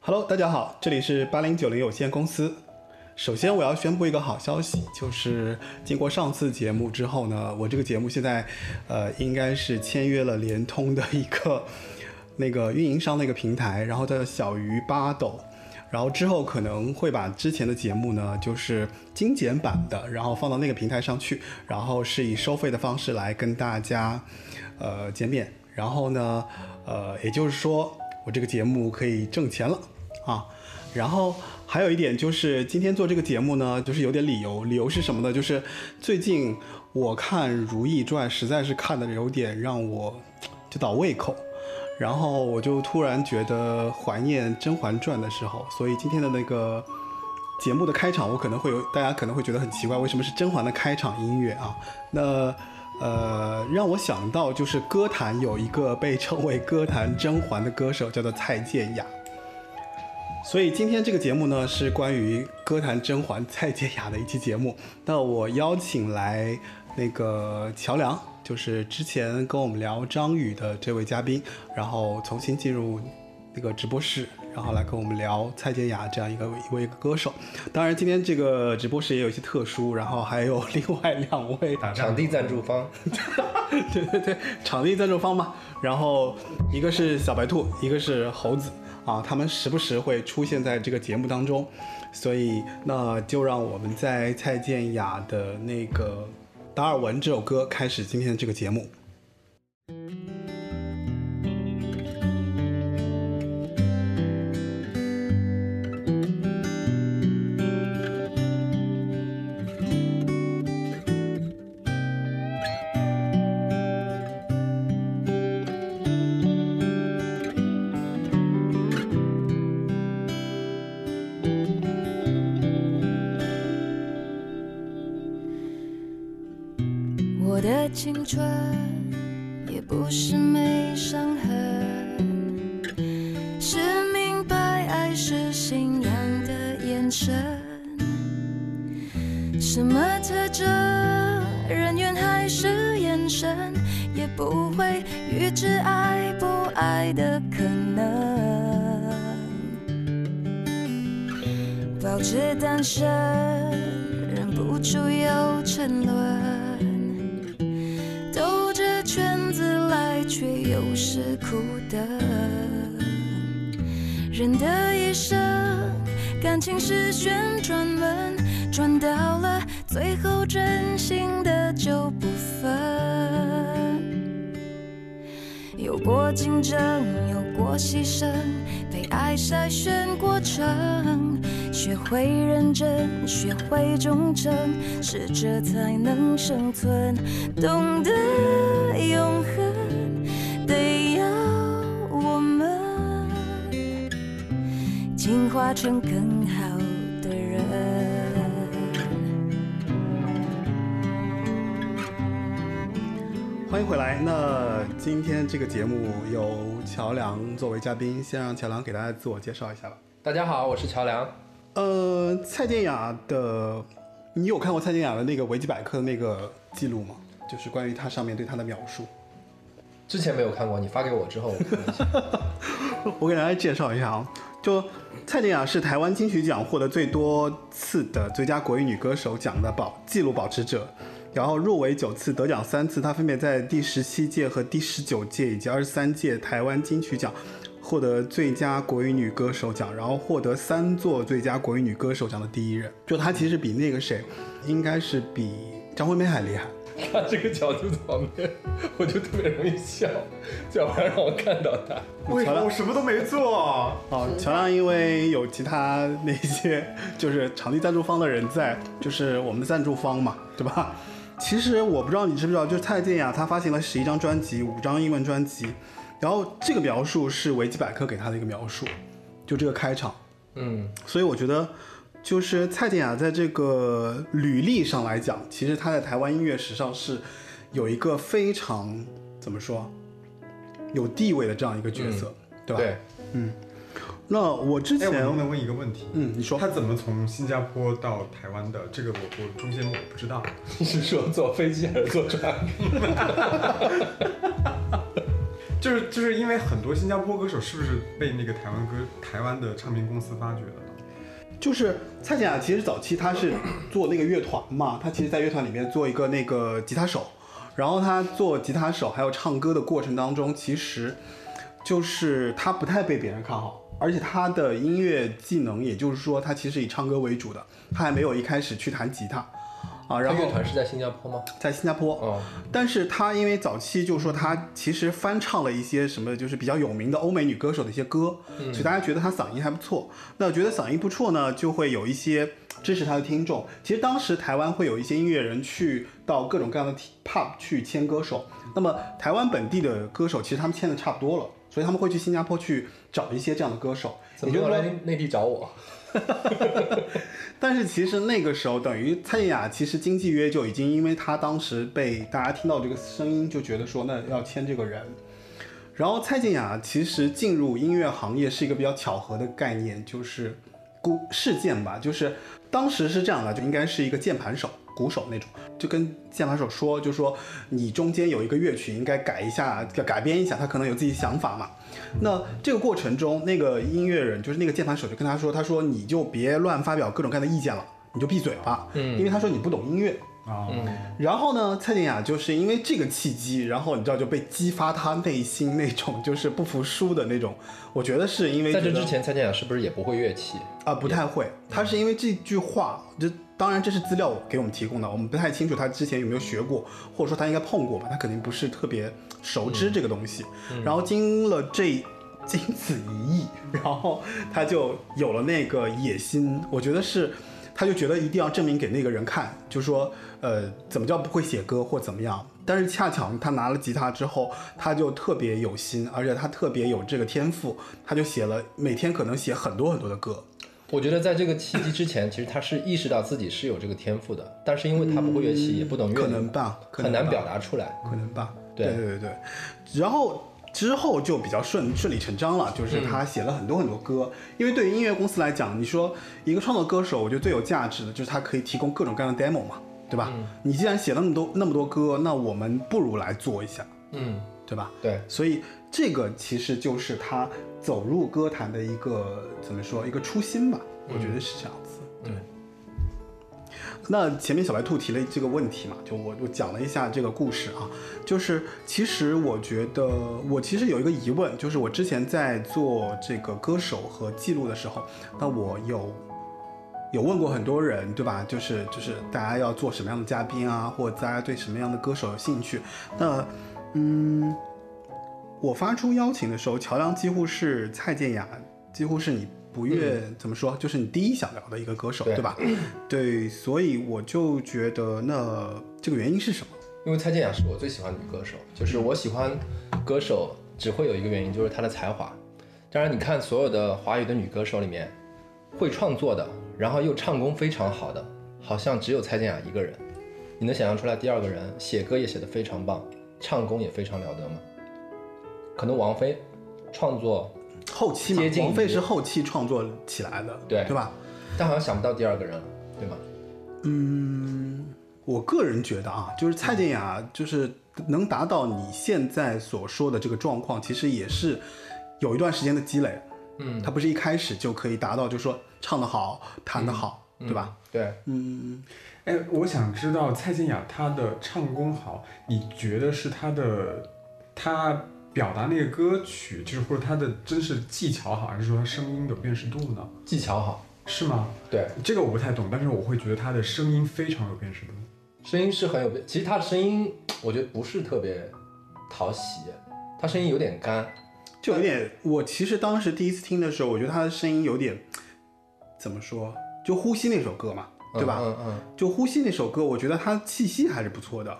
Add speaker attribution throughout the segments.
Speaker 1: Hello，大家好，这里是八零九零有限公司。首先，我要宣布一个好消息，就是经过上次节目之后呢，我这个节目现在，呃，应该是签约了联通的一个那个运营商的一个平台，然后叫小鱼八斗。然后之后可能会把之前的节目呢，呃就是精简版的，然后放到那个平台上去，然后是以收费的方式来跟大家，呃，见面。然后呢，呃，也就是说，我这个节目可以挣钱了啊。然后还有一点就是，今天做这个节目呢，就是有点理由。理由是什么呢？就是最近我看《如懿传》，实在是看的有点让我就倒胃口。然后我就突然觉得怀念《甄嬛传》的时候，所以今天的那个节目的开场，我可能会有大家可能会觉得很奇怪，为什么是甄嬛的开场音乐啊？那呃，让我想到就是歌坛有一个被称为歌坛甄嬛的歌手，叫做蔡健雅。所以今天这个节目呢，是关于歌坛甄嬛蔡健雅的一期节目。那我邀请来那个乔梁，就是之前跟我们聊张宇的这位嘉宾，然后重新进入那个直播室，然后来跟我们聊蔡健雅这样一个一位歌手。当然，今天这个直播室也有一些特殊，然后还有另外两位
Speaker 2: 场地赞助方，
Speaker 1: 对对对，场地赞助方嘛。然后一个是小白兔，一个是猴子啊，他们时不时会出现在这个节目当中，所以那就让我们在蔡健雅的那个《达尔文》这首歌开始今天这个节目。
Speaker 3: 我的青春也不是没伤痕，是明白爱是信仰的眼神。什么特征，人缘还是眼神，也不会预知爱不爱的可能。保持单身，忍不住又沉沦。兜着圈子来，却又是苦等。人的一生，感情是旋转门，转到了最后，真心的就不分。有过竞争，有过牺牲，被爱筛选过程，学会认真，学会忠诚，适者才能生存，懂得永恒，得要我们进化成更好的人。
Speaker 1: 欢迎回来。那今天这个节目由乔梁作为嘉宾，先让乔梁给大家自我介绍一下吧。
Speaker 2: 大家好，我是乔梁。
Speaker 1: 呃，蔡健雅的，你有看过蔡健雅的那个维基百科的那个记录吗？就是关于她上面对她的描述。
Speaker 2: 之前没有看过，你发给我之后，我看 一下。
Speaker 1: 我给大家介绍一下啊，就蔡健雅是台湾金曲奖获得最多次的最佳国语女歌手奖的保记录保持者，然后入围九次，得奖三次。她分别在第十七届和第十九届以及二十三届台湾金曲奖获得最佳国语女歌手奖，然后获得三座最佳国语女歌手奖的第一人。就她其实比那个谁，应该是比张惠妹还厉害。
Speaker 2: 他这个角度在旁边，我就特别容易笑，最好不要让我看到他。
Speaker 4: 为什么我什么都没做？
Speaker 1: 哦，乔亮因为有其他那些就是场地赞助方的人在，就是我们的赞助方嘛，对吧？其实我不知道你知不知道，就是蔡健雅她发行了十一张专辑，五张英文专辑，然后这个描述是维基百科给她的一个描述，就这个开场，
Speaker 2: 嗯，
Speaker 1: 所以我觉得就是蔡健雅在这个履历上来讲，其实她在台湾音乐史上是有一个非常怎么说有地位的这样一个角色，对吧？
Speaker 2: 对，
Speaker 1: 那我之
Speaker 4: 哎，
Speaker 1: 前
Speaker 4: 我能不能问一个问题？
Speaker 1: 嗯，你说
Speaker 4: 他怎么从新加坡到台湾的？这个我我中间我不知道。
Speaker 2: 你是说坐飞机还是坐船？
Speaker 4: 就是就是因为很多新加坡歌手是不是被那个台湾歌台湾的唱片公司发掘的呢？
Speaker 1: 就是蔡健雅，其实早期她是做那个乐团嘛，她其实，在乐团里面做一个那个吉他手，然后她做吉他手还有唱歌的过程当中，其实就是她不太被别人看好，而且她的音乐技能，也就是说，她其实以唱歌为主的，她还没有一开始去弹吉他啊。然
Speaker 2: 他乐
Speaker 1: 后
Speaker 2: 团是在新加坡吗？
Speaker 1: 在新加坡，
Speaker 2: 哦，
Speaker 1: 但是她因为早期就说她其实翻唱了一些什么，就是比较有名的欧美女歌手的一些歌，
Speaker 2: 嗯
Speaker 1: 所以大家觉得她嗓音还不错。那觉得嗓音不错呢，就会有一些支持她的听众。其实当时台湾会有一些音乐人去到各种各样的 t- pub 去签歌手，那么台湾本地的歌手其实他们签的差不多了，所以他们会去新加坡去找一些这样的歌手。
Speaker 2: 怎
Speaker 1: 也
Speaker 2: 么
Speaker 1: 就是
Speaker 2: 又
Speaker 1: 说
Speaker 2: 来，内地找我？
Speaker 1: 但是其实那个时候，等于蔡健雅其实经纪约就已经，因为她当时被大家听到这个声音，就觉得说那要签这个人。然后蔡健雅其实进入音乐行业是一个比较巧合的概念，就是故事件吧，就是当时是这样的，就应该是一个键盘手、鼓手那种，就跟键盘手说，就说你中间有一个乐曲应该改一下、改编一下，他可能有自己想法嘛。那这个过程中，那个音乐人就是那个键盘手就跟他说，他说你就别乱发表各种各样的意见了，你就闭嘴吧，
Speaker 2: 嗯
Speaker 1: 因为他说你不懂音乐。
Speaker 4: 啊、
Speaker 2: 嗯，
Speaker 1: 然后呢，蔡健雅就是因为这个契机，然后你知道就被激发她内心那种就是不服输的那种。我觉得是因为
Speaker 2: 在这
Speaker 1: 觉得
Speaker 2: 之前，蔡健雅是不是也不会乐器？
Speaker 1: 啊、不太会，她是因为这句话，这当然这是资料给我们提供的，我们不太清楚她之前有没有学过，或者说她应该碰过吧，她肯定不是特别熟知这个东西。然后经了这。经此一役，然后她就有了那个野心。我觉得是，她就觉得一定要证明给那个人看，就说呃，怎么叫不会写歌或怎么样。但是恰巧他拿了吉他之后，他就特别有心，而且他特别有这个天赋，他就写了每天可能写很多很多的歌。
Speaker 2: 我觉得在这个契机之前，其实他是意识到自己是有这个天赋的，但是因为他不会乐器，也不懂乐
Speaker 1: 嗯可
Speaker 2: 理
Speaker 1: 能，吧，可
Speaker 2: 很
Speaker 1: 能
Speaker 2: 难
Speaker 1: 吧
Speaker 2: 表，达出来。
Speaker 1: 可能吧。
Speaker 2: 对
Speaker 1: 对对对，然后之后就比较顺顺理成章了，就是
Speaker 2: 嗯
Speaker 1: 他写了很多很多歌，因为对于音乐公司来讲，你说一个创作歌手，我觉得最有价值的就是他可以提供各种各样的 demo 嘛，对吧？
Speaker 2: 嗯
Speaker 1: 你既然写了那么多那么多歌，那我们不如来做一下，
Speaker 2: 嗯，
Speaker 1: 对吧？
Speaker 2: 对，
Speaker 1: 所以这个其实就是他走入歌坛的一个怎么说一个初心吧，我觉
Speaker 2: 嗯
Speaker 1: 得是这样子。
Speaker 2: 对，
Speaker 1: 那前面小白兔提了这个问题嘛，就我我讲了一下这个故事啊，就是其实我觉得我其实有一个疑问，就是我之前在做这个歌手和记录的时候，那我有有问过很多人，对吧？就是就是大家要做什么样的嘉宾啊，或者大家对什么样的歌手有兴趣？那嗯，我发出邀请的时候，乔梁几乎是蔡健雅，几乎是你不悦、怎么说，就是你第一想聊的一个歌手，
Speaker 2: 对
Speaker 1: 嗯对 吧？对，所以我就觉得那这个原因是什么？
Speaker 2: 因为蔡健雅是我最喜欢的女歌手，就是我喜欢歌手只会有一个原因，就是她的才华。当然，你看所有的华语的女歌手里面，会创作的，然后又唱功非常好的，好像只有蔡健雅一个人。你能想象出来第二个人写歌也写得非常棒，唱功也非常了得吗？可能王菲创作，
Speaker 1: 后期嘛
Speaker 2: 接，近
Speaker 1: 王菲
Speaker 2: 于
Speaker 1: 是后期创作起来的，
Speaker 2: 对
Speaker 1: 对吧？
Speaker 2: 但好像想不到第二个人了，对吧？
Speaker 1: 我个人觉得啊，就是蔡健雅，就是能达到你现在所说的这个状况，其实也是有一段时间的积累。
Speaker 2: 嗯，
Speaker 1: 她不是一开始就可以达到，就是说唱得好，弹得好，对吧？
Speaker 2: 嗯？对，
Speaker 1: 嗯，
Speaker 4: 哎，我想知道蔡健雅她的唱功好，你觉得是她的她表达那个歌曲，就是或者她的真是技巧好，还是说她声音的辨识度呢？
Speaker 2: 技巧好，
Speaker 4: 是吗？
Speaker 2: 对，
Speaker 4: 这个我不太懂，但是我会觉得她的声音非常有辨识度。
Speaker 2: 声音是很有，其实她的声音我觉得不是特别讨喜，她声音有点干，
Speaker 1: 就有点，我其实当时第一次听的时候，我觉得她的声音有点怎么说，就《呼吸》那首歌嘛，对吧？
Speaker 2: 嗯嗯
Speaker 1: 就《呼吸》那首歌，我觉得它气息还是不错的，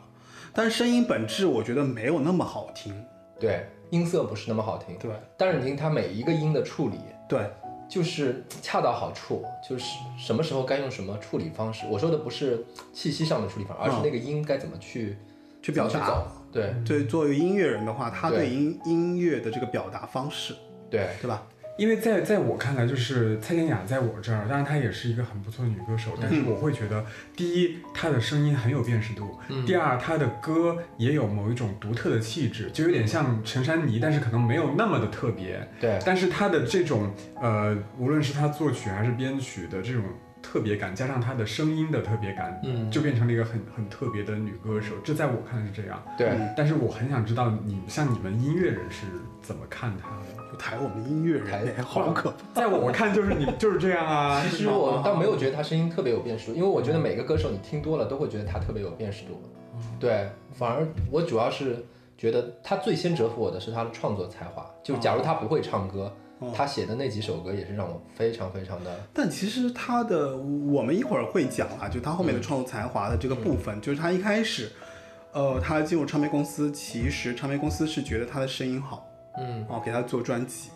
Speaker 1: 但是声音本质我觉得没有那么好听。
Speaker 2: 嗯，对，音色不是那么好听，
Speaker 1: 对
Speaker 2: 但是你听它每一个音的处理，
Speaker 1: 对，
Speaker 2: 就是恰到好处，就是什么时候该用什么处理方式。我说的不是气息上的处理方式，而是那个音该怎么去
Speaker 1: 去嗯表
Speaker 2: 怎么去
Speaker 1: 达。
Speaker 2: 走。对
Speaker 1: 对，作为音乐人的话，他
Speaker 2: 对
Speaker 1: 对音音乐的这个表达方式，
Speaker 2: 对，
Speaker 1: 对吧？
Speaker 4: 因为在在我看来，就是蔡健雅在我这儿，当然她也是一个很不错的女歌手，但是我会觉得，第一，她的声音很有辨识度；第二，她的歌也有某一种独特的气质，就有点像陈珊妮，但是可能没有那么的特别。
Speaker 2: 对，
Speaker 4: 但是她的这种呃，无论是她作曲还是编曲的这种特别感，加上她的声音的特别感，
Speaker 2: 嗯，
Speaker 4: 就变成了一个很很特别的女歌手。这在我看来是这样，
Speaker 2: 对，
Speaker 4: 但是我很想知道你像你们音乐人是怎么看她的。
Speaker 1: 就抬我们音乐人，
Speaker 2: 抬
Speaker 1: 好可怕！
Speaker 4: 在我看就是你就是这样啊。
Speaker 2: 其实我倒没有觉得他声音特别有辨识度，因为我觉得每个歌手你听多了都会觉得他特别有辨识度。对，反而我主要是觉得他最先折服我的是他的创作才华。就假如他不会唱歌，他写的那几首歌也是让我非常非常的
Speaker 1: 但其实他的，我们一会儿会讲啊，就他后面的创作才华的这个部分，就是他一开始，呃，他进入唱片公司，其实唱片公司是觉得他的声音好，
Speaker 2: 嗯
Speaker 1: 然后给他做专辑，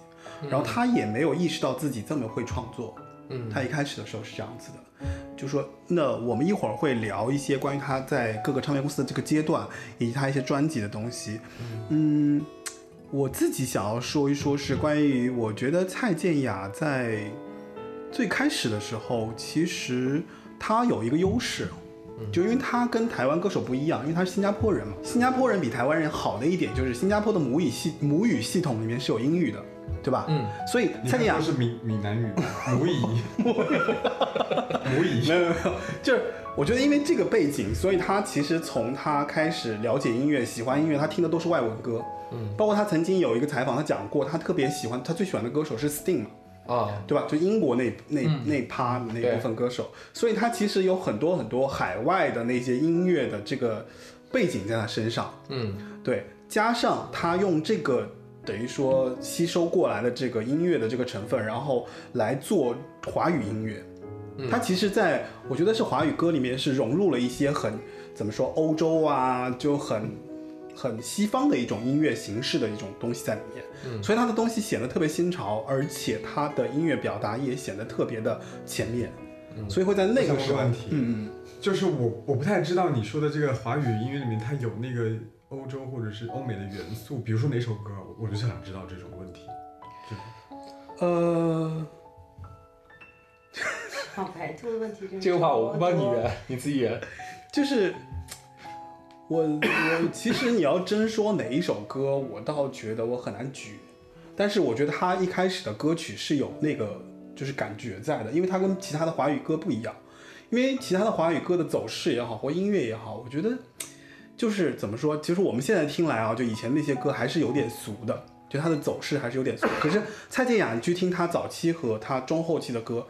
Speaker 1: 然后他也没有意识到自己这么会创作，
Speaker 2: 嗯
Speaker 1: 他一开始的时候是这样子的，就说那我们一会儿会聊一些关于他在各个唱片公司的这个阶段，以及他一些专辑的东西。嗯，我自己想要说一说是关于我觉得蔡健雅在最开始的时候，其实她有一个优势。
Speaker 4: 嗯
Speaker 1: 就因为她跟台湾歌手不一样，因为她是新加坡人嘛。新加坡人比台湾人好的一点就是新加坡的母语系母语系统里面是有英语的，对吧？
Speaker 2: 嗯，
Speaker 1: 所以
Speaker 4: 你
Speaker 1: 蔡
Speaker 4: 看
Speaker 1: 健雅
Speaker 4: 说是闽闽南语吗，母语， 母语，
Speaker 1: 没有没有没有， 就是我觉得因为这个背景，所以他其实从他开始了解音乐、喜欢音乐，他听的都是外文歌。
Speaker 2: 嗯
Speaker 1: 包括他曾经有一个采访，他讲过，他特别喜欢，他最喜欢的歌手是 Sting 嘛，
Speaker 2: 啊，
Speaker 1: 对吧？就英国那那、
Speaker 2: 嗯
Speaker 1: 那趴那
Speaker 2: 对
Speaker 1: 部分歌手，所以他其实有很多很多海外的那些音乐的这个背景在他身上。
Speaker 2: 嗯
Speaker 1: 对，加上他用这个等于说吸收过来的这个音乐的这个成分，然后来做华语音乐。
Speaker 4: 嗯
Speaker 1: 他其实在，我觉得是华语歌里面是融入了一些很怎么说欧洲啊，就很很西方的一种音乐形式的一种东西在里面，
Speaker 2: 嗯
Speaker 1: 所以他的东西显得特别新潮，而且他的音乐表达也显得特别的前面，所以会在那
Speaker 4: 嗯我想
Speaker 1: 个
Speaker 4: 问
Speaker 1: 时
Speaker 4: 个
Speaker 1: 候，
Speaker 4: 问题
Speaker 1: 嗯，
Speaker 4: 就是我我不太知道你说的这个华语音乐里面它有那个欧洲或者是欧美的元素，比如说哪首歌，我就想知道这种问题。就
Speaker 1: 嗯呃，
Speaker 3: 好白兔的问题真是
Speaker 2: 这个话
Speaker 3: 多
Speaker 2: 我不帮你
Speaker 3: 多
Speaker 2: 圆，你自己圆。
Speaker 1: 就是我我其实你要真说哪一首歌，我倒觉得我很难举，但是我觉得他一开始的歌曲是有那个就是感觉在的，因为它跟其他的华语歌不一样，因为其他的华语歌的走势也好或音乐也好，我觉得就是怎么说，其实我们现在听来啊，就以前那些歌还是有点俗的。就它的走势还是有点俗，可是蔡健雅，你去听她早期和她中后期的歌，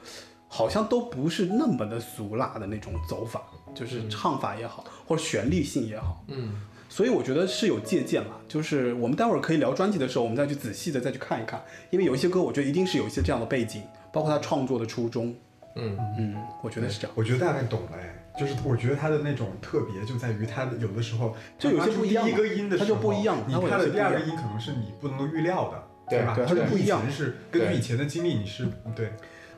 Speaker 1: 好像都不是那么的俗辣的那种走法，就是唱法也好，或者旋律性也好，
Speaker 2: 嗯
Speaker 1: 所以我觉得是有借鉴了。就是我们待会儿可以聊专辑的时候，我们再去仔细的再去看一看，因为有一些歌，我觉得一定是有一些这样的背景，包括他创作的初衷。
Speaker 2: 嗯
Speaker 1: 嗯，我觉得是这样。
Speaker 4: 我觉得大概懂了哎，就是我觉得它的那种特别就在于它的有的时候
Speaker 1: 就有些
Speaker 4: 它发出
Speaker 1: 不一样
Speaker 4: 第
Speaker 1: 嘛
Speaker 4: 一个音的时
Speaker 1: 它
Speaker 4: 候
Speaker 1: 就不一样
Speaker 4: 你
Speaker 1: 它会有
Speaker 4: 它的
Speaker 1: 些不
Speaker 4: 第
Speaker 1: 一
Speaker 4: 二个
Speaker 1: 样
Speaker 4: 音可能是你不能预料的，
Speaker 2: 对
Speaker 4: 吧？
Speaker 2: 对
Speaker 4: 它是
Speaker 1: 对
Speaker 4: 不一样，
Speaker 1: 对
Speaker 4: 是根据
Speaker 2: 对
Speaker 4: 以前的经历，你是嗯对。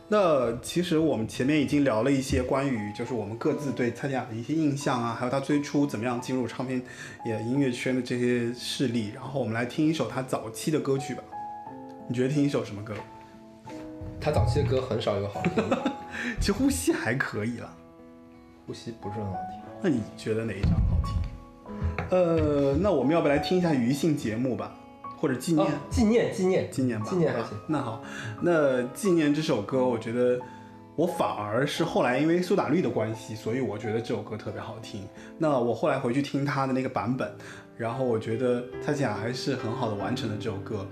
Speaker 1: 那其实我们前面已经聊了一些关于就是我们各自对蔡健雅的一些印象啊，还有她最初怎么样进入唱片也音乐圈的这些事例。然后我们来听一首她早期的歌曲吧。你觉得听一首什么歌？
Speaker 2: 他早期的歌很少有好听的，
Speaker 1: 其实呼吸还可以啦。
Speaker 2: 呼吸不是很好听。
Speaker 1: 那你觉得哪一张好听？呃，那我们要不来听一下余兴节目吧，或者纪念、
Speaker 2: 啊，纪念纪念
Speaker 1: 纪念吧？
Speaker 2: 纪念还行。
Speaker 1: 那好，那纪念这首歌，我觉得我反而是后来因为苏打绿的关系，所以我觉得这首歌特别好听。那我后来回去听他的那个版本，然后我觉得蔡健雅还是很好的完成了这首歌。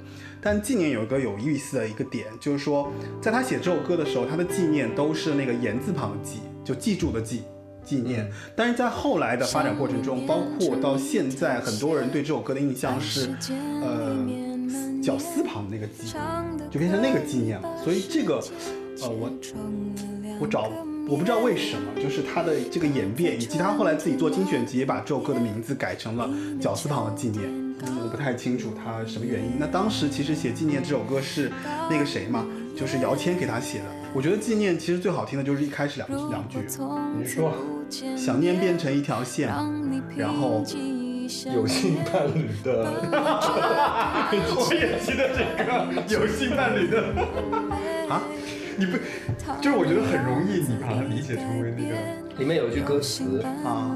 Speaker 1: 但纪念有一个有意思的一个点，就是说在他写这首歌的时候，他的纪念都是那个言字旁的记，就记住的记。纪念，
Speaker 2: 嗯
Speaker 1: 但是在后来的发展过程中，包括到现在，很多人对这首歌的印象是，呃，绞丝旁的那个记，就变成那个纪念了。所以这个，呃，我我找我不知道为什么，就是他的这个演变，以及他后来自己做精选集，也把这首歌的名字改成了《绞丝旁的纪念》，我不太清楚他什么原因。那当时其实写《纪念》这首歌是那个谁嘛，就是姚谦给他写的。我觉得《纪念》其实最好听的就是一开始两两句，
Speaker 2: 你说
Speaker 1: 想念变成一条线，然后
Speaker 2: 有幸伴侣的，
Speaker 1: 我也记得这个有性伴侣的，
Speaker 4: 啊，你不，就是我觉得很容易，你把它理解成为那个
Speaker 2: 里面有一句歌词，
Speaker 1: 啊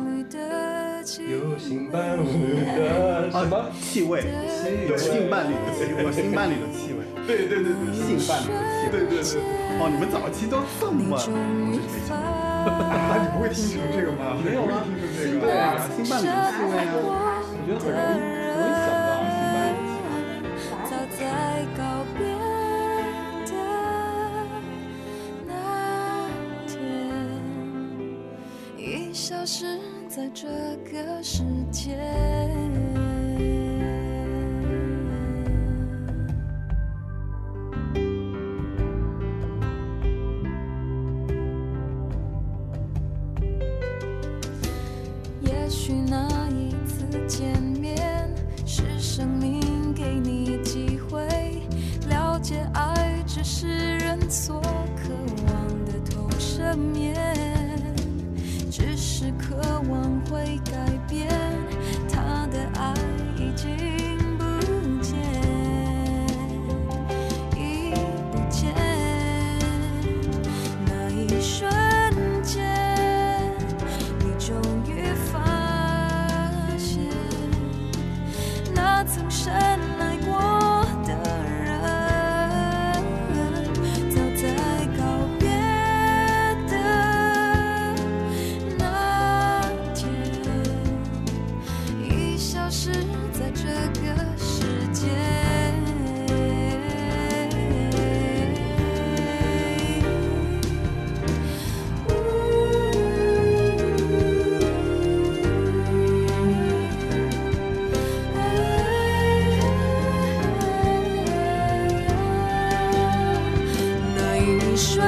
Speaker 2: 有幸 伴侣的什么？
Speaker 1: 气味，有性伴侣的气味，有性伴侣的气味，
Speaker 4: 对对对对
Speaker 1: 性伴侣的气味，
Speaker 4: 对对对
Speaker 1: 哦，你们早期都这么，真是没想到
Speaker 4: 啊！你不会听成这个吗？
Speaker 1: 没有啊
Speaker 4: 听成这
Speaker 1: 对
Speaker 4: 个，
Speaker 1: 啊，性伴侣的气味啊，我觉得很容易，很容易想到性伴侣的气味。
Speaker 3: 早在告别的那天，已消失在这个世界。也许那一次见面是生命给你机会，了解爱只是人所渴望的投射面，只是渴望会改变，他的爱已经不见，已不见。那一瞬间，你终于发现，那曾深爱过的人，早在告别的那天，已消失在这个世界。那一瞬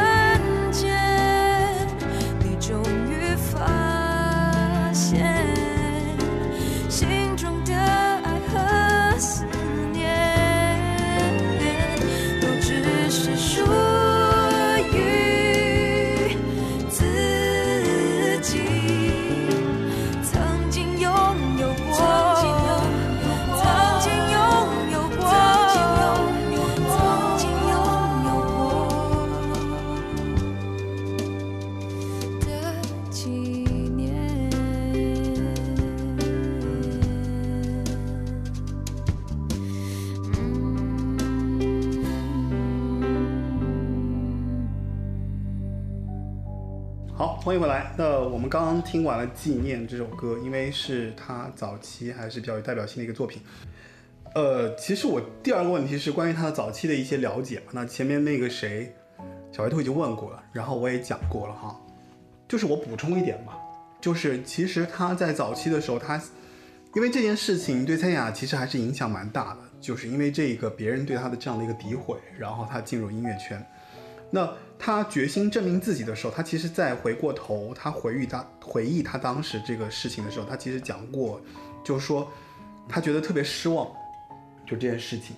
Speaker 3: 间，你终于发现，心中的爱和思念，都只是属于自己曾经拥有过，曾经拥有过，曾经拥有过的纪念。
Speaker 1: 好，欢迎回来。那我们刚刚听完了《纪念》这首歌，因为是他早期还是比较有代表性的一个作品。呃，其实我第二个问题是关于他的早期的一些了解嘛。啊那前面那个谁，小白兔已经问过了，然后我也讲过了哈。就是我补充一点嘛，就是其实他在早期的时候，他因为这件事情对蔡雅其实还是影响蛮大的，就是因为这个别人对他的这样的一个诋毁，然后他进入音乐圈。那他决心证明自己的时候，他其实在回过头，他回忆他回忆他当时这个事情的时候，他其实讲过，就是说他觉得特别失望，就这件事情，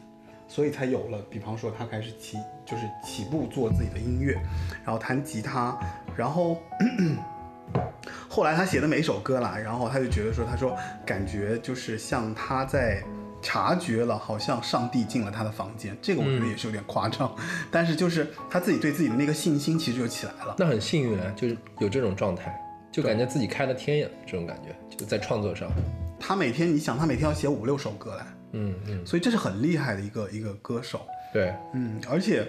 Speaker 1: 所以才有了，比方说他开始起就是起步做自己的音乐，然后弹吉他，然后 后来他写的每一首歌啦，然后他就觉得说，他说感觉就是像他在察觉了，好像上帝进了他的房间，这个我觉得也是有点夸张，但是就是他自己对自己的那个信心其实就起来了。
Speaker 2: 那很幸运啊，就是有这种状态，就感觉自己开了天眼，这种感觉就在创作上，
Speaker 1: 他每天，你想他每天要写五六首歌来，
Speaker 2: 嗯嗯，
Speaker 1: 所以这是很厉害的一个一个歌手。
Speaker 2: 对，
Speaker 1: 嗯，而且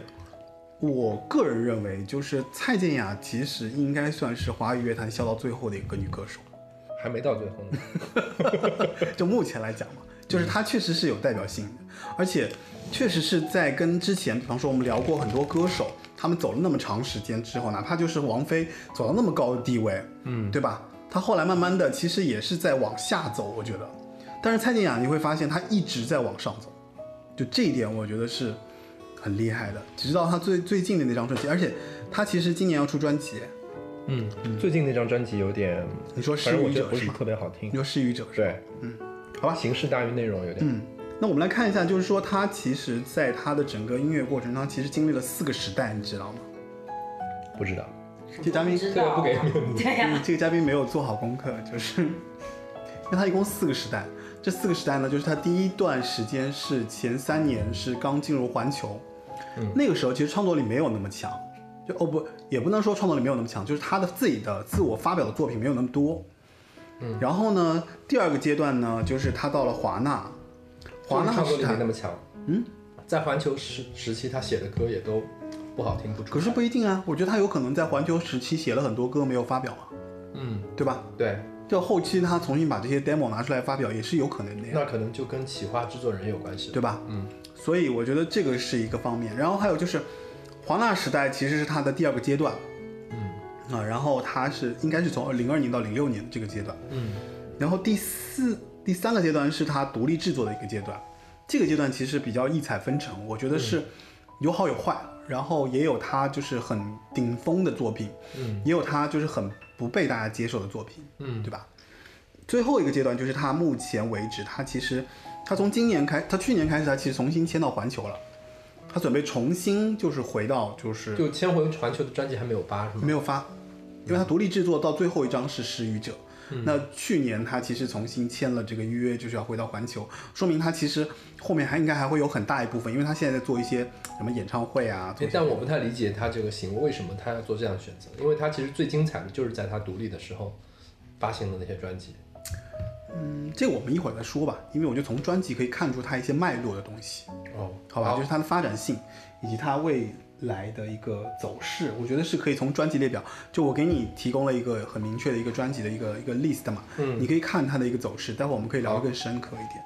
Speaker 1: 我个人认为，就是蔡健雅其实应该算是华语乐坛笑到最后的一个女歌手。
Speaker 2: 还没到最后呢，
Speaker 1: 就目前来讲嘛，就是他确实是有代表性的，而且确实是在跟之前，比方说我们聊过很多歌手，他们走了那么长时间之后，哪怕就是王菲走到那么高的地位，嗯，对吧？她后来慢慢的其实也是在往下走，我觉得。但是蔡健雅你会发现她一直在往上走，就这一点我觉得是很厉害的。直到她最最近的那张专辑，而且她其实今年要出专辑，
Speaker 2: 嗯，最近那张专辑有点，
Speaker 1: 你说
Speaker 2: 反
Speaker 1: 失
Speaker 2: 正我
Speaker 1: 语
Speaker 2: 觉得
Speaker 1: 者
Speaker 2: 不
Speaker 1: 是
Speaker 2: 是
Speaker 1: 吗
Speaker 2: 特？别好听
Speaker 1: 你，说失语者是吧？
Speaker 2: 对，
Speaker 1: 好吧，
Speaker 2: 形式大于内容有点，
Speaker 1: 嗯，那我们来看一下，就是说他其实在他的整个音乐过程当中，其实经历了四个时代，你知道吗？
Speaker 2: 不知道，
Speaker 1: 这嘉宾嗯
Speaker 5: 知
Speaker 2: 这个
Speaker 5: 道
Speaker 3: 음.
Speaker 2: 不给面子，
Speaker 5: 对呀、
Speaker 1: 这个嘉宾没有做好功课，就是因为他一共四个时代，这四个时代呢，就是他第一段时间是前三年是刚进入环球，
Speaker 2: 嗯
Speaker 1: 那个时候其实创作力没有那么强，就哦不，也不能说创作力没有那么强，就是他的自己的自我发表的作品没有那么多。
Speaker 2: 嗯
Speaker 1: 然后呢，第二个阶段呢，就是他到了华纳，华
Speaker 2: 就是
Speaker 1: 纳
Speaker 2: 创作
Speaker 1: 是
Speaker 2: 力没那
Speaker 1: 他，
Speaker 2: 么强。嗯，在环球时时期，他写的歌也都不好听不出。
Speaker 1: 可是，不一定啊，我觉得他有可能在环球时期写了很多歌没有发表啊，
Speaker 2: 嗯，
Speaker 1: 对吧？
Speaker 2: 对，
Speaker 1: 就后期他重新把这些 demo 拿出来发表也是有可能的呀，
Speaker 2: 那可能就跟企划制作人有关系了。
Speaker 1: 对吧？
Speaker 2: 嗯，
Speaker 1: 所以我觉得这个是一个方面。然后还有就是，华纳时代其实是他的第二个阶段，嗯啊，然后他是应该是从零二年到零六年这个阶段，
Speaker 2: 嗯，
Speaker 1: 然后第四、第三个阶段是他独立制作的一个阶段，这个阶段其实比较异彩纷呈，我觉得
Speaker 2: 嗯
Speaker 1: 是有好有坏，然后也有他就是很顶峰的作品，
Speaker 2: 嗯，
Speaker 1: 也有他就是很不被大家接受的作品，
Speaker 2: 嗯
Speaker 1: 对吧？最后一个阶段就是他目前为止，他其实他从今年开，他去年开始，他其实重新签到环球了，他准备重新就是回到就是
Speaker 2: 就签回环球的专辑还没有发是吗？
Speaker 1: 没有发，因为他独立制作到最后一张是《失语者》。那去年他其实重新签了这个约，就是要回到环球，说明他其实后面还应该还会有很大一部分，因为他现在在做一些什么演唱会啊，做
Speaker 2: 哎
Speaker 1: 一些
Speaker 2: 但我不太理解他这个行为，为什么他要做这样的选择？因为他其实最精彩的就是在他独立的时候发行的那些专辑。
Speaker 1: 嗯这个我们一会儿再说吧，因为我觉得从专辑可以看出他一些脉络的东西，
Speaker 2: 哦，
Speaker 1: 好吧，就是它的发展性以及它未来的一个走势，我觉得是可以从专辑列表，就我给你提供了一个很明确的一个专辑的一个一个 list 嘛，
Speaker 2: 嗯
Speaker 1: 你可以看它的一个走势，待会儿我们可以聊得更深刻一点。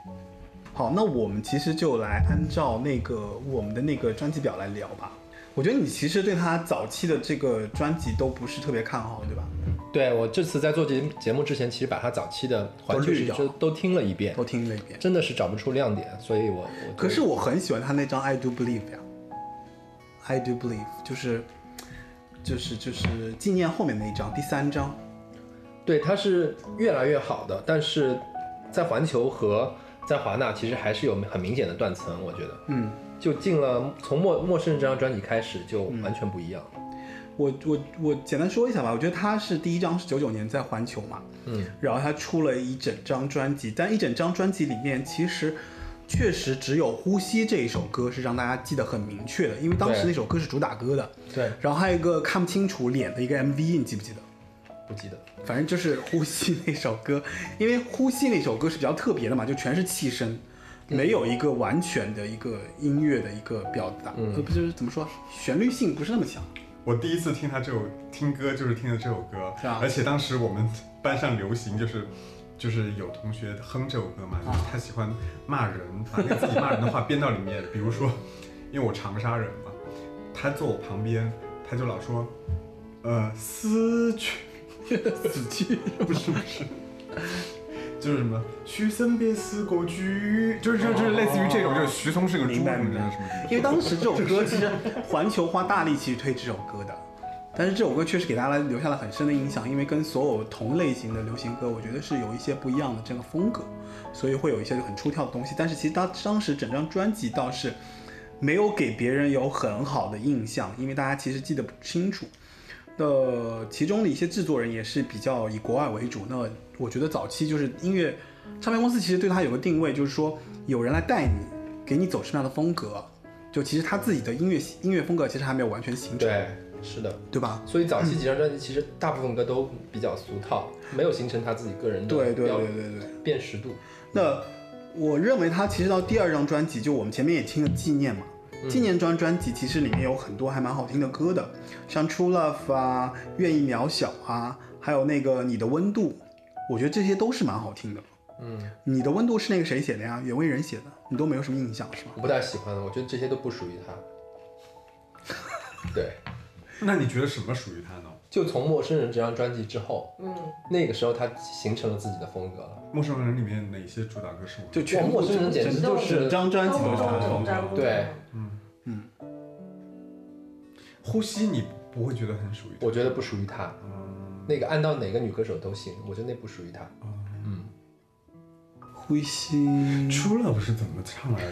Speaker 1: 好，那我们其实就来按照那个我们的那个专辑表来聊吧。我觉得你其实对他早期的这个专辑都不是特别看好，对吧？
Speaker 2: 对我这次在做节节目之前，其实把他早期的环球
Speaker 1: 都滤
Speaker 2: 时
Speaker 1: 掉
Speaker 2: 就都听了一遍
Speaker 1: 都，听了一遍，
Speaker 2: 真的是找不出亮点，所以我我
Speaker 1: 可是我很喜欢他那张《I Do Believe》呀，《I Do Believe》就是就是就是纪念后面那一张，第三张。
Speaker 2: 对它是越来越好的，但是在环球和在华纳其实还是有很明显的断层，我觉得
Speaker 1: 嗯，
Speaker 2: 就进了从陌陌生人这张专辑开始就完全不一样
Speaker 1: 嗯
Speaker 2: 了。
Speaker 1: 我我我简单说一下吧，我觉得他是第一张是九九年在环球嘛，
Speaker 2: 嗯，
Speaker 1: 然后他出了一整张专辑，但一整张专辑里面其实确实只有《呼吸》这一首歌是让大家记得很明确的，因为当时
Speaker 2: 对
Speaker 1: 那首歌是主打歌的，
Speaker 2: 对，
Speaker 1: 然后还有一个看不清楚脸的一个 MV，你记不记得？
Speaker 2: 不记得。
Speaker 1: 反正就是《呼吸》那首歌，因为《呼吸》那首歌是比较特别的嘛，就全是气声，没有一个完全的一个音乐的一个表达，呃，不就是怎么说，旋律性不是那么强。
Speaker 4: 我第一次听他这首听歌就是听的这首歌
Speaker 1: 是吧，
Speaker 4: 而且当时我们班上流行就是。就是有同学哼这首歌
Speaker 1: 啊
Speaker 4: 嘛，就是他喜欢骂人，把那个自己骂人的话编到里面。比如说，因为我长沙人嘛，他坐我旁边，他就老说，呃，思去，
Speaker 1: 死去，
Speaker 4: 不是不是，就是什么徐森别思过去，就是就是就是类似于这种，就是徐松是个猪，你
Speaker 1: 哦明
Speaker 4: 知道
Speaker 1: 白明白
Speaker 4: 什么？。
Speaker 1: 因为当时这首歌其实环球花大力气推这首歌的，但是这首歌确实给大家留下了很深的印象，因为跟所有同类型的流行歌，我觉得是有一些不一样的这个风格，所以会有一些很出挑的东西。但是其实当当时整张专辑倒是没有给别人有很好的印象，因为大家其实记得不清楚。那其中的一些制作人也是比较以国外为主。那我觉得早期就是音乐唱片公司其实对它有个定位，就是说有人来带你，给你走什么样的风格。就其实他自己的音乐音乐风格其实还没有完全形成，
Speaker 2: 对，是的。
Speaker 1: 对吧？
Speaker 2: 所以早期几张专辑其实大部分歌都比较俗套，没有形成他自己个人的
Speaker 1: 对对对
Speaker 2: 标
Speaker 1: 对对对。
Speaker 2: 辨识度。
Speaker 1: 那我认为他其实到第二张专辑，就我们前面也听了《纪念》嘛，《纪念》这张专辑其实里面有很多还蛮好听的歌的，像《True Love》啊，《愿意渺小》啊，还有那个《你的温度》，我觉得这些都是蛮好听的。
Speaker 2: 嗯，
Speaker 1: 你的温度是那个谁写的呀？袁惟仁写的，你都没有什么印象是吗？
Speaker 2: 我不太喜欢，我觉得这些都不属于他。 对，
Speaker 4: 那你觉得什么属于他呢？
Speaker 2: 就从《陌生人》这张专辑之后，嗯，那个时候他形成了自己的风格了。
Speaker 4: 陌生人里面哪些主打歌是我？嗯
Speaker 1: 就全部
Speaker 2: 陌生人简直
Speaker 1: 整
Speaker 2: 就是
Speaker 1: 整张专辑都是他
Speaker 4: 哦
Speaker 1: 唱
Speaker 4: 哦
Speaker 1: 的。嗯
Speaker 2: 对
Speaker 4: 嗯呼吸，你不会觉得很属于他？嗯
Speaker 2: 我觉得不属于他。那个按到哪个女歌手都行，我觉得那不属于他。
Speaker 1: 嗯呼吸，
Speaker 4: 嗯出了不是怎么唱来着？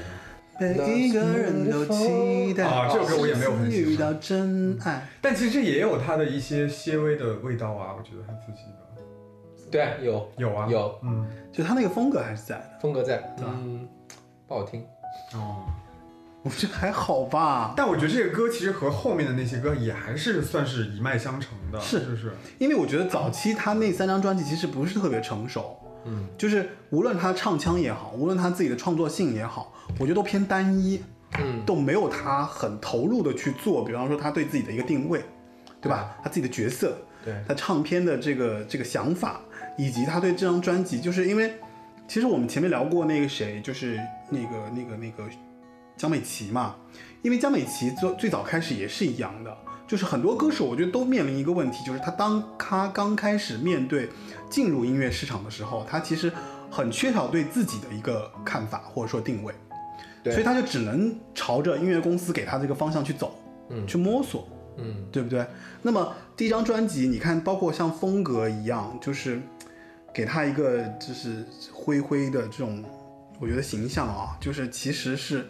Speaker 1: 每一个人都期待。
Speaker 4: 啊这首歌我也没有很喜欢
Speaker 1: 遇到真爱。
Speaker 4: 但其实也有他的一些些微的味道啊，我觉得他自己的。
Speaker 2: 对，有
Speaker 4: 有啊，
Speaker 2: 有
Speaker 4: 嗯，
Speaker 1: 就他那个风格还是在的。
Speaker 2: 风格在，
Speaker 1: 对吧
Speaker 2: 嗯，不好听。
Speaker 4: 哦。
Speaker 1: 我觉得还好吧，
Speaker 4: 但我觉得这个歌其实和后面的那些歌也还是算是一脉相承的，
Speaker 1: 是
Speaker 4: 就是
Speaker 1: 因为我觉得早期他那三张专辑其实不是特别成熟，
Speaker 2: 嗯，
Speaker 1: 就是无论他唱腔也好，无论他自己的创作性也好，我觉得都偏单一，
Speaker 2: 嗯，
Speaker 1: 都没有他很投入的去做，比方说他对自己的一个定位，对吧？他自己的角色，
Speaker 2: 对，
Speaker 1: 他唱片的这个这个想法，以及他对这张专辑，就是因为其实我们前面聊过那个谁，就是那个那个那个江美琪嘛，因为江美琪最最早开始也是一样的，就是很多歌手我觉得都面临一个问题，就是他当他刚开始面对进入音乐市场的时候，他其实很缺少对自己的一个看法或者说定位，
Speaker 2: 对
Speaker 1: 所以他就只能朝着音乐公司给他这个方向去走，
Speaker 2: 嗯
Speaker 1: 去摸索。
Speaker 2: 嗯，
Speaker 1: 对不对？那么第一张专辑，你看，包括像风格一样，就是给他一个就是灰灰的这种，我觉得形象啊，就是其实是，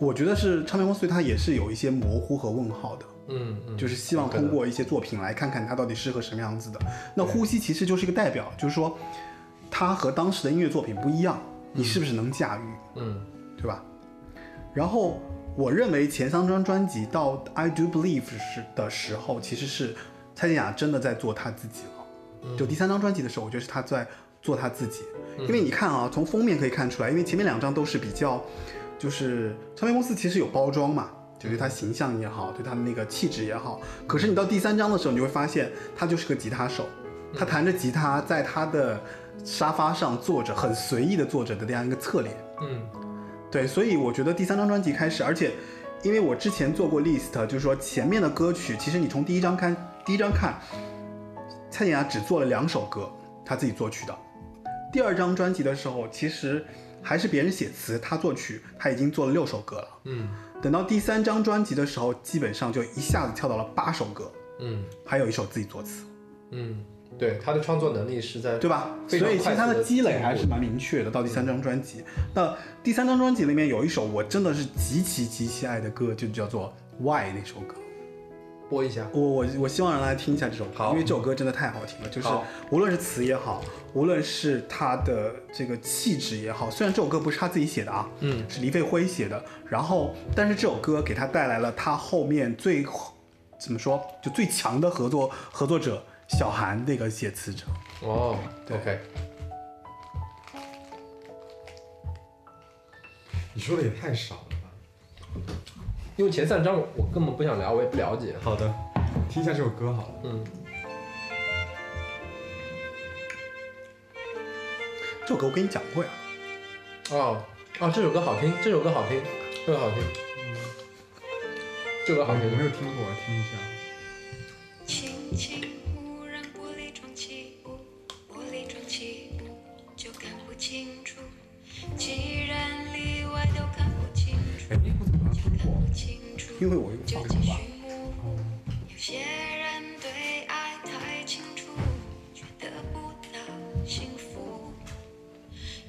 Speaker 1: 我觉得是唱片公司对他也是有一些模糊和问号的，
Speaker 2: 嗯嗯，
Speaker 1: 就是希望通过一些作品来看看他到底适合什么样子的。那《呼吸》其实就是一个代表，就是说他和当时的音乐作品不一样，你是不是能驾驭？
Speaker 2: 嗯，
Speaker 1: 对吧？然后我认为前三张专辑到《I Do Believe》时的时候，其实是蔡健雅真的在做她自己了。就第三张专辑的时候，我觉得是她在做她自己，因为你看啊，从封面可以看出来，因为前面两张都是比较，就是唱片公司其实有包装嘛。就对她形象也好，对她的那个气质也好，可是你到第三章的时候，你就会发现她就是个吉他手，她弹着吉他，在她的沙发上坐着，很随意的坐着的那样一个侧脸，
Speaker 2: 嗯，
Speaker 1: 对，所以我觉得第三张专辑开始，而且因为我之前做过 list，就是说前面的歌曲，其实你从第一张看，第一张看，蔡健雅只做了两首歌，她自己作曲的。第二张专辑的时候，其实还是别人写词，她作曲，她已经做了六首歌了。
Speaker 2: 嗯，
Speaker 1: 等到第三张专辑的时候，基本上就一下子跳到了八首歌，
Speaker 2: 嗯，
Speaker 1: 还有一首自己作词，
Speaker 2: 嗯，对，他的创作能力是在
Speaker 1: 对吧？所
Speaker 2: 非常
Speaker 1: 以其实她
Speaker 2: 快速
Speaker 1: 的
Speaker 2: 地
Speaker 1: 积累
Speaker 2: 进步嗯
Speaker 1: 还是蛮明确的。到第三张专辑，那第三张专辑里面有一首我真的是极其极其爱的歌，就叫做《Why》那首歌。
Speaker 2: 播一下，
Speaker 1: 我我我希望让大家听一下这首歌，
Speaker 2: 好
Speaker 1: 因为这首歌真的太好听了，就是
Speaker 2: 好
Speaker 1: 无论是词也好，无论是他的这个气质也好，虽然这首歌不是他自己写的啊，
Speaker 2: 嗯，
Speaker 1: 是黎飞辉写的，然后但是这首歌给他带来了他后面最怎么说就最强的合作合作者小韩那个写词者，
Speaker 2: 哦
Speaker 1: 对
Speaker 2: ，OK，
Speaker 4: 你说的也太少了吧？
Speaker 2: 因为前三张我根本不想聊，我也不了解，
Speaker 4: 好的，听一下这首歌好了。
Speaker 2: 嗯，
Speaker 1: 这首歌我跟你讲过呀，
Speaker 2: 哦，哦，这首歌好听，这首歌好听，这首歌好听，这首歌
Speaker 4: 我
Speaker 2: 好听，
Speaker 4: 没有听过，听一下。
Speaker 3: 네.轻轻忽然玻璃窗起雾，玻璃窗起雾就看不清楚。既然里外都看不清楚
Speaker 4: 哎，，我怎么好像听
Speaker 3: 看
Speaker 4: 过？
Speaker 3: 不清楚，
Speaker 1: 因为我有
Speaker 3: 就
Speaker 1: 放
Speaker 3: 继
Speaker 1: 过
Speaker 3: 续
Speaker 1: 吧。
Speaker 3: 模糊。有些人对爱太清楚，却得不到幸福；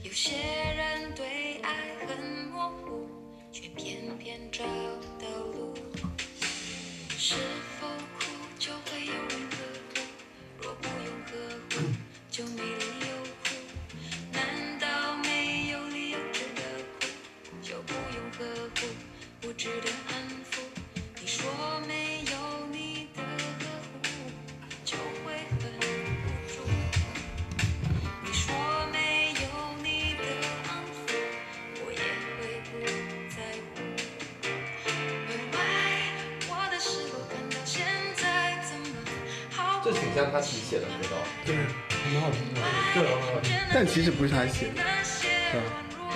Speaker 3: 有些人对爱很模糊，却偏偏找到路。是否哭就会有人呵护？若不用呵护，就没理由哭。难道没有理由值得哭？就不用呵护，不值得安抚。你说没有你的呵护，就会很无助。你说没有你的安抚，我也会不在乎。门外，我的失落感到现在怎么好不
Speaker 2: 这挺像他自己写的歌的。
Speaker 4: 对，蛮好听的。
Speaker 2: 对啊对啊
Speaker 1: 嗯但其实不是他写的对吧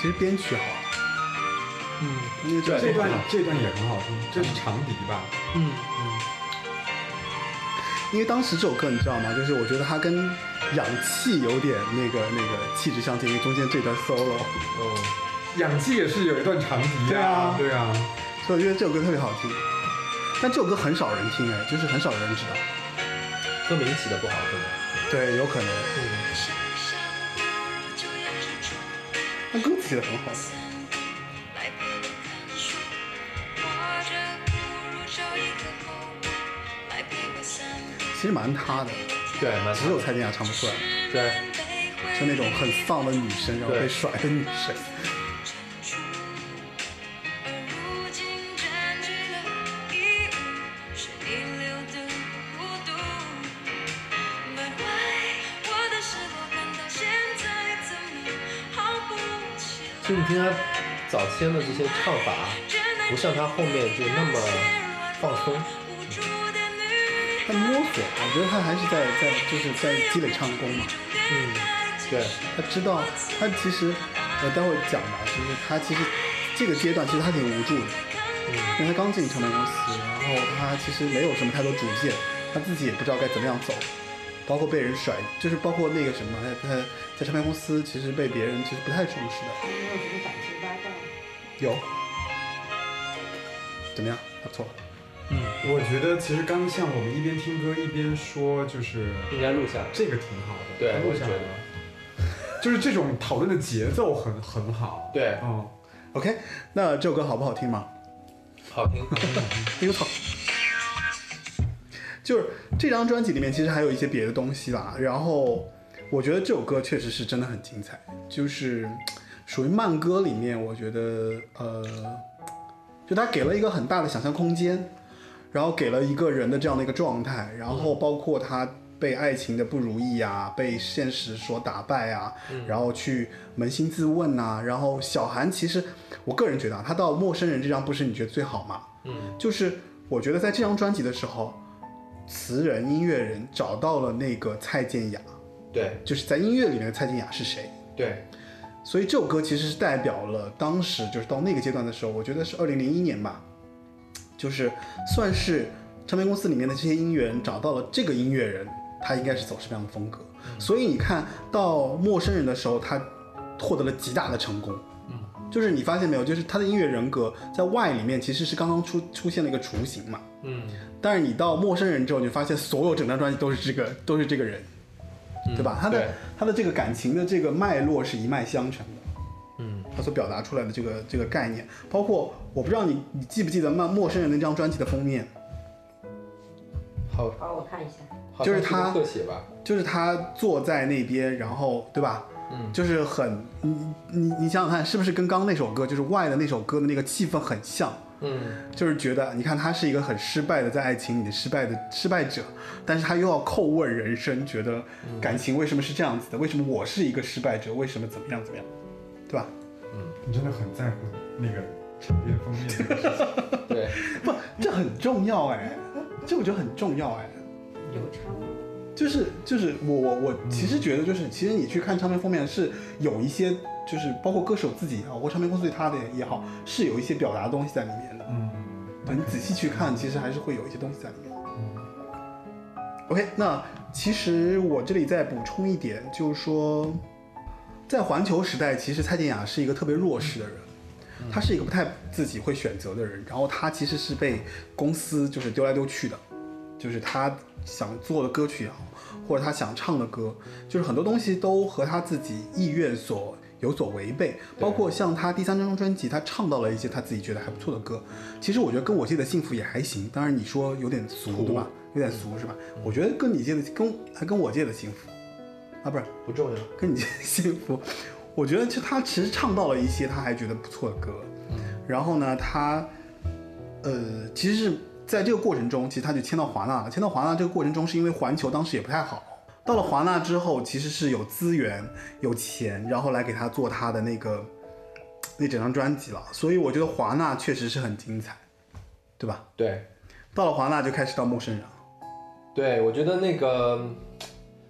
Speaker 1: 其实编曲好，
Speaker 2: 嗯
Speaker 1: 因为这
Speaker 4: 这
Speaker 1: 首歌
Speaker 4: 段
Speaker 1: 好
Speaker 4: 这段也很好听，这是长笛吧？
Speaker 2: 嗯，
Speaker 1: 因为当时这首歌你知道吗？就是我觉得它跟氧气有点那个那个气质相近，因为中间这段 solo，
Speaker 2: 哦，
Speaker 4: 氧气也是有一段长笛
Speaker 1: 对啊
Speaker 4: 对啊。
Speaker 1: 所以我觉得这首歌特别好听。但这首歌很少人听哎，就是很少有人知道。
Speaker 2: 歌名起的不好，可能
Speaker 1: 对，有可能。
Speaker 3: 想象不就要是出
Speaker 1: 那歌词写的很好。
Speaker 3: 森林来陪我看书，活着不如找一个后路来陪我散步。
Speaker 1: 其实蛮塌的，
Speaker 2: 对，蛮
Speaker 1: 只有蔡健雅唱不出来，
Speaker 2: 对，
Speaker 1: 就那种很丧的女生，然后被甩的女生。
Speaker 3: 而如今占据了义务，是你留的孤独。本来我的生活看到现在怎么好不起来？
Speaker 2: 所以你听他早先的这些唱法，不像他后面就那么放松。
Speaker 1: 她摸索，我觉得她还是在在就是在积累唱功嘛。
Speaker 2: 嗯，对，
Speaker 1: 她知道，她其实我待会儿讲吧，就是她其实这个阶段其实她挺无助的，因为她刚进唱片公司，然后她其实没有什么太多主见，她自己也不知道该怎么样走，包括被人甩，就是包括那个什么，她她在唱片公司其实被别人其实不太重视的。
Speaker 6: 因为我觉得感情八卦。
Speaker 1: 有，怎么样？还不错吧？
Speaker 2: 嗯
Speaker 4: 我觉得其实刚像我们一边听歌一边说，就是
Speaker 2: 应该录下来。
Speaker 4: 这个挺好的，
Speaker 2: 对，我
Speaker 4: 我
Speaker 2: 也觉
Speaker 4: 想
Speaker 2: 得，
Speaker 4: 就是这种讨论的节奏很很好。
Speaker 2: 对，
Speaker 4: 嗯，
Speaker 1: OK，那这首歌好不好听嘛？
Speaker 2: 好 听。
Speaker 1: 哎呦操！就是这张专辑里面其实还有一些别的东西啦，然后我觉得这首歌确实是真的很精彩，就是嗯属于慢歌里面，我觉得呃，就它给了一个很大的想象空间，然后给了一个人的这样的一个状态，然后包括他被爱情的不如意啊，被现实所打败啊，然后去扪心自问呐、然后小韩其实我个人觉得啊，他到《陌生人》这张不是你觉得最好吗？
Speaker 2: 嗯，
Speaker 1: 就是我觉得在这张专辑的时候，词人、音乐人找到了那个蔡健雅，
Speaker 2: 对
Speaker 1: 就是在音乐里面的蔡健雅是谁。
Speaker 2: 对，
Speaker 1: 所以这首歌其实是代表了当时就是到那个阶段的时候，我觉得是二零零一年吧，就是算是唱片公司里面的这些音乐人找到了这个音乐人，他应该是走什么样的风格。所以你看到《陌生人》的时候，他获得了极大的成功。就是你发现没有，就是他的音乐人格在 Y 里面其实是刚刚出出现了一个雏形嘛，
Speaker 2: 嗯，
Speaker 1: 但是你到陌生人之后，你就发现所有整张专辑都是这个都是这个人，
Speaker 2: 嗯
Speaker 1: 对吧？他的
Speaker 2: 对
Speaker 1: 他的这个感情的这个脉络是一脉相承的，
Speaker 2: 嗯，
Speaker 1: 他所表达出来的这个这个概念，包括我不知道你你记不记得《慢陌生人》那张专辑的封面，
Speaker 2: 好，
Speaker 6: 好，我看一下。
Speaker 2: 好像
Speaker 1: 就是
Speaker 2: 个
Speaker 1: 他
Speaker 2: 特写吧？
Speaker 1: 就是他坐在那边，然后对吧？
Speaker 2: 嗯，
Speaker 1: 就是很你你你想想看，是不是跟刚刚那首歌就是 Y 的那首歌的那个气氛很像？
Speaker 2: 嗯，
Speaker 1: 就是觉得，你看他是一个很失败的，在爱情里的失败的失败者，但是他又要叩问人生，觉得感情为什么是这样子的？为什么我是一个失败者？为什么怎么样怎么样？对吧？
Speaker 4: 你真的很在乎那个唱片封面这个事情。
Speaker 2: 对，
Speaker 1: 不，这很重要哎，这我觉得很重要哎。
Speaker 6: 有唱吗？
Speaker 1: 就是就是我我我其实觉得就是，其实你去看唱片封面是有一些，就是包括歌手自己也好，或唱片公司对他的也好，是有一些表达的东西在里面的。
Speaker 4: 嗯，
Speaker 1: 对你仔细去看，其实还是会有一些东西在里面。OK，那其实我这里再补充一点，就是说，在环球时代，其实蔡健雅是一个特别弱势的人，她是一个不太自己会选择的人，然后她其实是被公司就是丢来丢去的，就是她想做的歌曲也好，或者她想唱的歌，就是很多东西都和她自己意愿所有所违背，
Speaker 2: 对
Speaker 1: 包括像她第三张专辑，她唱到了一些她自己觉得还不错的歌，其实我觉得跟我自己的幸福也还行，当然你说有点俗对吧？有点俗是吧？我觉得跟你借的跟还跟我借的幸福，啊不是
Speaker 2: 不重要。
Speaker 1: 跟你 借的幸福，我觉得就他其实唱到了一些他还觉得不错的歌，
Speaker 2: 嗯
Speaker 1: 然后呢他，呃其实是在这个过程中，其实他就签到华纳了。签到华纳这个过程中，是因为环球当时也不太好。到了华纳之后，其实是有资源、有钱，然后来给他做他的那个那整张专辑了。所以我觉得华纳确实是很精彩，对吧？
Speaker 2: 对，
Speaker 1: 到了华纳就开始到陌生人了。
Speaker 2: 对，我觉得那个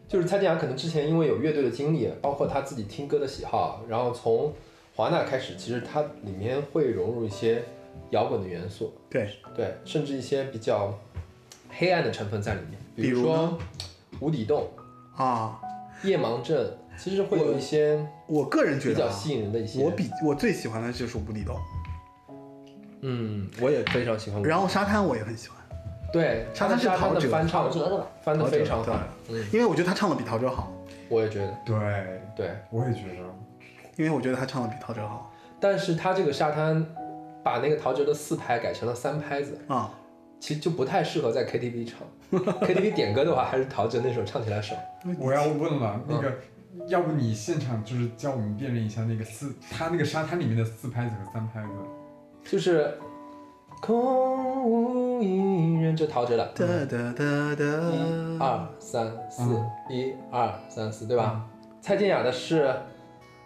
Speaker 2: 就是蔡健雅，可能之前因为有乐队的经历，包括她自己听歌的喜好，然后从华纳开始，其实它里面会融入一些摇滚的元素，
Speaker 1: 对，
Speaker 2: 对，甚至一些比较黑暗的成分在里面，
Speaker 1: 比
Speaker 2: 如
Speaker 1: 如
Speaker 2: 说
Speaker 1: 呢
Speaker 2: 无底洞、
Speaker 1: 啊，
Speaker 2: 夜盲症，其实会有一些
Speaker 1: 我个人觉
Speaker 2: 比
Speaker 1: 得、
Speaker 2: 较
Speaker 1: 啊，
Speaker 2: 吸引人的一些。
Speaker 1: 我比我最喜欢的就是无底洞，
Speaker 2: 嗯，我也非常喜欢无底洞。
Speaker 1: 然后沙滩我也很喜欢。
Speaker 2: 对，
Speaker 1: 他
Speaker 2: 他
Speaker 1: 是
Speaker 2: 他
Speaker 1: 陶
Speaker 2: 的
Speaker 1: 喆
Speaker 2: 翻唱
Speaker 6: 陶喆的吧？
Speaker 2: 翻的非常
Speaker 1: 对
Speaker 2: 好，嗯，
Speaker 1: 因为我觉得他唱的比陶喆好，
Speaker 2: 我也觉得
Speaker 4: 对，
Speaker 2: 对。
Speaker 4: 我也觉得。
Speaker 1: 因为我觉得他唱的比陶喆好
Speaker 2: 但是他这个沙滩把那个陶喆的四拍改成了三拍子，
Speaker 1: 啊、
Speaker 2: 其实就不太适合在 KTV 唱。KTV 点歌的话，还是陶喆那首唱起来爽。
Speaker 4: 我要问了，那
Speaker 2: 嗯
Speaker 4: 个，要不你现场就是教我们辨认一下那个四，他那个沙滩里面的四拍子和三拍子。
Speaker 2: 就是空无一人，就陶喆的。
Speaker 1: 哒哒哒
Speaker 2: 一
Speaker 1: 哒
Speaker 2: 二，三四
Speaker 4: 嗯，
Speaker 2: 一二三四，对吧？蔡健雅的是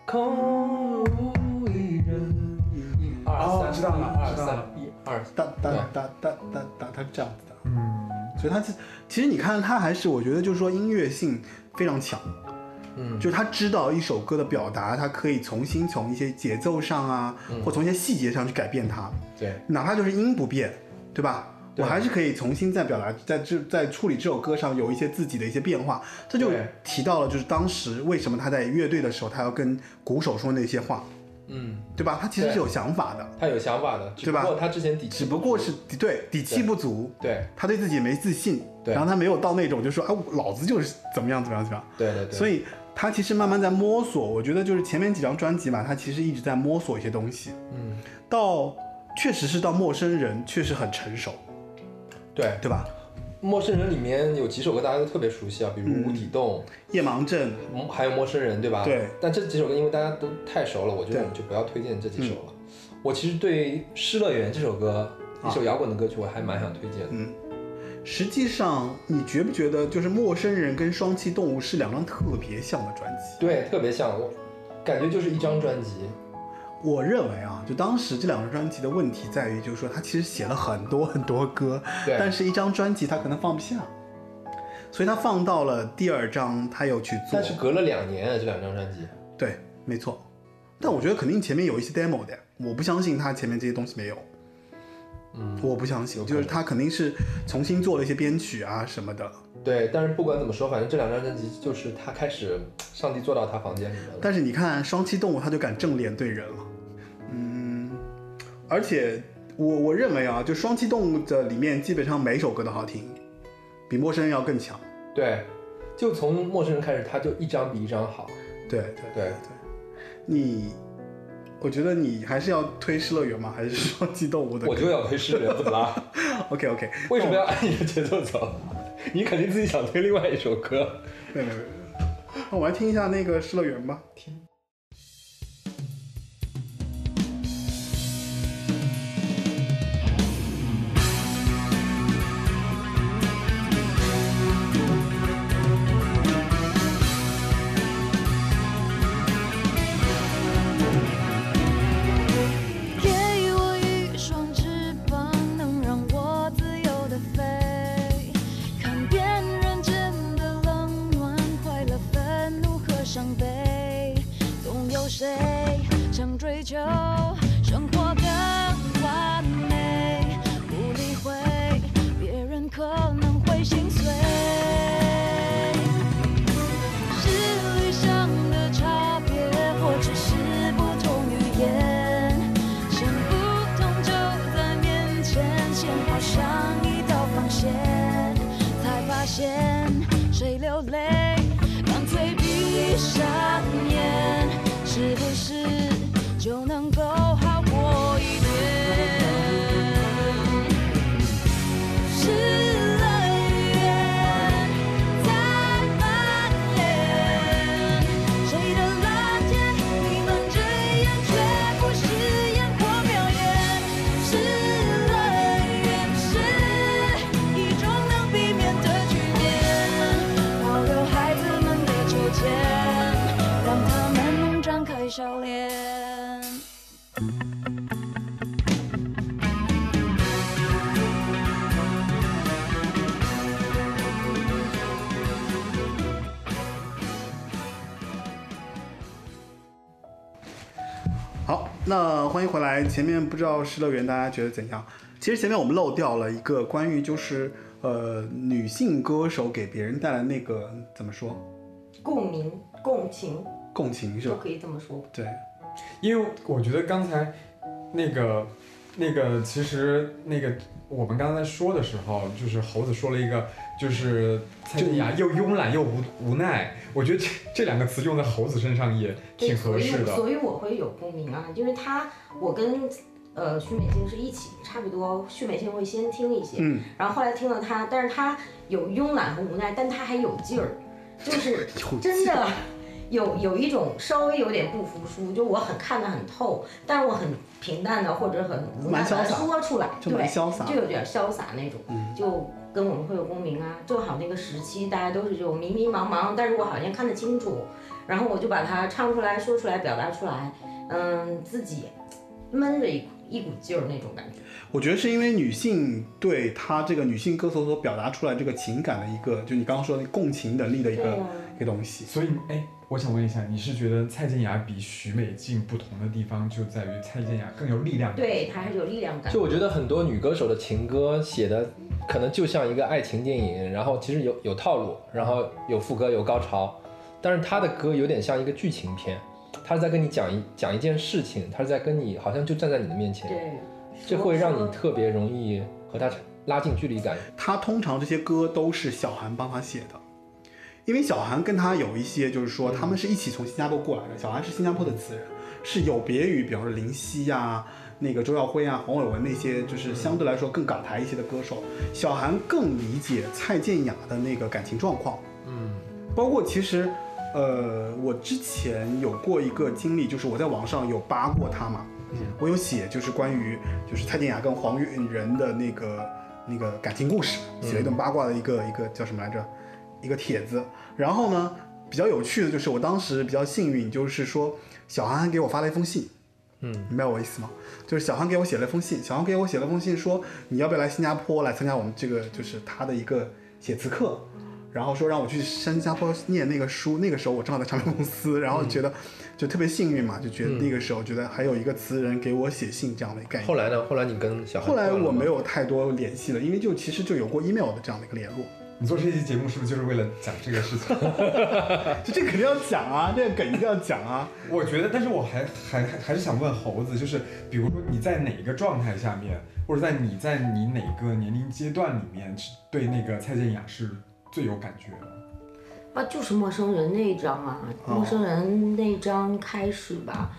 Speaker 2: 空无一人，一
Speaker 4: 哦
Speaker 2: 二三，
Speaker 4: 知道了
Speaker 2: 一二
Speaker 4: 知道了
Speaker 2: 三，一二三。
Speaker 1: 哒哒哒哒哒哒，他是这样子的。
Speaker 4: 嗯，
Speaker 1: 所以他其其实你看他还是我觉得就是说音乐性非常强，
Speaker 2: 嗯
Speaker 1: 就是他知道一首歌的表达，他可以重新从一些节奏上啊，或从一些细节上去改变它，
Speaker 2: 对，
Speaker 1: 哪怕就是音不变，对吧？
Speaker 2: 对
Speaker 1: 我还是可以重新在表达，在这在处理这首歌上有一些自己的一些变化。这就
Speaker 2: 对
Speaker 1: 提到了，就是当时为什么他在乐队的时候，他要跟鼓手说那些话，
Speaker 2: 嗯，
Speaker 1: 对吧？他其实
Speaker 2: 对
Speaker 1: 是有想法的，
Speaker 2: 他有想法的，只
Speaker 1: 对吧
Speaker 2: 不过他之前底
Speaker 1: 只
Speaker 2: 气，
Speaker 1: 不过是底对底气
Speaker 2: 对
Speaker 1: 不足，
Speaker 2: 对
Speaker 1: 他对自己没自信，
Speaker 2: 对
Speaker 1: 然后他没有到那种就说哎，我老子就是怎么样怎么样怎么样，
Speaker 2: 对对对，
Speaker 1: 所
Speaker 2: 以
Speaker 1: 以他其实慢慢在摸索。我觉得就是前面几张专辑嘛，他其实一直在摸索一些东西，
Speaker 2: 嗯，
Speaker 1: 到确实是到陌生人确实很成熟，
Speaker 2: 对，
Speaker 1: 对吧？
Speaker 2: 陌生人里面有几首歌大家都特别熟悉啊，比
Speaker 1: 嗯
Speaker 2: 如无底洞，
Speaker 1: 夜盲症，
Speaker 2: 嗯还有陌生人，对吧？
Speaker 1: 对。
Speaker 2: 但这几首歌因为大家都太熟了，我觉得
Speaker 1: 对嗯
Speaker 2: 我们就不要推荐这几首了。我其实对《失乐园》这首歌，一
Speaker 1: 啊
Speaker 2: 首摇滚的歌曲，我还蛮想推荐
Speaker 1: 嗯
Speaker 2: 的。
Speaker 1: 实际上你觉不觉得就是陌生人跟双栖动物是两张特别像的专辑？
Speaker 2: 对，特别像，我感觉就是一张专辑。
Speaker 1: 我认为啊，就当时这两张专辑的问题在于，就是说他其实写了很多很多歌，
Speaker 2: 对，
Speaker 1: 但是一张专辑他可能放不下，所以他放到了第二张，他又去做
Speaker 2: 但。是隔了两年啊，这两张专辑。
Speaker 1: 对，没错。但我觉得肯定前面有一些 demo 的，我不相信他前面这些东西没有，
Speaker 2: 嗯，
Speaker 1: 我不相
Speaker 2: 有
Speaker 1: 信，
Speaker 2: 可
Speaker 1: 就
Speaker 2: 能
Speaker 1: 是他肯定是重新做了一些编曲啊什么的。
Speaker 2: 对。但是不管怎么说，反正这两张专辑就是他开始，上帝坐到他房间里面了。
Speaker 1: 但是你看双栖动物，他就敢正脸对人了，嗯，而且我我认为啊，就双栖动物的里面基本上每首歌都好听，比陌生人要更强。
Speaker 2: 对，就从陌生人开始，他就一张比一张好。
Speaker 1: 对对
Speaker 2: 对
Speaker 1: 对，你，我觉得你还是要推失乐园吗？还是双栖动物的歌？
Speaker 2: 我就要推诗人，怎么 了？
Speaker 1: OK OK，
Speaker 2: 为什么要按你的节奏走？你肯定自己想推另外一首歌。
Speaker 1: 没有没有没有，那我来听一下那个失乐园吧。
Speaker 7: 给予我一双翅膀，能让我自由的飞。看遍人间的冷暖、快乐、愤怒和伤悲。总有谁想追求生活的完美，不理会别人可能会心碎。是理想的差别，或者是不同语言，想不通就在面前，先画上一道防线，才发现谁流泪，干脆闭上眼，是不是就能够好过一点？失了缘，才发现，谁的蓝天，你们只眼却不是烟火表演。失了缘是一种能避免的局面，保留孩子们的秋千，让他们能张开笑脸。
Speaker 1: 好，那欢迎回来。前面不知道失乐园大家觉得怎样？其实前面我们漏掉了一个关于就是呃女性歌手给别人带来那个怎么说
Speaker 6: 共鸣、共情
Speaker 1: 共情是
Speaker 6: 都
Speaker 1: 吧？
Speaker 6: 可以这么说。
Speaker 1: 对，
Speaker 4: 因为我觉得刚才那个那个其实那个我们刚才说的时候，就是猴子说了一个，就是蔡健雅又慵懒又无无奈，我觉得这这两个词用在猴子身上也挺
Speaker 6: 对，
Speaker 4: 合
Speaker 6: 所以
Speaker 4: 适
Speaker 6: 我
Speaker 4: 的。
Speaker 6: 所以我会有不明啊，因为他我跟呃徐美静是一起，差不多徐美静会先听一些，
Speaker 1: 嗯
Speaker 6: 然后后来听了他，但是他有慵懒和无奈，但他还有劲儿，就是
Speaker 1: 有
Speaker 6: 真的有有一种稍微有点不服输，就我很看得很透，但是我很平淡的或者很无奈
Speaker 1: 蛮潇
Speaker 6: 的
Speaker 1: 洒
Speaker 6: 说出来，
Speaker 1: 就蛮
Speaker 6: 对，
Speaker 1: 潇洒嗯
Speaker 6: 就有点潇洒那种，就。跟我们会有共鸣啊，正好那个时期大家都是这种迷迷茫茫，但是我好像看得清楚，然后我就把它唱出来、说出来、表达出来，嗯，自己闷着一股一股劲儿那种感觉。
Speaker 1: 我觉得是因为女性对她这个女性歌手所表达出来这个情感的一个，就你刚刚说的共情能力的一
Speaker 6: 对
Speaker 1: 个、
Speaker 6: 呀、
Speaker 1: 一个东西。
Speaker 4: 所以，哎，我想问一下，你是觉得蔡健雅比许美静不同的地方就在于蔡健雅更有力量？
Speaker 6: 对，它还是有力量感。
Speaker 2: 就我觉得很多女歌手的情歌写的可能就像一个爱情电影，然后其实有有套路，然后有副歌有高潮，但是她的歌有点像一个剧情片，她是在跟你讲一讲一件事情，她是在跟你好像就站在你的面前，
Speaker 6: 对，
Speaker 2: 这会让你特别容易和她拉近距离感。
Speaker 1: 她通常这些歌都是小韩帮她写的，因为小韩跟她有一些就是说他们是一起从新加坡过来的，小韩是新加坡的词人，是有别于比方说林夕呀、那个周耀辉啊、黄伟文那些就是相对来说更港台一些的歌手，小韩更理解蔡健雅的那个感情状况。
Speaker 2: 嗯，
Speaker 1: 包括其实，呃，我之前有过一个经历，就是我在网上有扒过他嘛，我有写就是关于就是蔡健雅跟黄韵仁的那个那个感情故事，写了一段八卦的一个一个叫什么来着，一个帖子。然后呢，比较有趣的就是我当时比较幸运，就是说小韩还给我发了一封信，
Speaker 2: 嗯，
Speaker 1: 明白我意思吗？就是小韩给我写了一封信，小韩给我写了封信说你要不要来新加坡来参加我们这个就是他的一个写词课。然后说让我去新加坡念那个书，那个时候我正好在唱片公司，然后觉得就特别幸运嘛，就觉得那个时候觉得还有一个词人给我写信这样的概念。
Speaker 2: 后来呢？后来你跟小孩
Speaker 1: 后来我没
Speaker 2: 有，
Speaker 1: 有太多联系了，因为就其实就有过 email 的这样的一个联络，
Speaker 4: 你做这期节目是不是就是为了讲这个事 情？
Speaker 1: 就 这肯定要讲啊，这个梗一定要讲 啊。
Speaker 4: 我觉得，但是我还还还还是想问猴子，就是比如说你在哪个状态下面，或者在你在你哪个年龄阶段里面，是对那个蔡健雅是最有感觉的？
Speaker 6: 啊，就是陌生人那一张啊，
Speaker 1: 哦
Speaker 6: 陌生人那张开始吧，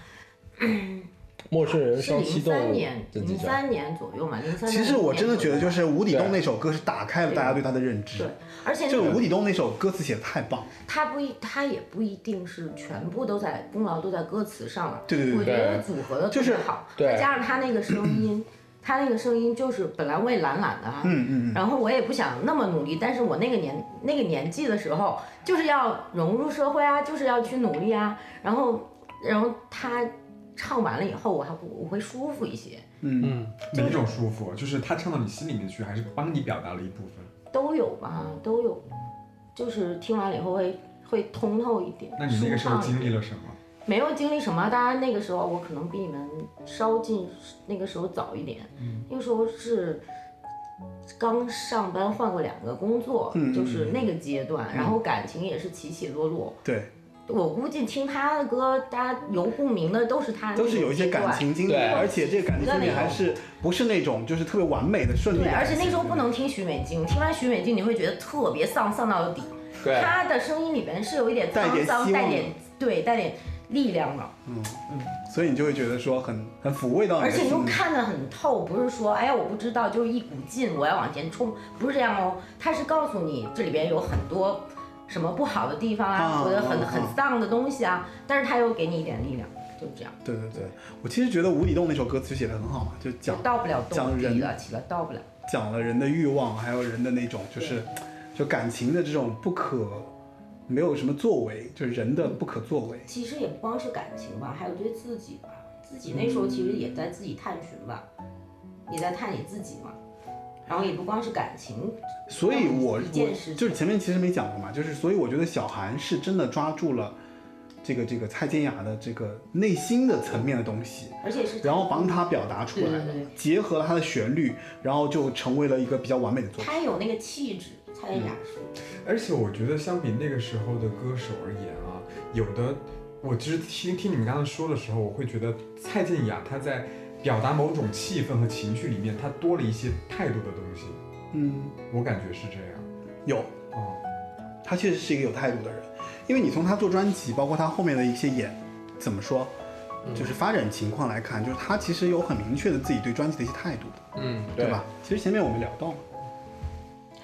Speaker 2: 陌生
Speaker 1: 呃
Speaker 2: 人
Speaker 6: 是
Speaker 2: 双
Speaker 6: 零
Speaker 2: 栖动
Speaker 6: 三
Speaker 2: 物
Speaker 6: 年，
Speaker 2: 这几
Speaker 6: 零
Speaker 2: 张，
Speaker 6: 三年左右嘛，零三。
Speaker 1: 其实我真的觉得，就是吴底洞那首歌是打开了大家对他的认知
Speaker 6: 对，，而且
Speaker 1: 就
Speaker 6: 那
Speaker 1: 是吴
Speaker 6: 个
Speaker 1: 底洞那首歌词写的太棒了。
Speaker 6: 他不一，他也不一定是全部都在功劳都在歌词上了。
Speaker 1: 对对对
Speaker 6: 我觉
Speaker 1: 对，
Speaker 6: 得组合的
Speaker 1: 就
Speaker 6: 特
Speaker 1: 是
Speaker 6: 别好，
Speaker 2: 对
Speaker 6: 再加上他那个声音，他那个声音就是本来我也懒懒的啊，
Speaker 1: 嗯嗯嗯，
Speaker 6: 然后我也不想那么努力，但是我那个年那个年纪的时候，就是要融入社会啊，就是要去努力啊。然后，然后他唱完了以后，我还不我会舒服一些，
Speaker 2: 嗯，
Speaker 4: 哪种舒服？就是他唱到你心里面去，还是帮你表达了一部分？
Speaker 6: 都有吧，
Speaker 4: 嗯
Speaker 6: 都有。就是听完了以后会会通透一点。
Speaker 4: 那你那个时候
Speaker 6: 舒畅一
Speaker 4: 经
Speaker 6: 点
Speaker 4: 历了什么？
Speaker 6: 没有经历什么，当然那个时候我可能比你们稍进那个时候早一点，
Speaker 4: 嗯
Speaker 6: 那个时候是刚上班换过两个工作，
Speaker 1: 嗯嗯
Speaker 6: 就是那个阶段，然后感情也是起起落落。
Speaker 1: 对，
Speaker 6: 我估计听他的歌，大家有共鸣的都是他那
Speaker 1: 都
Speaker 6: 种
Speaker 1: 是有一些
Speaker 6: 阶段
Speaker 1: 感。情经历，
Speaker 2: 对
Speaker 1: 而且这个感情经历还是不是那种就是特别完美的顺利
Speaker 6: 对，
Speaker 1: 的
Speaker 6: 而
Speaker 1: 感
Speaker 6: 且
Speaker 1: 情。
Speaker 6: 那时候不能听许美静，听完许美静你会觉得特别丧，丧到底。
Speaker 2: 对，
Speaker 6: 她的声音里边是有一点
Speaker 1: 带
Speaker 6: 沧
Speaker 1: 点
Speaker 6: 桑，
Speaker 1: 希望
Speaker 6: 带点对，带点力量的。
Speaker 1: 所以你就会觉得说很很抚慰到你
Speaker 6: 而
Speaker 1: 的
Speaker 6: 且
Speaker 1: 心
Speaker 6: 你又
Speaker 1: 灵。
Speaker 6: 看得很透，不是说哎呀我不知道，就是一股劲我要往前冲，不是这样哦。他是告诉你这里边有很多什么不好的地方
Speaker 1: 啊
Speaker 6: 啊，或者很
Speaker 1: 啊啊
Speaker 6: 很丧的东西啊，但是他又给你一点力量，就这样，
Speaker 1: 对对对，我其实觉得无底洞那首歌词写的很好嘛，就
Speaker 6: 就
Speaker 1: 讲
Speaker 6: 到不了
Speaker 1: 讲
Speaker 6: 动
Speaker 1: 人
Speaker 6: 地了，起了到不了。
Speaker 1: 讲了人的欲望，还有人的那种就是就感情的这种不可没有什么作为，就是人的不可作为。
Speaker 6: 其实也不光是感情吧，还有对自己吧，自己那时候其实也在自己探寻吧，也在探你自己嘛，然后也不光是感情，
Speaker 1: 所以我
Speaker 6: 一件
Speaker 1: 我
Speaker 6: 事情
Speaker 1: 就是前面其实没讲过嘛，就是所以我觉得小韩是真的抓住了这个这个蔡健雅的这个内心的层面的东西，
Speaker 6: 而且是
Speaker 1: 然后帮她表达出来了，
Speaker 6: 对对对
Speaker 1: 结合了她的旋律，然后就成为了一个比较完美的作品。
Speaker 6: 他有那个气质，蔡啊健雅
Speaker 1: 嗯
Speaker 6: 是。
Speaker 4: 而且我觉得，相比那个时候的歌手而言啊，有的我其实听听你们刚刚说的时候，我会觉得蔡健雅她在表达某种气氛和情绪里面，它多了一些态度的东西。
Speaker 1: 嗯，
Speaker 4: 我感觉是这样。
Speaker 1: 有，嗯
Speaker 4: 哦，
Speaker 1: 他确实是一个有态度的人，因为你从他做专辑，包括他后面的一些演，怎么说，就是发展情况来看，就是他其实有很明确的自己对专辑的一些态度的，
Speaker 2: 嗯，
Speaker 1: 对吧？？其实前面我们聊到了，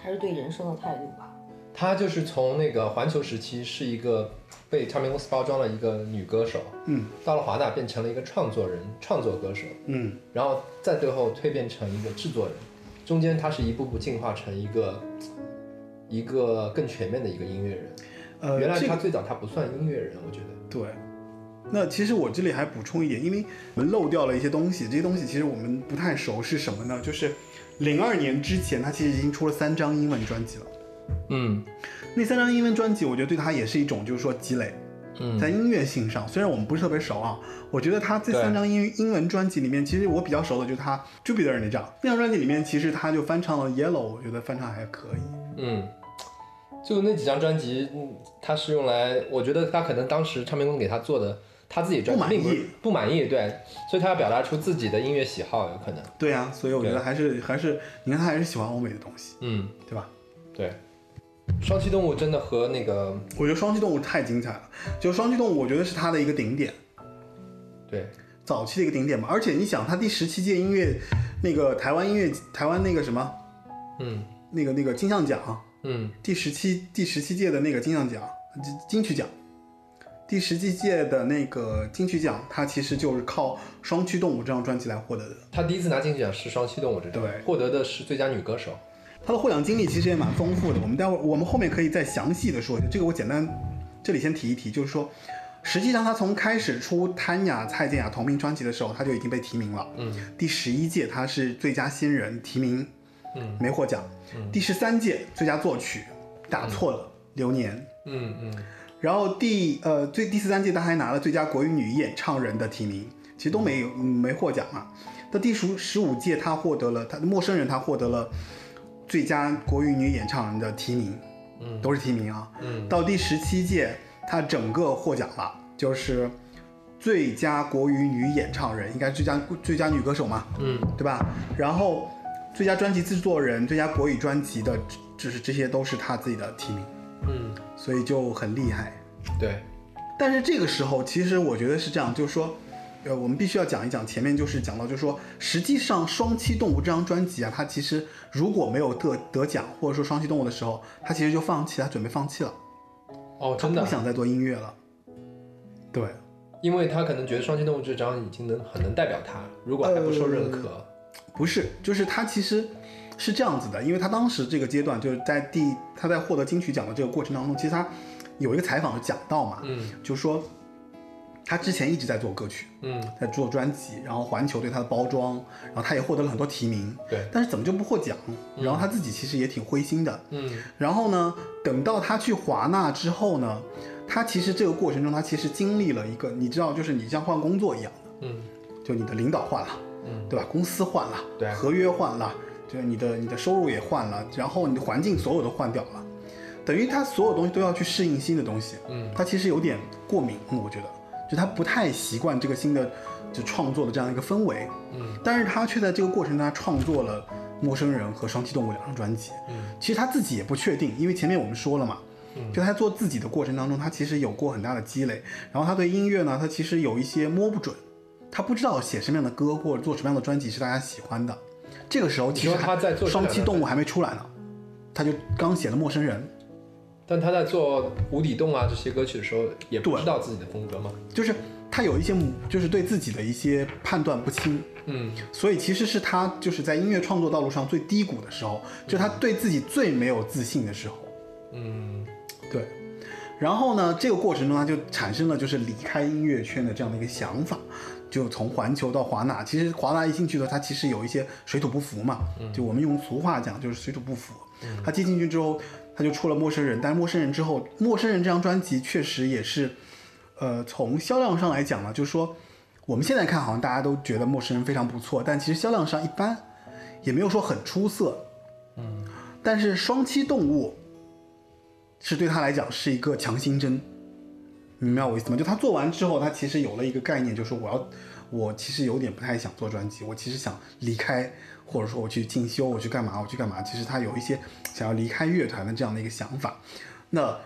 Speaker 6: 还是对人生的态度吧。
Speaker 2: 她就是从那个环球时期是一个被唱片公司包装的一个女歌手，
Speaker 1: 嗯
Speaker 2: 到了华纳变成了一个创作人、创作歌手，
Speaker 1: 嗯
Speaker 2: 然后再最后蜕变成一个制作人，中间她是一步步进化成一个一个更全面的一个音乐人。
Speaker 1: 呃，
Speaker 2: 原来
Speaker 1: 这个
Speaker 2: 她最早她不算音乐人，我觉得。
Speaker 1: 对。那其实我这里还补充一点，因为我们漏掉了一些东西，这些东西其实我们不太熟是什么呢？就是零二年之前，他其实已经出了三张英文专辑了。
Speaker 2: 嗯
Speaker 1: 那三张英文专辑，我觉得对他也是一种就是说积累，在
Speaker 2: 嗯
Speaker 1: 音乐性上，虽然我们不是特别熟啊，我觉得他这
Speaker 2: 对
Speaker 1: 三张英英文专辑里面，其实我比较熟的就是他 Jupiter 那张，那张专辑里面其实他就翻唱了 Yellow，我觉得翻唱还可以。
Speaker 2: 嗯，就那几张专辑，嗯她是用来，我觉得她可能当时唱片公司给她做的，她自己专
Speaker 1: 不
Speaker 2: 辑
Speaker 1: 满
Speaker 2: 并
Speaker 1: 意
Speaker 2: 不是不满意，对，所以她要表达出自己的音乐喜好，有可能。
Speaker 1: 对啊，所以我觉得
Speaker 2: 对
Speaker 1: 还是还是，你看他还是喜欢欧美的东西，
Speaker 2: 嗯，
Speaker 1: 对吧？
Speaker 2: 对。双栖动物真的和那个
Speaker 1: 我觉得双栖动物太精彩了，就双栖动物，我觉得是他的一个顶点，
Speaker 2: 对
Speaker 1: 早期的一个顶点吧。而且你想，他第十七届音乐那个台湾音乐台湾那个什么
Speaker 2: 嗯
Speaker 1: 那个那个金像奖，
Speaker 2: 嗯
Speaker 1: 第十七第十七届的那个金像奖金金曲奖，第十七届的那个金曲奖，它其实就是靠《双栖动物》这张专辑来获得的。
Speaker 2: 她第一次拿金曲奖是双栖动物这张，
Speaker 1: 对
Speaker 2: 获得的是最佳女歌手。
Speaker 1: 它的获奖经历其实也蛮丰富的，我们待会儿我们后面可以再详细的说一下。这个我简单这里先提一提，就是说，实际上他从开始出谭雅、蔡健雅同名专辑的时候，他就已经被提名了。
Speaker 2: 嗯
Speaker 1: 第十一届他是最佳新人提名，
Speaker 2: 嗯
Speaker 1: 没获奖。第十三届最佳作曲打错了，流年。
Speaker 2: 嗯嗯
Speaker 1: 然后第呃最第十三届他还拿了最佳国语女演唱人的提名，其实都没有嗯没获奖啊。到第十十五届他获得了他的陌生人他获得了最佳国语女演唱人的提名，
Speaker 2: 嗯
Speaker 1: 都是提名啊。
Speaker 2: 嗯
Speaker 1: 到第十七届他整个获奖了，就是最佳国语女演唱人，应该是最佳最佳女歌手嘛，
Speaker 2: 嗯
Speaker 1: 对吧？然后最佳专辑制作人、最佳国语专辑的，就是这些都是他自己的提名，
Speaker 2: 嗯，
Speaker 1: 所以就很厉害。
Speaker 2: 对，
Speaker 1: 但是这个时候，其实我觉得是这样，就是说，呃，我们必须要讲一讲前面就是讲到，就是说，实际上《双栖动物》这张专辑啊，它其实如果没有得得奖，或者说《双栖动物》的时候，它其实就放弃，它准备放弃了，
Speaker 2: 哦，
Speaker 1: 它
Speaker 2: 真的
Speaker 1: 不，想再做音乐了。对，
Speaker 2: 因为她可能觉得双栖动物这张已经能很能代表她，如果还不
Speaker 1: 呃
Speaker 2: 受认可，
Speaker 1: 不是，就是他其实是这样子的，因为他当时这个阶段就是在第他在获得金曲奖的这个过程当中，其实他有一个采访讲到嘛，
Speaker 2: 嗯
Speaker 1: 就说他之前一直在做歌曲，
Speaker 2: 嗯，
Speaker 1: 在做专辑，然后环球对他的包装，然后他也获得了很多提名，
Speaker 2: 对，
Speaker 1: 但是怎么就不获奖？然后他自己其实也挺灰心的。
Speaker 2: 嗯
Speaker 1: 然后呢，等到他去华纳之后呢，他其实这个过程中，他其实经历了一个，你知道，就是你像换工作一样的，
Speaker 2: 嗯
Speaker 1: 就你的领导换了，
Speaker 2: 嗯，
Speaker 1: 对吧？公司换了，
Speaker 2: 对
Speaker 1: 合约换了，就是你的你的收入也换了，然后你的环境所有都换掉了，等于他所有东西都要去适应新的东西。
Speaker 2: 嗯
Speaker 1: 他其实有点过敏，我觉得，就他不太习惯这个新的就创作的这样一个氛围，
Speaker 2: 嗯
Speaker 1: 但是他却在这个过程中他创作了《陌生人》和《双栖动物》两张专辑。
Speaker 2: 嗯
Speaker 1: 其实他自己也不确定，因为前面我们说了嘛，
Speaker 2: 嗯
Speaker 1: 就他做自己的过程当中，他其实有过很大的积累，然后他对音乐呢，他其实有一些摸不准，他不知道写什么样的歌或者做什么样的专辑是大家喜欢的。这个时候其
Speaker 2: 你
Speaker 1: 实
Speaker 2: 说他在做这
Speaker 1: 双
Speaker 2: 两
Speaker 1: 栖
Speaker 2: 张
Speaker 1: 动物
Speaker 2: 专辑
Speaker 1: 还没出来呢，他就刚写了《陌生人》，
Speaker 2: 但她在做《无底洞》啊这些歌曲的时候，也不知道自己的风格嘛，
Speaker 1: 就是他有一些就是对自己的一些判断不清，
Speaker 2: 嗯
Speaker 1: 所以其实是他就是在音乐创作道路上最低谷的时候，就他对自己最没有自信的时候。
Speaker 2: 嗯
Speaker 1: 对，然后呢，这个过程中他就产生了就是离开音乐圈的这样的一个想法，就从环球到华纳。其实华纳一进去的时候，他其实有一些水土不服嘛，就我们用俗话讲就是水土不服。他接进去之后，他就出了《陌生人》，但是《陌生人》之后，《陌生人》这张专辑确实也是，呃，从销量上来讲呢，就是说我们现在看好像大家都觉得《陌生人》非常不错，但其实销量上一般，也没有说很出色。嗯，但是双栖动物是对他来讲是一个强心针，明白我意思吗？就他做完之后，他其实有了一个概念，就是我要我其实有点不太想做专辑，我其实想离开，或者说我去进修，我去干嘛，我去干嘛。其实他有一些想要离开乐团的这样的一个想法。那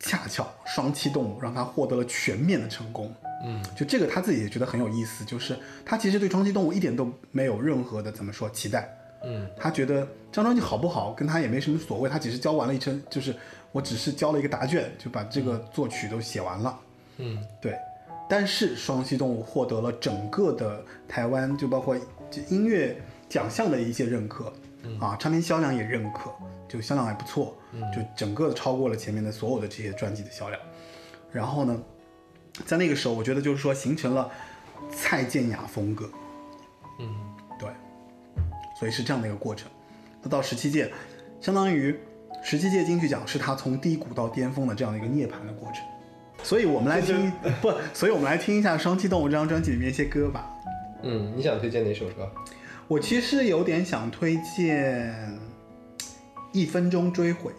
Speaker 1: 恰巧双栖动物让他获得了全面的成功。嗯，就这个他自己也觉得很有意思，就是他其实对双栖动物一点都没有任何的怎么说期待。
Speaker 2: 嗯，
Speaker 1: 他觉得这张专辑好不好跟他也没什么所谓，他只是交完了一程，就是我只是交了一个答卷，就把这个作曲都写完了。
Speaker 2: 嗯，
Speaker 1: 对。但是双栖动物获得了整个的台湾，就包括这音乐奖项的一些认可，啊，唱片销量也认可，就销量还不错，就整个超过了前面的所有的这些专辑的销量。然后呢，在那个时候，我觉得就是说形成了蔡健雅风格，
Speaker 2: 嗯
Speaker 1: 对，所以是这样的一个过程。那到十七届，相当于十七届金曲奖是他从低谷到巅峰的这样的一个涅槃的过程。所以我们来听不，所以我们来听一下《双栖动物》这张专辑里面一些歌吧。
Speaker 2: 嗯，你想推荐哪首歌？
Speaker 1: 我其实有点想推荐《一分钟追悔》。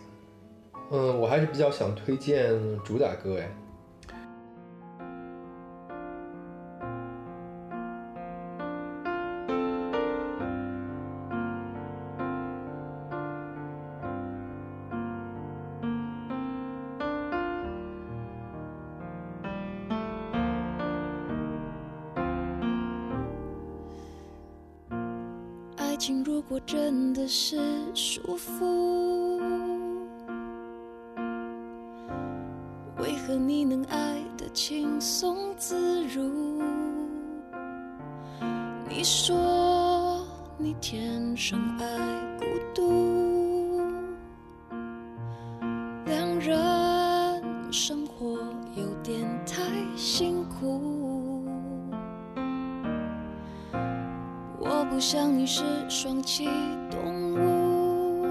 Speaker 2: 嗯，我还是比较想推荐主打歌哎。
Speaker 7: 爱情如果真的是束缚，为何你能爱得轻松自如？你说你天生爱孤独，两人生活有点太辛苦。我不想你是双栖动物，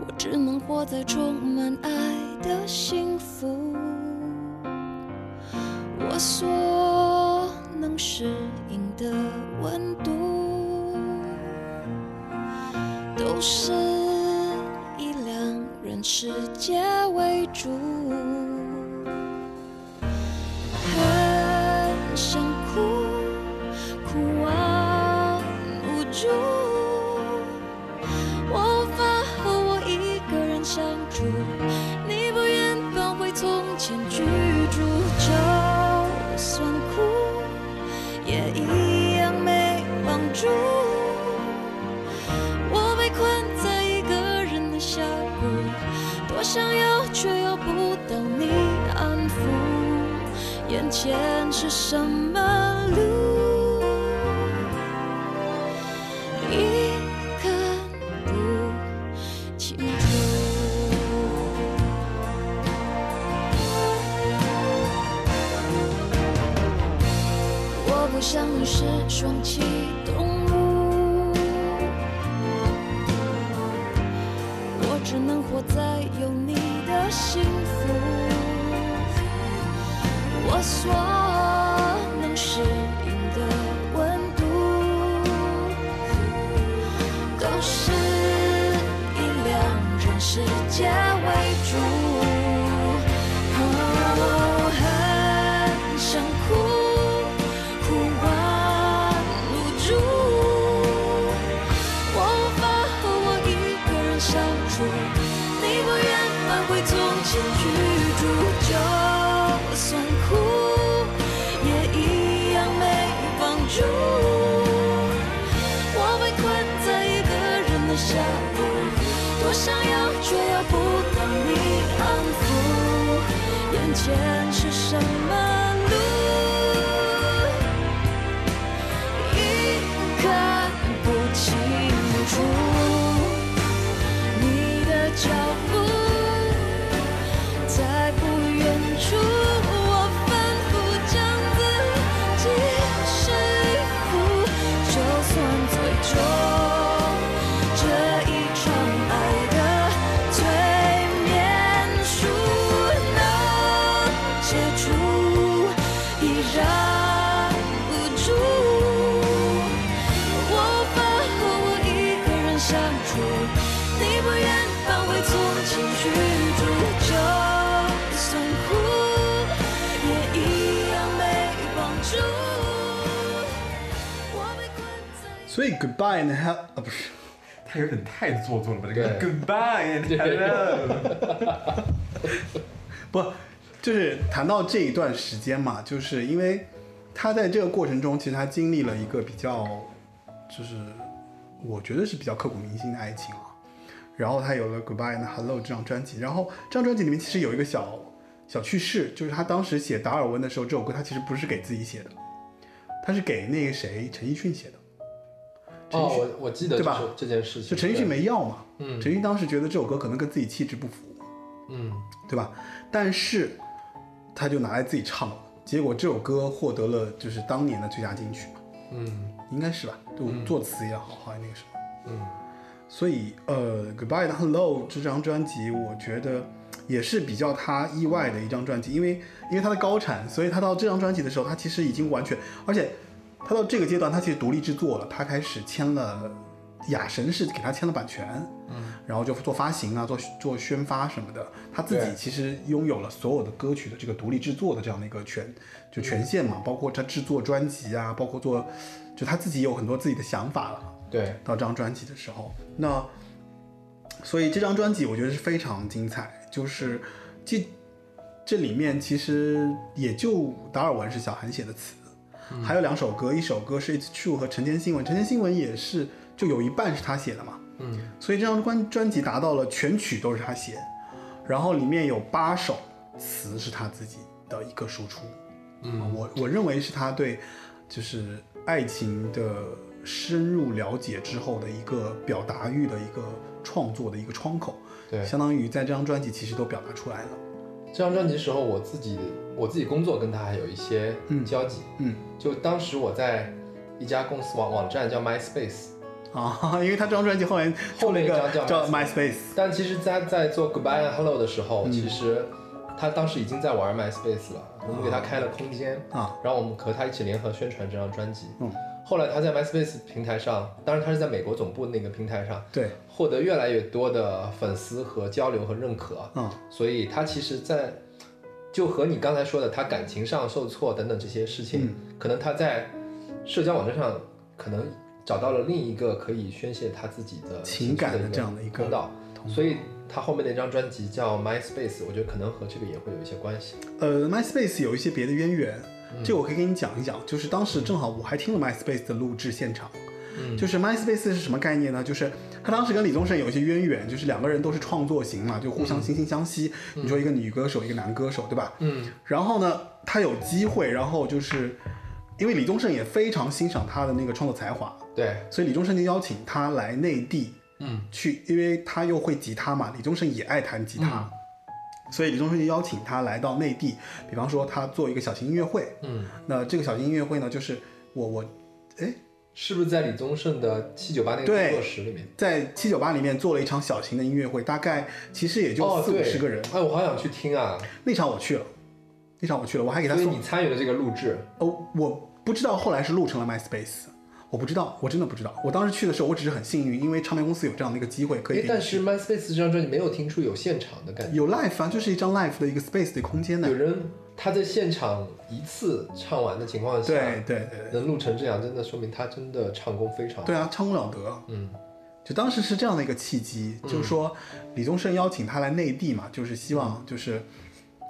Speaker 7: 我只能活在充满爱的幸福。我所能适应的温度，都是以两人世界为主。很想哭，哭完啊无助。我无法和我一个人相处，你不愿搬回从前居住，就算哭，也一样没帮助。我被困在一个人的峡谷，多想要却要不到你安抚。眼前是什么路？已看不清楚。我不想你是双栖动物，我只能活在有你的幸福。我所能适应的温度，都是以两人世界为主。哦，很想哭，哭完无助，我无法和我一个人相处，你不愿搬回从前居住，就算哭，也一样没帮助。我被困在一个人的峡谷，多想要却要不到你安抚。眼前是什么路，已看不清楚。你的脚步在不远处，我反复将自己说服，就算最终这一场爱的催眠术能解除。
Speaker 1: 所以 goodbye 呢，它啊不是，
Speaker 4: 他有点太做作了吧？这个
Speaker 2: 对
Speaker 4: Goodbye and hello，
Speaker 1: 不，就是谈到这一段时间嘛，就是因为他在这个过程中，其实他经历了一个比较，就是我觉得是比较刻骨铭心的爱情啊。然后他有了《Goodbye and Hello》这张专辑，然后这张专辑里面其实有一个小小趣事，就是他当时写达尔文的时候，这首歌他其实不是给自己写的，他是给那个谁陈奕迅写的。陈奕
Speaker 2: 哦，
Speaker 1: 迅
Speaker 2: 我我记得
Speaker 1: 对吧
Speaker 2: 这这件事情，
Speaker 1: 就陈奕迅
Speaker 2: 对，
Speaker 1: 没要嘛，
Speaker 2: 嗯
Speaker 1: 陈奕迅当时觉得这首歌可能跟自己气质不符，
Speaker 2: 嗯，
Speaker 1: 对吧？但是他就拿来自己唱了，结果这首歌获得了就是当年的最佳金曲嘛，
Speaker 2: 嗯
Speaker 1: 应该是吧？就作词也好，好像那个什么，
Speaker 2: 嗯
Speaker 1: 所以呃，《Goodbye and Hello》这张专辑，我觉得也是比较他意外的一张专辑，因为因为他的高产，所以他到这张专辑的时候，他其实已经完全，而且他到这个阶段，他其实独立制作了，他开始签了雅神是给他签了版权，
Speaker 2: 嗯
Speaker 1: 然后就做发行啊，做做宣发什么的。他自己
Speaker 2: 对
Speaker 1: 其实拥有了所有的歌曲的这个独立制作的这样的一个权，就权限嘛，包括他制作专辑啊，包括做，就他自己有很多自己的想法了。
Speaker 2: 对，
Speaker 1: 到这张专辑的时候，那所以这张专辑我觉得是非常精彩，就是这这里面其实也就达尔文是小韩写的词，还有两首歌，一首歌是《It's True》和《晨间新闻》，《晨间新闻》也是就有一半是他写的嘛。
Speaker 2: 嗯
Speaker 1: 所以这张专专辑达到了全曲都是他写，然后里面有八首词是他自己的一个输出。
Speaker 2: 嗯
Speaker 1: 啊我我认为是他对就是爱情的深入了解之后的一个表达欲的一个创作的一个窗口，
Speaker 2: 对。
Speaker 1: 相当于在这张专辑其实都表达出来了。
Speaker 2: 这张专辑时候，我自己我自己工作跟他还有一些
Speaker 1: 嗯
Speaker 2: 交集，
Speaker 1: 嗯
Speaker 2: 就当时我在一家公司网网站叫 MySpace，
Speaker 1: 啊，因为他这张专辑后面出
Speaker 2: 后
Speaker 1: 了
Speaker 2: 面
Speaker 1: 一
Speaker 2: 一
Speaker 1: 个
Speaker 2: 张
Speaker 1: 叫
Speaker 2: 叫
Speaker 1: MySpace，
Speaker 2: 但其实在在做 Goodbye and Hello 的时候，其实他当时已经在玩 MySpace 了，我们给他开了空间，
Speaker 1: 啊，
Speaker 2: 然后我们和他一起联合宣传这张专辑。
Speaker 1: 嗯，
Speaker 2: 后来他在 MySpace 平台上，当然他是在美国总部那个平台上，
Speaker 1: 对，
Speaker 2: 获得越来越多的粉丝和交流和认可。
Speaker 1: 嗯
Speaker 2: 所以他其实在，就和你刚才说的，他感情上受挫等等这些事情，
Speaker 1: 嗯
Speaker 2: 可能他在社交网站上可能找到了另一个可以宣泄他自己的
Speaker 1: 情
Speaker 2: 绪
Speaker 1: 感的
Speaker 2: 的
Speaker 1: 这样的一个
Speaker 2: 通道，所以他后面那张专辑叫 MySpace，我觉得可能和这个也会有一些关系。
Speaker 1: 呃，MySpace 有一些别的渊源，这个我可以跟你讲一讲。就是当时正好我还听了 MySpace 的录制现场，
Speaker 2: 嗯
Speaker 1: 就是 MySpace 是什么概念呢？就是他当时跟李宗盛有一些渊源，就是两个人都是创作型嘛，就互相惺惺相惜。你说一个女歌手，一个男歌手，对吧？
Speaker 2: 嗯
Speaker 1: 然后呢，他有机会，然后就是因为李宗盛也非常欣赏他的那个创作才华，
Speaker 2: 对，
Speaker 1: 所以李宗盛就邀请他来内地
Speaker 2: 嗯
Speaker 1: 去，因为他又会吉他嘛，李宗盛也爱弹吉
Speaker 2: 嗯
Speaker 1: 他，所以李宗盛就邀请他来到内地，比方说他做一个小型音乐会。
Speaker 2: 嗯，
Speaker 1: 那这个小型音乐会呢，就是我我
Speaker 2: 是不是在李宗盛的七九八那个
Speaker 1: 对
Speaker 2: 工作室里面？
Speaker 1: 在七九八里面做了一场小型的音乐会，大概其实也就
Speaker 2: 哦，
Speaker 1: 四五
Speaker 2: 对，
Speaker 1: 十个人。
Speaker 2: 哎，我好想去听啊！
Speaker 1: 那场我去了，那场我去了，我还给他
Speaker 2: 所以
Speaker 1: 送
Speaker 2: 你。参与了这个录制，
Speaker 1: 哦，我不知道后来是录成了 MySpace，我不知道，我真的不知道。我当时去的时候，我只是很幸运，因为唱片公司有这样的一个机会可以
Speaker 2: 哎
Speaker 1: 给，
Speaker 2: 但
Speaker 1: 你
Speaker 2: 是 MySpace 这张专辑没有听出有现场的感觉。
Speaker 1: 有 live 啊，就是一张 live 的一个 space 的空间呢
Speaker 2: 有。人他在现场一次唱完的情况下，
Speaker 1: 对对对对
Speaker 2: 能录成这样，真的说明他真的唱功非常好。
Speaker 1: 对啊，唱功了得。
Speaker 2: 嗯
Speaker 1: 就当时是这样的一个契机，就是说李宗盛邀请他来内地嘛，就是希
Speaker 2: 嗯
Speaker 1: 望就是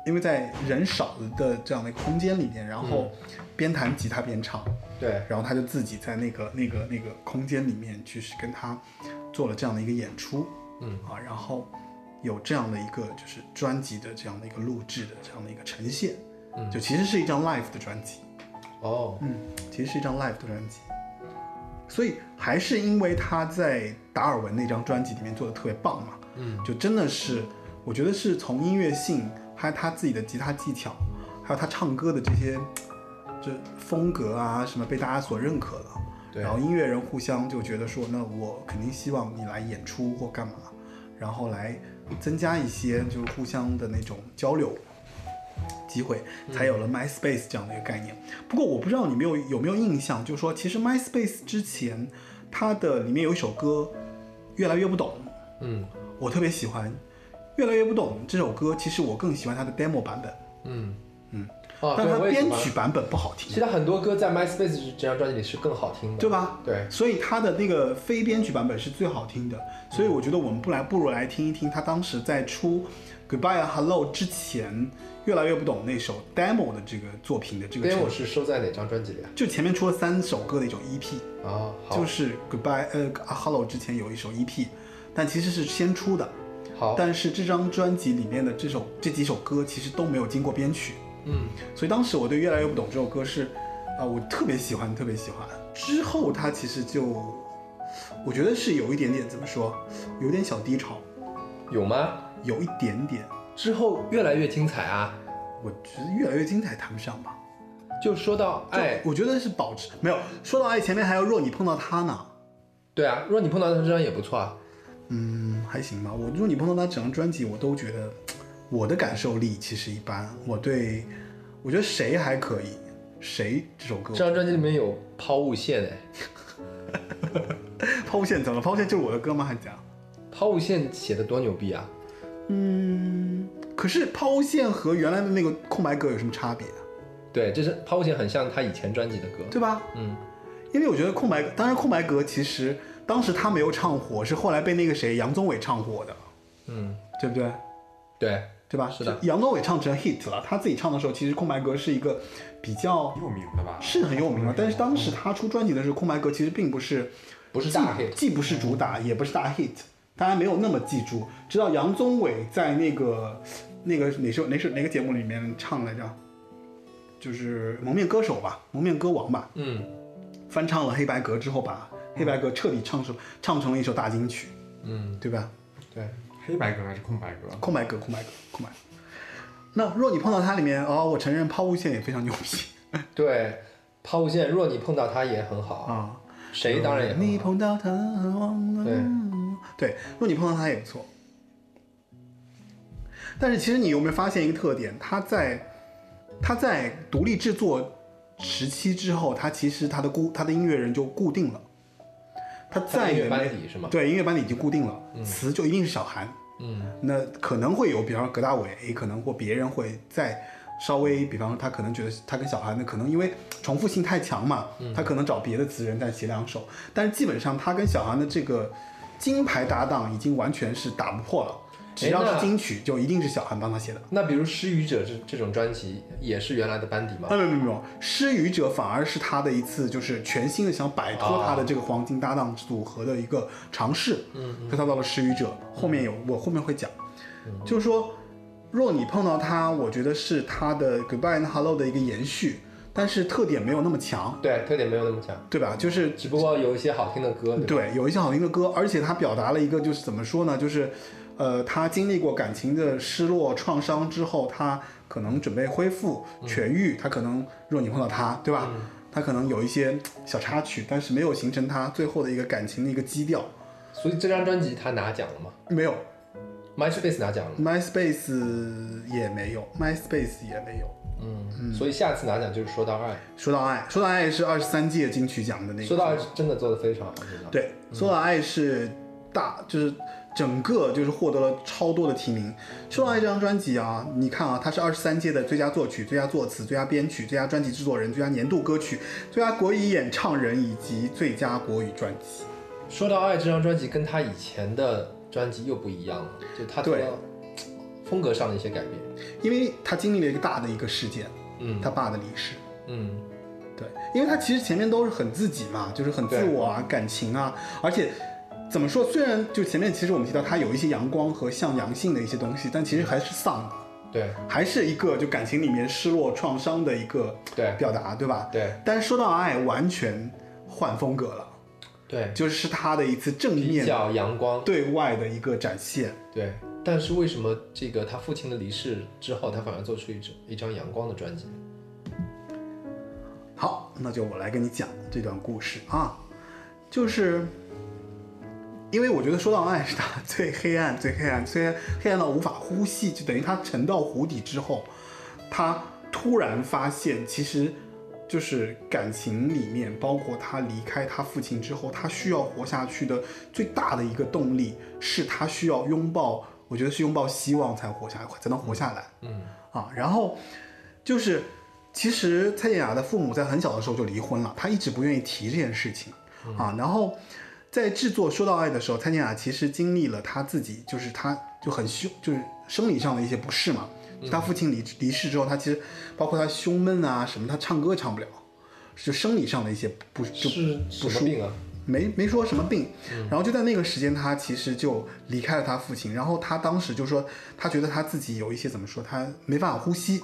Speaker 1: 因为在人少的这样的一个空间里面，然后
Speaker 2: 嗯
Speaker 1: 边弹吉他边唱，
Speaker 2: 对，
Speaker 1: 然后他就自己在那个那个那个空间里面去是跟他做了这样的一个演出
Speaker 2: 嗯
Speaker 1: 啊，然后有这样的一个就是专辑的这样的一个录制的这样的一个呈现，
Speaker 2: 嗯
Speaker 1: 就其实是一张 live 的专辑，
Speaker 2: 哦，
Speaker 1: 嗯，其实是一张 live 的专辑，所以还是因为他在达尔文那张专辑里面做的特别棒嘛，
Speaker 2: 嗯
Speaker 1: 就真的是，我觉得是从音乐性，还有他自己的吉他技巧，还有他唱歌的这些，这风格啊什么被大家所认可了。
Speaker 2: 对
Speaker 1: 然后音乐人互相就觉得说，那我肯定希望你来演出或干嘛，然后来增加一些就是互相的那种交流机会，
Speaker 2: 嗯
Speaker 1: 才有了 MySpace 这样的一个概念。不过我不知道你们有有没有印象，就是说其实 MySpace 之前，它的里面有一首歌，越来越不懂。
Speaker 2: 嗯
Speaker 1: 我特别喜欢《越来越不懂》这首歌，其实我更喜欢它的 demo 版本。
Speaker 2: 嗯啊，
Speaker 1: 但
Speaker 2: 对
Speaker 1: 它
Speaker 2: 我也
Speaker 1: 编
Speaker 2: 喜欢
Speaker 1: 曲版本不好
Speaker 2: 其实
Speaker 1: 听，
Speaker 2: 它很多歌在 MySpace 这张专辑里是更好听的，
Speaker 1: 对？吧？
Speaker 2: 对，
Speaker 1: 所以它的那个非编曲版本是最好听的，所以我觉得我们不来不如来听一听他当时在出《Goodbye and Hello》之前，越来越不懂那首 demo 的这个作品的这个
Speaker 2: 编
Speaker 1: 成
Speaker 2: 我是收在哪张专辑里啊？
Speaker 1: 就前面出了三首歌的一种 EP，
Speaker 2: 啊，好，
Speaker 1: 就是《Goodbye》呃《Hello》之前有一首 EP，但其实是先出的，
Speaker 2: 好，
Speaker 1: 但是这张专辑里面的这首这几首歌其实都没有经过编曲，
Speaker 2: 嗯，
Speaker 1: 所以当时我对《越来越不懂》这首歌是，啊、我特别喜欢，特别喜欢。之后它其实就，我觉得是有一点点怎么说，有点小低潮，
Speaker 2: 有吗？
Speaker 1: 有一点点，
Speaker 2: 之后越来越精彩啊！
Speaker 1: 我觉得越来越精彩谈不上吧。
Speaker 2: 就说到
Speaker 1: 就
Speaker 2: 爱，
Speaker 1: 我觉得是保持没有说到爱，前面还有若你碰到他呢，
Speaker 2: 对啊，若你碰到他这张也不错啊。
Speaker 1: 嗯，还行吧。我若你碰到他整张专辑，我都觉得我的感受力其实一般。我对，我觉得谁还可以，谁这首歌
Speaker 2: 这张专辑里面有抛物线哎，
Speaker 1: 抛物线怎么了？抛物线就是我的歌吗？还是怎样？
Speaker 2: 抛物线写的多牛逼啊！
Speaker 1: 嗯，可是抛物线和原来的那个空白格有什么差别啊？
Speaker 2: 对，这是抛物线很像他以前专辑的歌，
Speaker 1: 对吧？
Speaker 2: 嗯，
Speaker 1: 因为我觉得空白，当然空白格其实当时他没有唱火，是后来被那个谁杨宗纬唱火的，
Speaker 2: 嗯，
Speaker 1: 对不对？
Speaker 2: 对，
Speaker 1: 对吧？
Speaker 2: 是的
Speaker 1: 就杨宗纬唱成 hit 了，他自己唱的时候，其实空白格是一个比较
Speaker 4: 有名的吧？
Speaker 1: 是很有名的，但是当时他出专辑的时候，空白格其实并不是
Speaker 2: 不是
Speaker 1: 既
Speaker 2: 大 hit
Speaker 1: 既不是主打，也不是大 hit，大家没有那么记住。直到杨宗纬在那个那个哪首哪首哪个节目里面唱来着，就是《蒙面歌手》吧，《蒙面歌王》吧，
Speaker 2: 嗯
Speaker 1: 翻唱了《黑白格》之后，把《黑白格》彻底唱成唱成了一首大金曲，
Speaker 2: 嗯，
Speaker 1: 对吧？
Speaker 2: 对，
Speaker 4: 黑白格还是空白格？
Speaker 1: 空白格，空白格，空白格。那若你碰到他里面，哦，我承认抛物线也非常牛逼
Speaker 2: 对，抛物线，若你碰到他也很好，
Speaker 1: 啊。
Speaker 2: 谁当然也
Speaker 1: 你
Speaker 2: 很好。
Speaker 1: 碰到他，忘了
Speaker 2: 对
Speaker 1: 对，若你碰到他也不错。但是其实你有没有发现一个特点？他在他在独立制作时期之后，他其实他的固他的音乐人就固定了，他
Speaker 2: 他
Speaker 1: 再
Speaker 2: 的音
Speaker 1: 也
Speaker 2: 乐
Speaker 1: 没
Speaker 2: 班底是吗
Speaker 1: 对音乐班底已经固定了，词就一定是小韩。
Speaker 2: 嗯，
Speaker 1: 那可能会有，比方说葛大伟，可能或别人会再稍微，比方说他可能觉得他跟小韩的可能因为重复性太强嘛，
Speaker 2: 嗯
Speaker 1: 他可能找别的词人再写两首，但是基本上他跟小韩的这个金牌搭档已经完全是打不破了，只要
Speaker 2: 哎那
Speaker 1: 是金曲就一定是小韩帮他写的。
Speaker 2: 那比如《失语者》这这种专辑也是原来的班底吗
Speaker 1: 啊，？没有没有没有，失语者反而是他的一次就是全新的想摆脱他的这个黄金搭档组合的一个尝试，嗯，他到了失语者，后面有我后面会讲，就是说，若你碰到他，我觉得是他的 Goodbye and Hello 的一个延续，但是特点没有那么强，
Speaker 2: 对，特点没有那么强，
Speaker 1: 对吧？就是
Speaker 2: 只不过有一些好听的歌，对吧
Speaker 1: 对，有一些好听的歌，而且他表达了一个就是怎么说呢，就是，呃，他经历过感情的失落、创伤之后，他可能准备恢复、
Speaker 2: 嗯
Speaker 1: 痊愈，他可能若你碰到他，对吧？他可能有一些小插曲，但是没有形成他最后的一个感情的一个基调，
Speaker 2: 所以这张专辑他拿奖了吗
Speaker 1: 没有
Speaker 2: ？MySpace 拿奖了吗，
Speaker 1: ，MySpace 也没有，MySpace 也没有。
Speaker 2: 嗯，所以下次拿奖就是《说到爱
Speaker 1: 说到爱，说到爱是二十三届金曲奖的那》，个，
Speaker 2: 说到爱是真的做的非常好，这张，
Speaker 1: 对，《说到爱》是大，就是整个就是获得了超多的提名。《说到爱》这张专辑啊，你看啊，它是二十三届的最佳作曲、最佳作词、最佳编曲、最佳专辑制作人、最佳年度歌曲、最佳国语演唱人以及最佳国语专辑。
Speaker 2: 说到爱这张专辑跟他以前的专辑又不一样了，就他做
Speaker 1: 对
Speaker 2: 了风格上的一些改变。
Speaker 1: 因为他经历了一个大的一个事件，
Speaker 2: 嗯
Speaker 1: 他爸的离世。
Speaker 2: 嗯，
Speaker 1: 对，因为他其实前面都是很自己嘛，就是很自我啊、感情啊，而且怎么说，虽然就前面其实我们提到他有一些阳光和向阳性的一些东西，但其实还是丧的。
Speaker 2: 对
Speaker 1: 还是一个就感情里面失落、创伤的一个
Speaker 2: 对
Speaker 1: 表达，对吧？
Speaker 2: 对
Speaker 1: 但是说到爱，完全换风格了，
Speaker 2: 对，
Speaker 1: 就是他的一次正
Speaker 2: 比
Speaker 1: 面
Speaker 2: 较阳光。
Speaker 1: 对外的一个展现。
Speaker 2: 对，但是为什么这个他父亲的离世之后，他反而做出一张一张阳光的专辑？
Speaker 1: 好，那就我来跟你讲这段故事啊，就是因为我觉得说到爱是他最黑暗、最黑暗、最黑暗到无法呼吸，就等于他沉到湖底之后，他突然发现，其实就是感情里面，包括他离开他父亲之后，他需要活下去的最大的一个动力，是他需要拥抱，我觉得是拥抱希望才活下才能活下来。
Speaker 2: 嗯
Speaker 1: 啊，然后就是其实蔡健雅的父母在很小的时候就离婚了，她一直不愿意提这件事情、啊。然后在制作《说到爱》的时候，蔡健雅其实经历了她自己，就是她就很凶，就是生理上的一些不适嘛。就她父亲离离世之后，她其实包括她胸闷啊什么，她唱歌也唱不了，就生理上的一些不就是不
Speaker 2: 什么
Speaker 1: 舒
Speaker 2: 病啊？
Speaker 1: 没没说什么病，
Speaker 2: 嗯
Speaker 1: 然后就在那个时间，他其实就离开了他父亲，然后他当时就说，他觉得他自己有一些怎么说，他没办法呼吸，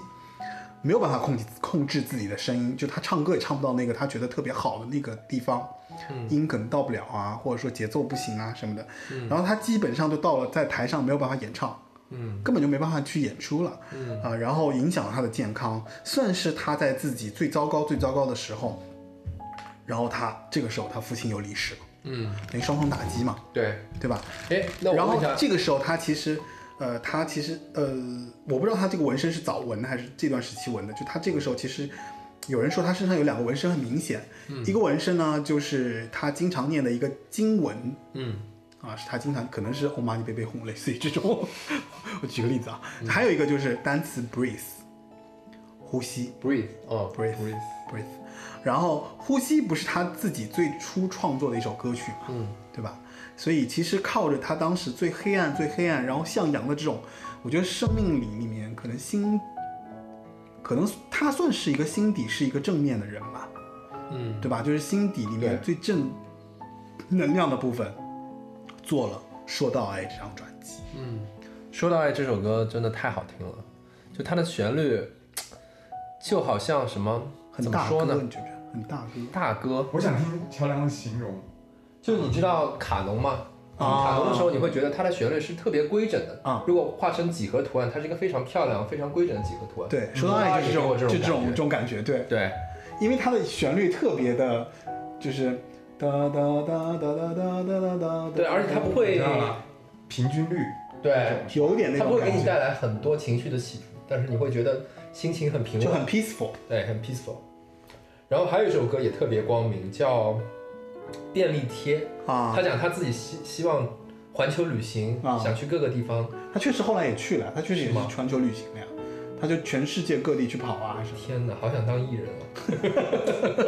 Speaker 1: 没有办法控制控制自己的声音，就他唱歌也唱不到那个他觉得特别好的那个地方，
Speaker 2: 嗯
Speaker 1: 音可能到不了啊，或者说节奏不行啊什么的，然后他基本上就到了在台上没有办法演唱，
Speaker 2: 嗯，
Speaker 1: 根本就没办法去演出了，
Speaker 2: 嗯
Speaker 1: 啊，然后影响了他的健康，算是他在自己最糟糕最糟糕的时候，然后他这个时候他父亲又离世了。
Speaker 2: 嗯，
Speaker 1: 等于双重打击嘛，
Speaker 2: 对。
Speaker 1: 对吧？
Speaker 2: 哎，那
Speaker 1: 然
Speaker 2: 我问
Speaker 1: 后
Speaker 2: 一下，
Speaker 1: 这个时候他其实，呃，他其实呃，我不知道他这个纹身是早纹的还是这段时期纹的。就他这个时候其实，有人说他身上有两个纹身很明显，
Speaker 2: 嗯
Speaker 1: 一个纹身呢就是他经常念的一个经文
Speaker 2: 嗯
Speaker 1: 啊，是他经常可能是欧玛尼贝贝哄，类似于这种。 我举个例子啊，
Speaker 2: 嗯
Speaker 1: 还有一个就是单词 breathe，呼吸。
Speaker 2: ，breathe，哦
Speaker 1: breathe breathe，然后呼吸不是他自己最初创作的一首歌曲嘛，
Speaker 2: 嗯，
Speaker 1: 对吧？所以其实靠着他当时最黑暗、最黑暗，然后向阳的这种，我觉得生命里里面可能心，可能他算是一个心底是一个正面的人吧，
Speaker 2: 嗯，
Speaker 1: 对吧？就是心底里面
Speaker 2: 对
Speaker 1: 最正能量的部分，做了《说到爱》这张专辑，
Speaker 2: 说到爱这首歌真的太好听了，就它的旋律，就好像什么，
Speaker 1: 很
Speaker 2: 怎么
Speaker 1: 大
Speaker 2: 说
Speaker 1: 歌，
Speaker 2: 呢
Speaker 1: 你？觉不觉得很大歌？
Speaker 2: 大哥，
Speaker 4: 我想听乔梁的形容，
Speaker 2: 就你知道卡农吗？
Speaker 1: 啊
Speaker 2: 卡农的时候，你会觉得它的旋律是特别规整的。
Speaker 1: 啊
Speaker 2: 如果画成几何图案，它是一个非常漂亮、非常规整的几何图案。
Speaker 1: 对，《说到爱》就是这种，
Speaker 2: 我
Speaker 1: 就
Speaker 2: 这
Speaker 1: 这
Speaker 2: 种
Speaker 1: 种
Speaker 2: 感
Speaker 1: 这种感觉，对
Speaker 2: 觉。对，
Speaker 1: 因为它的旋律特别的，就是哒哒哒哒哒哒哒哒哒，
Speaker 2: 对，而且它不
Speaker 4: 你
Speaker 2: 会
Speaker 4: 知，道吗？平均律，
Speaker 2: 对，
Speaker 1: 有点那
Speaker 2: 它不
Speaker 1: 种
Speaker 2: 会给
Speaker 1: 感
Speaker 2: 你
Speaker 1: 觉，
Speaker 2: 带来很多情绪的起伏，但是你会觉得心情很平稳，
Speaker 1: 就很 peaceful。
Speaker 2: 对，很 peaceful。然后还有一首歌也特别光明，叫《便利贴》，
Speaker 1: 啊
Speaker 2: 他讲他自己希希望环球旅行，
Speaker 1: 啊
Speaker 2: 想去各个地方。
Speaker 1: 他确实后来也去了，他确实也
Speaker 2: 是
Speaker 1: 是
Speaker 2: 吗
Speaker 1: 全球旅行了呀，他就全世界各地去跑啊什么。
Speaker 2: 天哪，好想当艺人啊！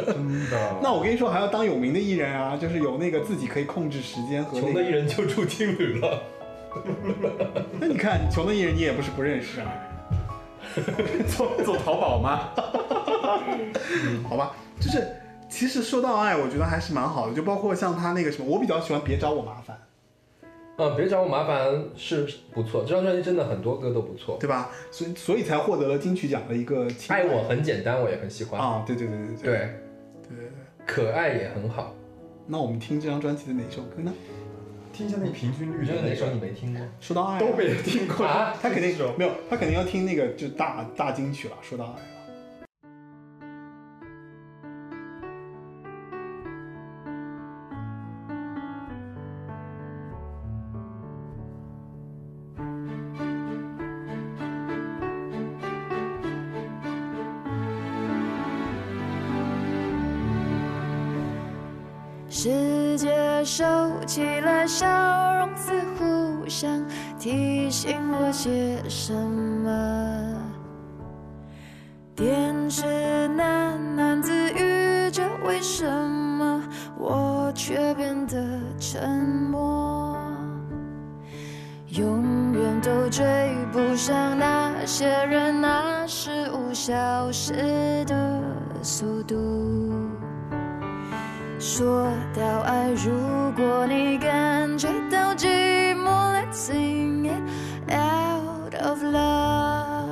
Speaker 4: 真的。
Speaker 1: 那我跟你说，还要当有名的艺人啊，就是有那个自己可以控制时间和
Speaker 2: 穷
Speaker 1: 那
Speaker 2: 的
Speaker 1: 个。
Speaker 2: 艺人就住青旅了。
Speaker 1: 那你看，穷的艺人你也不是不认识 啊。
Speaker 4: 做做淘宝吗？
Speaker 1: 好吧，就是其实说到爱，我觉得还是蛮好的，就包括像他那个什么，我比较喜欢《别找我麻烦》，
Speaker 2: 嗯，别找我麻烦是不错，这张专辑真的很多歌都不错。
Speaker 1: 对吧？所以所以才获得了金曲奖的一个青睐
Speaker 2: 爱我很简单，我也很喜欢。
Speaker 1: 啊，对对对对
Speaker 2: 对，可爱也很好。
Speaker 1: 那我们听这张专辑的哪首歌呢？
Speaker 4: 听一下那个平均律
Speaker 2: 你觉得
Speaker 4: 的
Speaker 2: 哪
Speaker 4: 那
Speaker 2: 首你
Speaker 4: 个，
Speaker 2: 没听过？
Speaker 1: 说到爱啊、
Speaker 4: 都没听过
Speaker 2: 啊
Speaker 1: 他肯定
Speaker 4: 这首
Speaker 1: 没有，他肯定要听那个就大大金曲了。说到爱了，
Speaker 7: 世界收起了笑容，似乎想提醒我些什么。电视喃喃自语着，为什么我却变得沉默？永远都追不上那些人、那事物消失的速度。说到爱，如果你感觉到寂寞，Let's sing it out of love。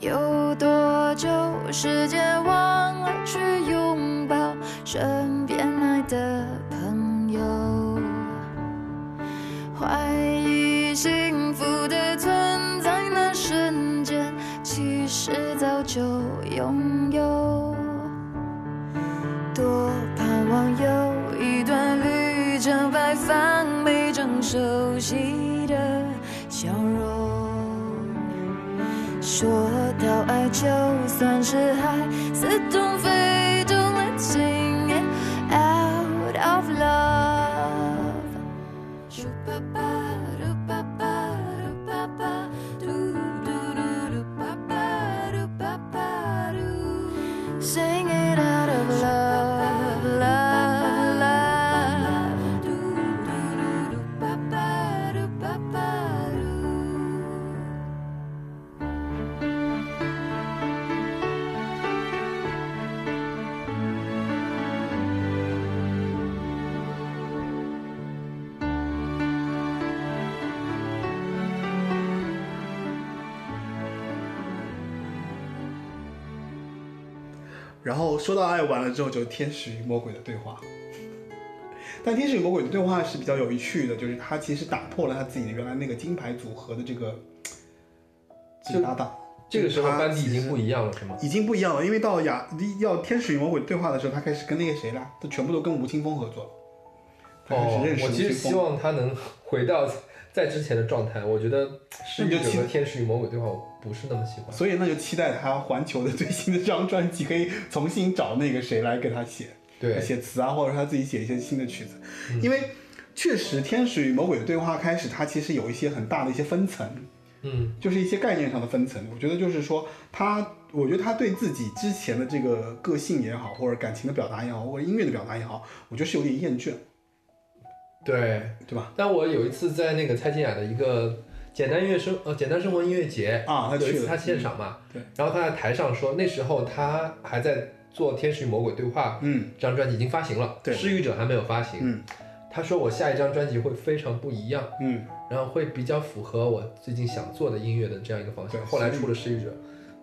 Speaker 7: 有多久时间忘了去拥抱身边爱的朋友？怀疑幸福的存在那瞬间，其实早就拥有。多盼望有一段旅程，摆放每张熟悉的笑容。说到爱，就算是海，似懂非懂，Let's sing it out of 咻吧吧嘟吧吧嘟吧吧嘟嘟嘟嘟吧吧嘟吧吧嘟。Sing it out of love, love, love. 嘟嘟嘟嘟吧吧嘟吧吧嘟。
Speaker 1: 然后说到爱完了之后，就是天使与魔鬼的对话。 但天使与魔鬼的对话是比较有趣的，就是他其实打破了他自己的原来那个金牌组合的这个这个搭档。
Speaker 2: 这个时候
Speaker 1: 他
Speaker 2: 班底已
Speaker 1: 其实
Speaker 2: 经不一样了，是吗？
Speaker 1: 已经不一样了，因为到雅要天使与魔鬼对话的时候，他开始跟那个谁啦，他全部都跟吴青峰合作了。他开
Speaker 2: 哦
Speaker 1: 始认，识
Speaker 2: 我
Speaker 1: 吴
Speaker 2: 其实
Speaker 1: 青
Speaker 2: 希
Speaker 1: 峰。
Speaker 2: 望他能回到 在之前的状态。我觉得失
Speaker 1: 那
Speaker 2: 忆
Speaker 1: 就
Speaker 2: 者
Speaker 1: 期
Speaker 2: 和天使与魔鬼对话，我不是那么喜欢。
Speaker 1: 所以那就期待他环球的最新的这张专辑可以重新找那个谁来给他写
Speaker 2: 对，嗯
Speaker 1: 写词啊，或者他自己写一些新的曲子，因为确实《天使与魔鬼的对话》开始，它其实有一些很大的一些分层，
Speaker 2: 嗯，
Speaker 1: 就是一些概念上的分层。我觉得就是说，他，我觉得他对自己之前的这个个性也好，或者感情的表达也好，或者音乐的表达也好，我觉得是有点厌倦，
Speaker 2: 对。
Speaker 1: 对吧？
Speaker 2: 但我有一次在那个蔡健雅的一个简单音乐生呃简单生活音乐节
Speaker 1: 啊他去
Speaker 2: 有一次
Speaker 1: 了
Speaker 2: 他现场嘛，
Speaker 1: 嗯对，
Speaker 2: 然后他在台上说，那时候他还在做《天使与魔鬼对话》
Speaker 1: 嗯，
Speaker 2: 这张专辑已经发行了，
Speaker 1: 对
Speaker 2: 失语者还没有发行，
Speaker 1: 嗯，
Speaker 2: 他说我下一张专辑会非常不一样，
Speaker 1: 嗯，
Speaker 2: 然后会比较符合我最近想做的音乐的这样一个方向
Speaker 1: 对。
Speaker 2: 后来出了失语者，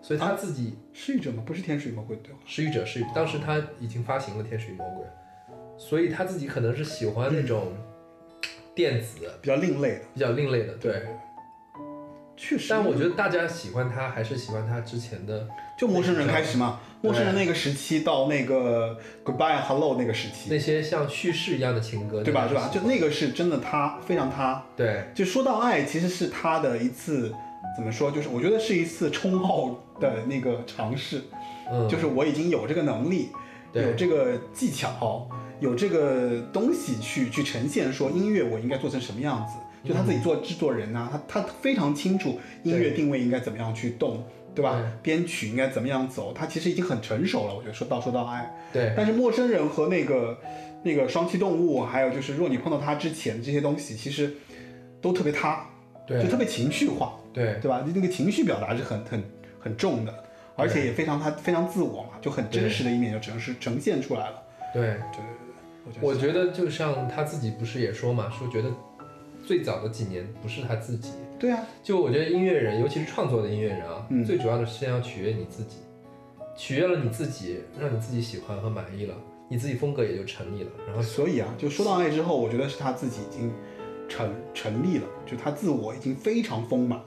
Speaker 2: 所以他自己
Speaker 1: 失语者吗？不是天使与魔鬼的对话。
Speaker 2: 失语者是当时他已经发行了《天使与魔鬼》，所以他自己可能是喜欢那种电子。
Speaker 1: 比较另类的，
Speaker 2: 比较另类的，对，
Speaker 1: 确实。
Speaker 2: 但我觉得大家喜欢他还是喜欢他之前的
Speaker 1: 就陌生人开始嘛，
Speaker 2: 对
Speaker 1: 陌生人那个时期到那个 Goodbye Hello 那个时期，
Speaker 2: 那些像叙事一样的情歌，
Speaker 1: 对吧？
Speaker 2: 你
Speaker 1: 对
Speaker 2: 还
Speaker 1: 吧？
Speaker 2: 是喜
Speaker 1: 就
Speaker 2: 欢
Speaker 1: 那个是真的他，非常他。
Speaker 2: 对
Speaker 1: 就说到爱，其实是他的一次怎么说？就是我觉得是一次冲奥的那个尝试，
Speaker 2: 嗯，
Speaker 1: 就是我已经有这个能力，
Speaker 2: 对
Speaker 1: 有这个技巧，有这个东西去去呈现，说音乐我应该做成什么样子。就他自己做制作人呐、他他非常清楚音乐
Speaker 2: 嗯对
Speaker 1: 定位应该怎么样去动，对吧？
Speaker 2: 对
Speaker 1: 编曲应该怎么样走，他其实已经很成熟了。我觉得说到说到爱，
Speaker 2: 对
Speaker 1: 但是陌生人和那个那个双栖动物，还有就是若你碰到他之前这些东西，其实都特别他，
Speaker 2: 对
Speaker 1: 就特别情绪化，
Speaker 2: 对
Speaker 1: 对吧？那个情绪表达是很很很重的，而且也非常他非常自我嘛，就很真实的一面就呈是呈现出来了。
Speaker 2: 对，
Speaker 1: 对对对，
Speaker 2: 我
Speaker 1: 觉
Speaker 2: 觉得就像他自己不是也说嘛，说觉得最早的几年不是他自己，
Speaker 1: 得对啊，
Speaker 2: 就我觉得音乐人，尤其是创作的音乐人啊，
Speaker 1: 嗯
Speaker 2: 最主要的是先要取悦你自己，取悦了你自己，让你自己喜欢和满意了，你自己风格也就成立了，然后
Speaker 1: 所以啊，就说到爱之后，我觉得是他自己已经成成立了，就他自我已经非常丰满了。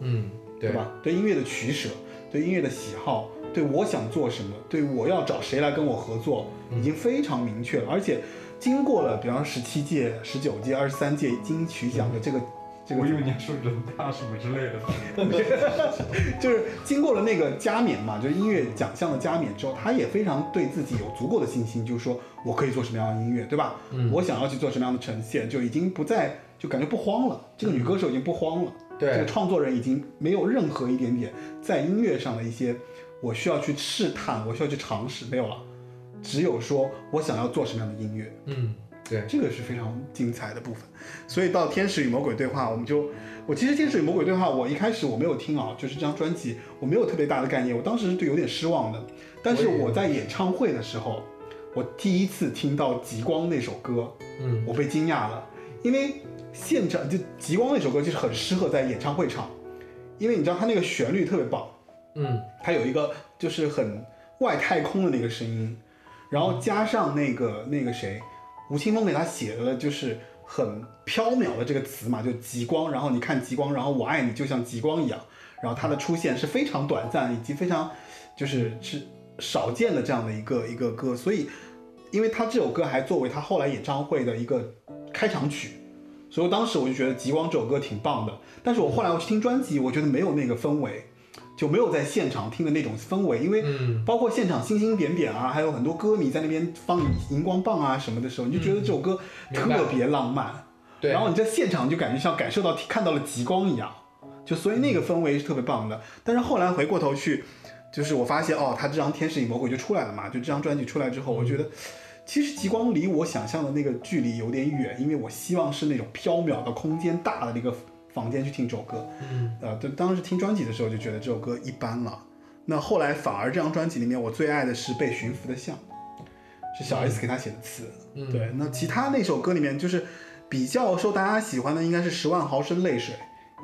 Speaker 2: 嗯，
Speaker 1: 对吧？对音乐的取舍，对音乐的喜好，对我想做什么，对我要找谁来跟我合作，
Speaker 2: 嗯
Speaker 1: 已经非常明确了。而且经过了，比方十七届、十九届、二十三届金曲奖的这个、这个
Speaker 4: 我以为你要说人大什么之类的，
Speaker 1: 就是经过了那个加冕嘛，就是音乐奖项的加冕之后，他也非常对自己有足够的信心，就是说我可以做什么样的音乐，对吧？
Speaker 2: 嗯
Speaker 1: 我想要去做什么样的呈现，就已经不再就感觉不慌了。这个女歌手已经不慌了，
Speaker 2: 嗯对
Speaker 1: 这个创作人已经没有任何一点点在音乐上的一些我需要去试探，我需要去尝试，没有了。只有说我想要做什么样的音乐，
Speaker 2: 嗯，对，
Speaker 1: 这个是非常精彩的部分。所以到《天使与魔鬼对话》，我们就我其实《天使与魔鬼对话》，我一开始我没有听啊，就是这张专辑我没有特别大的概念，我当时是对有点失望的。但是
Speaker 2: 我也
Speaker 1: 我在演唱会的时候，我第一次听到《极光》那首歌，
Speaker 2: 嗯，
Speaker 1: 我被惊讶了，因为现场就《极光》那首歌就是很适合在演唱会唱，因为你知道它那个旋律特别棒，
Speaker 2: 嗯，
Speaker 1: 它有一个就是很外太空的那个声音，然后加上那个那个谁，吴青峰给他写的就是很缥缈的这个词嘛，就极光，然后你看极光，然后我爱你就像极光一样，然后它的出现是非常短暂以及非常就是是少见的这样的一个一个歌，所以因为他这首歌还作为他后来演唱会的一个开场曲。所以我当时我就觉得《极光》这首歌挺棒的，但是我后来我去听专辑，我觉得没有那个氛围，就没有在现场听的那种氛围，因为
Speaker 2: 嗯
Speaker 1: 包括现场星星点点啊，还有很多歌迷在那边放荧光棒啊什么的时候，你就觉得这首歌
Speaker 2: 嗯明白
Speaker 1: 特别浪漫，
Speaker 2: 对
Speaker 1: 然后你在现场就感觉像感受到看到了极光一样，就所以那个氛围是特别棒的。但是后来回过头去，就是我发现哦，他这张《天使与魔鬼》就出来了嘛，就这张专辑出来之后，我觉得其实极光离我想象的那个距离有点远，因为我希望是那种缥缈的空间大的那个房间去听这首歌。
Speaker 4: 嗯，
Speaker 1: 呃，就当时听专辑的时候就觉得这首歌一般了。那后来反而这张专辑里面我最爱的是《被驯服的象》，是小 S 给他写的词。
Speaker 2: 嗯
Speaker 1: 对，那其他那首歌里面就是比较受大家喜欢的应该是《十万毫升泪水》，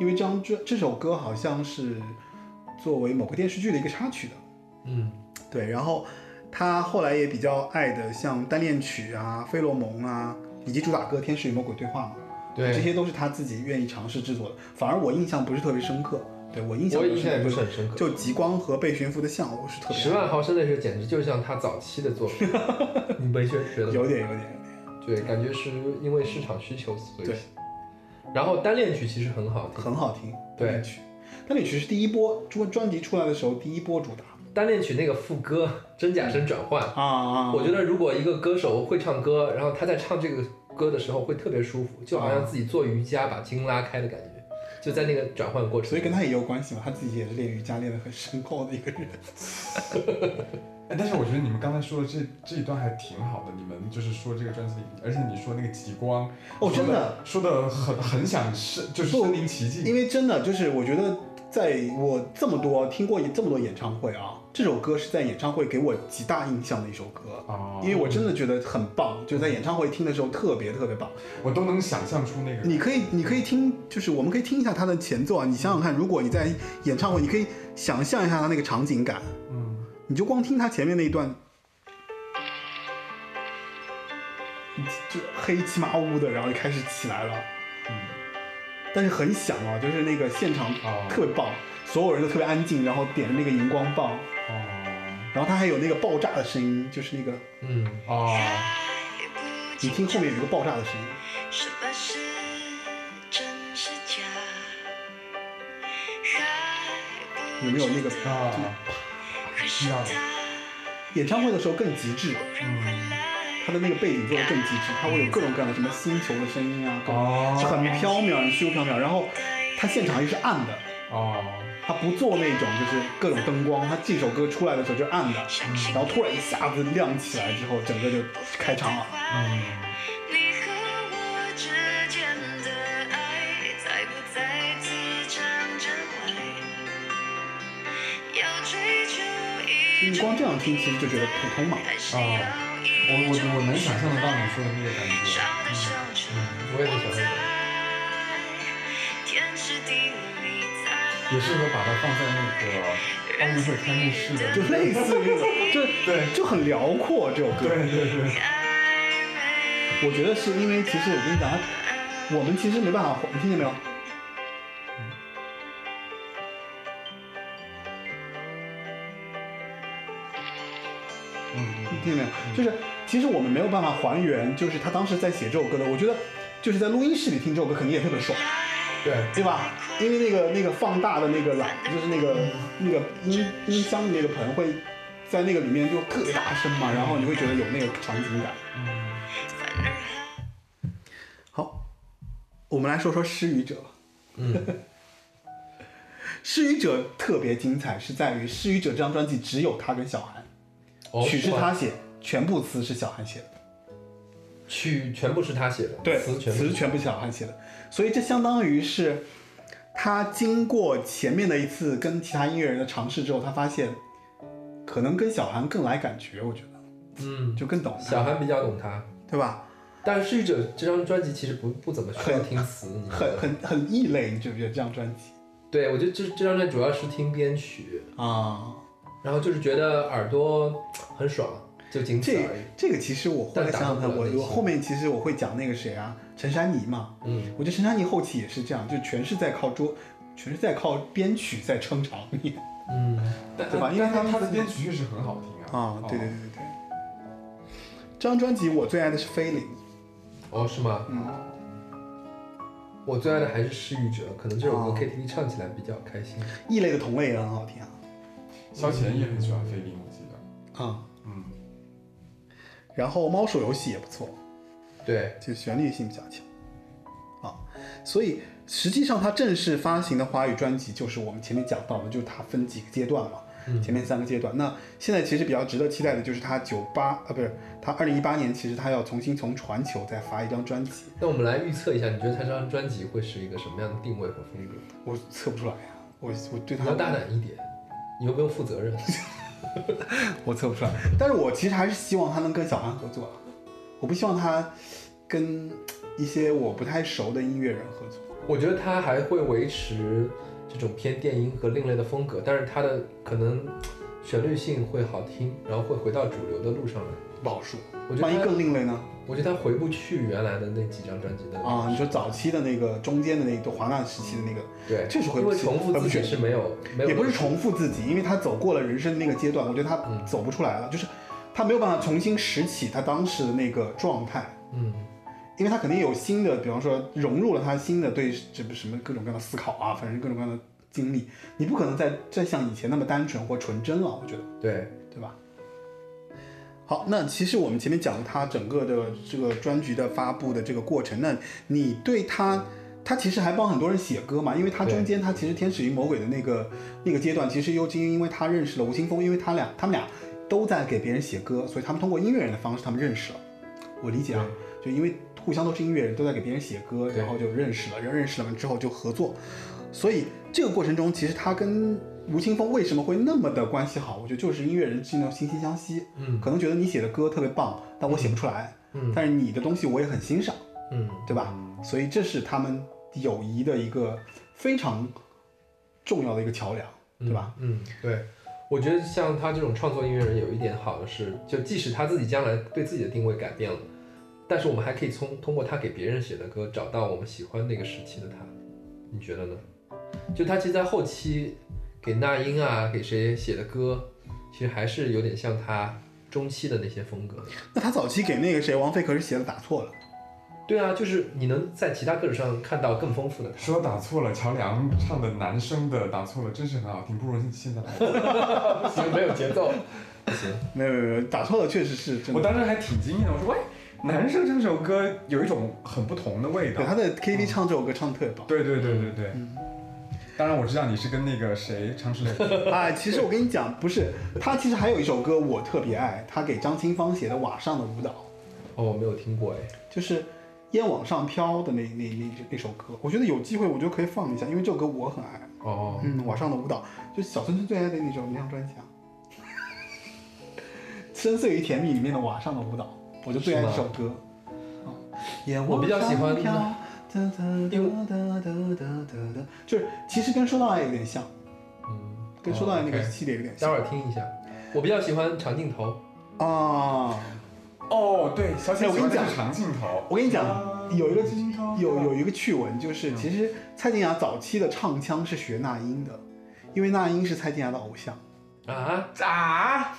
Speaker 1: 因为这张这这首歌好像是作为某个电视剧的一个插曲的。
Speaker 4: 嗯，
Speaker 1: 对，然后他后来也比较爱的像《单恋曲》啊、《费洛蒙》啊，以及主打歌《天使与魔鬼对话》嘛。
Speaker 2: 对，
Speaker 1: 这些都是他自己愿意尝试制作的。反而我印象不是特别深刻，对我印象
Speaker 2: 我
Speaker 1: 比较
Speaker 2: 印象
Speaker 1: 深
Speaker 2: 也
Speaker 1: 刻
Speaker 2: 不是很深刻。
Speaker 1: 就极光和被驯服的象，我是特别
Speaker 2: 十万毫升泪水简直就像他早期的 作品，你没觉得吗？
Speaker 1: 有点有点，
Speaker 2: 对，感觉是因为市场需求所以。
Speaker 1: 对。
Speaker 2: 然后单恋曲其实很好听，
Speaker 1: 很好听。
Speaker 2: 对
Speaker 1: 单恋曲，单恋曲是第一波专专辑出来的时候第一波主打
Speaker 2: 单恋曲那个副歌真假声转换，
Speaker 1: 啊啊
Speaker 2: 我觉得如果一个歌手会唱歌，然后他在唱这个歌的时候会特别舒服，就好像自己做瑜伽把筋拉开的感觉，就在那个转换过程。
Speaker 1: 所以跟他也有关系嘛，他自己也是练瑜伽练得很深厚的一 个人。
Speaker 4: 哎，但是我觉得你们刚才说的这这一段还挺好的，你们就是说这个专辑里，而且你说那个极光，
Speaker 1: 哦，
Speaker 4: 说
Speaker 1: 真的，
Speaker 4: 说的很很想身，就是
Speaker 1: 不
Speaker 4: 身临其境，
Speaker 1: 因为真的就是我觉得，在我这么多听过这么多演唱会啊，这首歌是在演唱会给我极大印象的一首歌。
Speaker 4: 啊，
Speaker 1: 因为我真的觉得很棒，就在演唱会听的时候特别特别棒。
Speaker 4: 我都能想象出那个
Speaker 1: 你可以，你可以听，就是我们可以听一下它的前奏啊。你想想看，如果你在演唱会，你可以想象一下它那个场景感，
Speaker 4: 嗯，
Speaker 1: 你就光听它前面那一段，就黑漆麻乌的，然后就开始起来了。
Speaker 4: 嗯，
Speaker 1: 但是很响啊，就是那个现场
Speaker 4: 哦
Speaker 1: 特别棒，所有人都特别安静，然后点着那个荧光棒，
Speaker 4: 哦
Speaker 1: 然后它还有那个爆炸的声音，就是那个
Speaker 2: 嗯，
Speaker 4: 哦，
Speaker 1: 你听后面有一个爆炸的声音，
Speaker 3: 什么是真是假？还不
Speaker 1: 有没有那个
Speaker 3: 知道
Speaker 4: 啊，
Speaker 3: 可是
Speaker 4: 知道了
Speaker 3: 他
Speaker 1: 演唱会的时候更极致。
Speaker 3: 不让回来
Speaker 1: 它的那个背景做的更极致，它会有各种各样的什么星球的声音啊，各种是
Speaker 4: 哦
Speaker 1: 很飘渺、很虚无缥缈。然后它现场又是暗的，
Speaker 4: 哦，
Speaker 1: 它不做那种就是各种灯光，它这首歌出来的时候就是暗的，然后突然一下子亮起来之后，整个就开场 啊了。
Speaker 4: 嗯，
Speaker 3: 你和我之间的爱在不在滋长着爱？要追求
Speaker 1: 所以
Speaker 3: 一
Speaker 1: 你
Speaker 3: 种
Speaker 1: 光这样听其实就觉得普通嘛。
Speaker 3: 还是
Speaker 4: 哦
Speaker 3: 要一
Speaker 4: 我
Speaker 3: 种
Speaker 4: 我我能想象得到你说的那个感觉，嗯
Speaker 3: 烧得烧成
Speaker 2: 我也是想问，
Speaker 3: 天时地利在。
Speaker 4: 也适合把它放在那个奥运会开幕式的，
Speaker 1: 就类似于那种，
Speaker 4: 对
Speaker 1: 就就很辽阔这首歌。
Speaker 4: 对对对，
Speaker 1: 我觉得是因为其实我跟你讲，它我们其实没办法，你听见没有？
Speaker 4: 嗯
Speaker 1: 你
Speaker 4: 嗯
Speaker 1: 听见没有？就是其实我们没有办法还原，就是他当时在写这首歌的。我觉得就是在录音室里听这首歌肯定也特别爽，
Speaker 2: 对，
Speaker 1: 对吧？因为那个那个放大的那个喇，就是那个那个音音箱的那个盆会在那个里面就特别大声嘛，然后你会觉得有那个场景感。
Speaker 4: 嗯，
Speaker 1: 好，我们来说说《失语者》。
Speaker 2: 嗯，
Speaker 1: 《失语者》特别精彩，是在于《失语者》这张专辑只有他跟小韩，
Speaker 2: 哦
Speaker 1: 曲是
Speaker 2: 哇
Speaker 1: 他写，全部词是小韩写的。
Speaker 2: 曲全部是他写的，
Speaker 1: 对，
Speaker 2: 词全部
Speaker 1: 词全部是小汉写的，所以这相当于是他经过前面的一次跟其他音乐人的尝试之后，他发现可能跟小韩更来感觉，我觉得
Speaker 2: 嗯，
Speaker 1: 就更懂他，
Speaker 2: 小韩比较懂他，
Speaker 1: 对吧？
Speaker 2: 但是《失语者》这张专辑其实不不怎么需要
Speaker 1: 很
Speaker 2: 听词，你知道吗
Speaker 1: 很很很异类，你觉不觉得这张专辑
Speaker 2: 对我觉得这这张专辑主要是听编曲，
Speaker 1: 啊？
Speaker 2: 然后就是觉得耳朵很爽，就仅此
Speaker 1: 这
Speaker 2: 而已。
Speaker 1: 这个其实我后来想想看，
Speaker 2: 但打动不
Speaker 1: 我
Speaker 2: 了内
Speaker 1: 我
Speaker 2: 心
Speaker 1: 后面其实我会讲那个谁啊，陈珊妮嘛，
Speaker 2: 嗯，
Speaker 1: 我觉得陈珊妮后期也是这样，就全是在靠桌，全是在靠编曲在撑 场面
Speaker 2: 嗯，
Speaker 1: 对吧？因为他
Speaker 4: 但他他的编曲确实很好听啊
Speaker 2: 哦
Speaker 1: 啊，对对对对对。这张专辑我最爱的是《菲林》，
Speaker 2: 哦，是吗？
Speaker 1: 嗯，
Speaker 2: 我最爱的还是《失语者》，可能这首歌
Speaker 1: 哦
Speaker 2: KTV 唱起来比较开心。
Speaker 1: 异类的同类也很好听啊。
Speaker 4: 萧乾也很喜欢菲林，我记得，
Speaker 1: 啊、
Speaker 4: 嗯，
Speaker 1: 然后《猫鼠游戏》也不错，
Speaker 2: 对，
Speaker 1: 就旋律性比较强。啊所以实际上他正式发行的华语专辑，就是我们前面讲到的，就是它分几个阶段嘛，
Speaker 2: 嗯
Speaker 1: 前面三个阶段。那现在其实比较值得期待的就是他九八啊，不是他二零一八年，其实他要重新从全球再发一张专辑，
Speaker 2: 那我们来预测一下，你觉得他这张专辑会是一个什么样的定位和风格？
Speaker 1: 我测不出来呀、我我对
Speaker 2: 你
Speaker 1: 他
Speaker 2: 要大胆一点，你又不用负责任。
Speaker 1: 我测不出来。但是我其实还是希望他能跟小韩合作啊，我不希望他跟一些我不太熟的音乐人合作。
Speaker 2: 我觉得他还会维持这种偏电音和另类的风格，但是他的可能旋律性会好听，然后会回到主流的路上来。
Speaker 1: 不好说，
Speaker 2: 我觉得
Speaker 1: 万一
Speaker 2: 他
Speaker 1: 更另类呢？
Speaker 2: 我觉得他回不去原来的那几张专辑的
Speaker 1: 啊，你说早期的那个、中间的那个、华纳时期的那个，
Speaker 2: 对，
Speaker 1: 确实回
Speaker 2: 因
Speaker 1: 不
Speaker 2: 为
Speaker 1: 去，
Speaker 2: 重复
Speaker 1: 回不
Speaker 2: 自己
Speaker 1: 去
Speaker 2: 是没有没有，
Speaker 1: 也不是重复自己，因为他走过了人生的那个阶段，我觉得他
Speaker 2: 嗯
Speaker 1: 走不出来了，就是他没有办法重新拾起他当时的那个状态，
Speaker 2: 嗯，
Speaker 1: 因为他肯定有新的，比方说融入了他新的对这什么各种各样的思考啊，反正各种各样的经历，你不可能再再像以前那么单纯或纯真了，我觉得。
Speaker 2: 对，
Speaker 1: 对吧？好，那其实我们前面讲了他整个的这个专辑的发布的这个过程，那你对他，他其实还帮很多人写歌嘛，因为他中间他其实天使与魔鬼的那个那个阶段，其实尤金因为他认识了吴青峰，因为他俩他们俩都在给别人写歌，所以他们通过音乐人的方式他们认识了。我理解啊，就因为互相都是音乐人，都在给别人写歌，
Speaker 2: 对
Speaker 1: 然后就认识了，人认识了之后就合作，所以这个过程中，其实他跟吴青峰为什么会那么的关系好，我觉得就是音乐人之间的惺惺相惜，
Speaker 2: 嗯
Speaker 1: 可能觉得你写的歌特别棒，但我写不出来，
Speaker 2: 嗯
Speaker 1: 但是你的东西我也很欣赏，
Speaker 2: 嗯，
Speaker 1: 对吧？所以这是他们友谊的一个非常重要的一个桥梁，对吧？？
Speaker 2: 嗯，对。我觉得像他这种创作音乐人有一点好的是，就即使他自己将来对自己的定位改变了，但是我们还可以通通过他给别人写的歌找到我们喜欢那个时期的他，你觉得呢？就他其实，在后期给那英啊，给谁写的歌，其实还是有点像他中期的那些风格。
Speaker 1: 那他早期给那个谁王菲可是写的打错了，
Speaker 2: 对啊，就是你能在其他歌手上看到更丰富的他。
Speaker 4: 说打错了，乔梁唱的男生的打错了，真是很好听，不如现在来听。
Speaker 2: 行，没有节奏。 行，
Speaker 1: 没有没有没有，打错了确实是真
Speaker 4: 我
Speaker 1: 的。
Speaker 4: 当时还挺惊艳的，我说，喂，男生这首歌有一种很不同的味道
Speaker 1: 对，。他在 KTV 唱这首歌唱的特别棒。
Speaker 4: 对对对对对。
Speaker 1: 嗯
Speaker 4: 当然我知道你是跟那个谁常石磊
Speaker 1: 哎，其实我跟你讲，不是他，其实还有一首歌我特别爱，他给张清芳写的《瓦上的舞蹈》，
Speaker 2: 哦，我没有听过哎。
Speaker 1: 就是烟往上飘的那那那那首歌，我觉得有机会，我觉得可以放一下，因为这首歌我很爱。
Speaker 2: 哦，
Speaker 1: 嗯，《瓦上的舞蹈》就是小村村最爱的那首那张专辑啊，《 深邃与甜蜜》里面的《瓦上的舞蹈》，我就最爱这首歌。啊烟
Speaker 2: 我比较喜欢
Speaker 1: 往上飘哒哒哒哒哒哒哒哒，就是其实跟说到爱有点像，
Speaker 2: 嗯，
Speaker 1: 跟说到爱那个
Speaker 2: OK
Speaker 1: 系列有点
Speaker 2: 待
Speaker 1: 像
Speaker 2: 会儿听一下。我比较喜欢长镜头，
Speaker 1: 啊。
Speaker 4: 哦，对，小姐
Speaker 1: 哎我跟你
Speaker 4: 喜欢
Speaker 1: 讲
Speaker 4: 的是长镜头。啊
Speaker 1: 我跟你讲，
Speaker 4: 嗯
Speaker 1: 有一个有有
Speaker 4: 有
Speaker 1: 一个趣闻，
Speaker 4: 嗯
Speaker 1: 就是其实蔡健雅早期的唱腔是学那英的，因为那英是蔡健雅的偶像。
Speaker 2: 啊，
Speaker 4: 啊，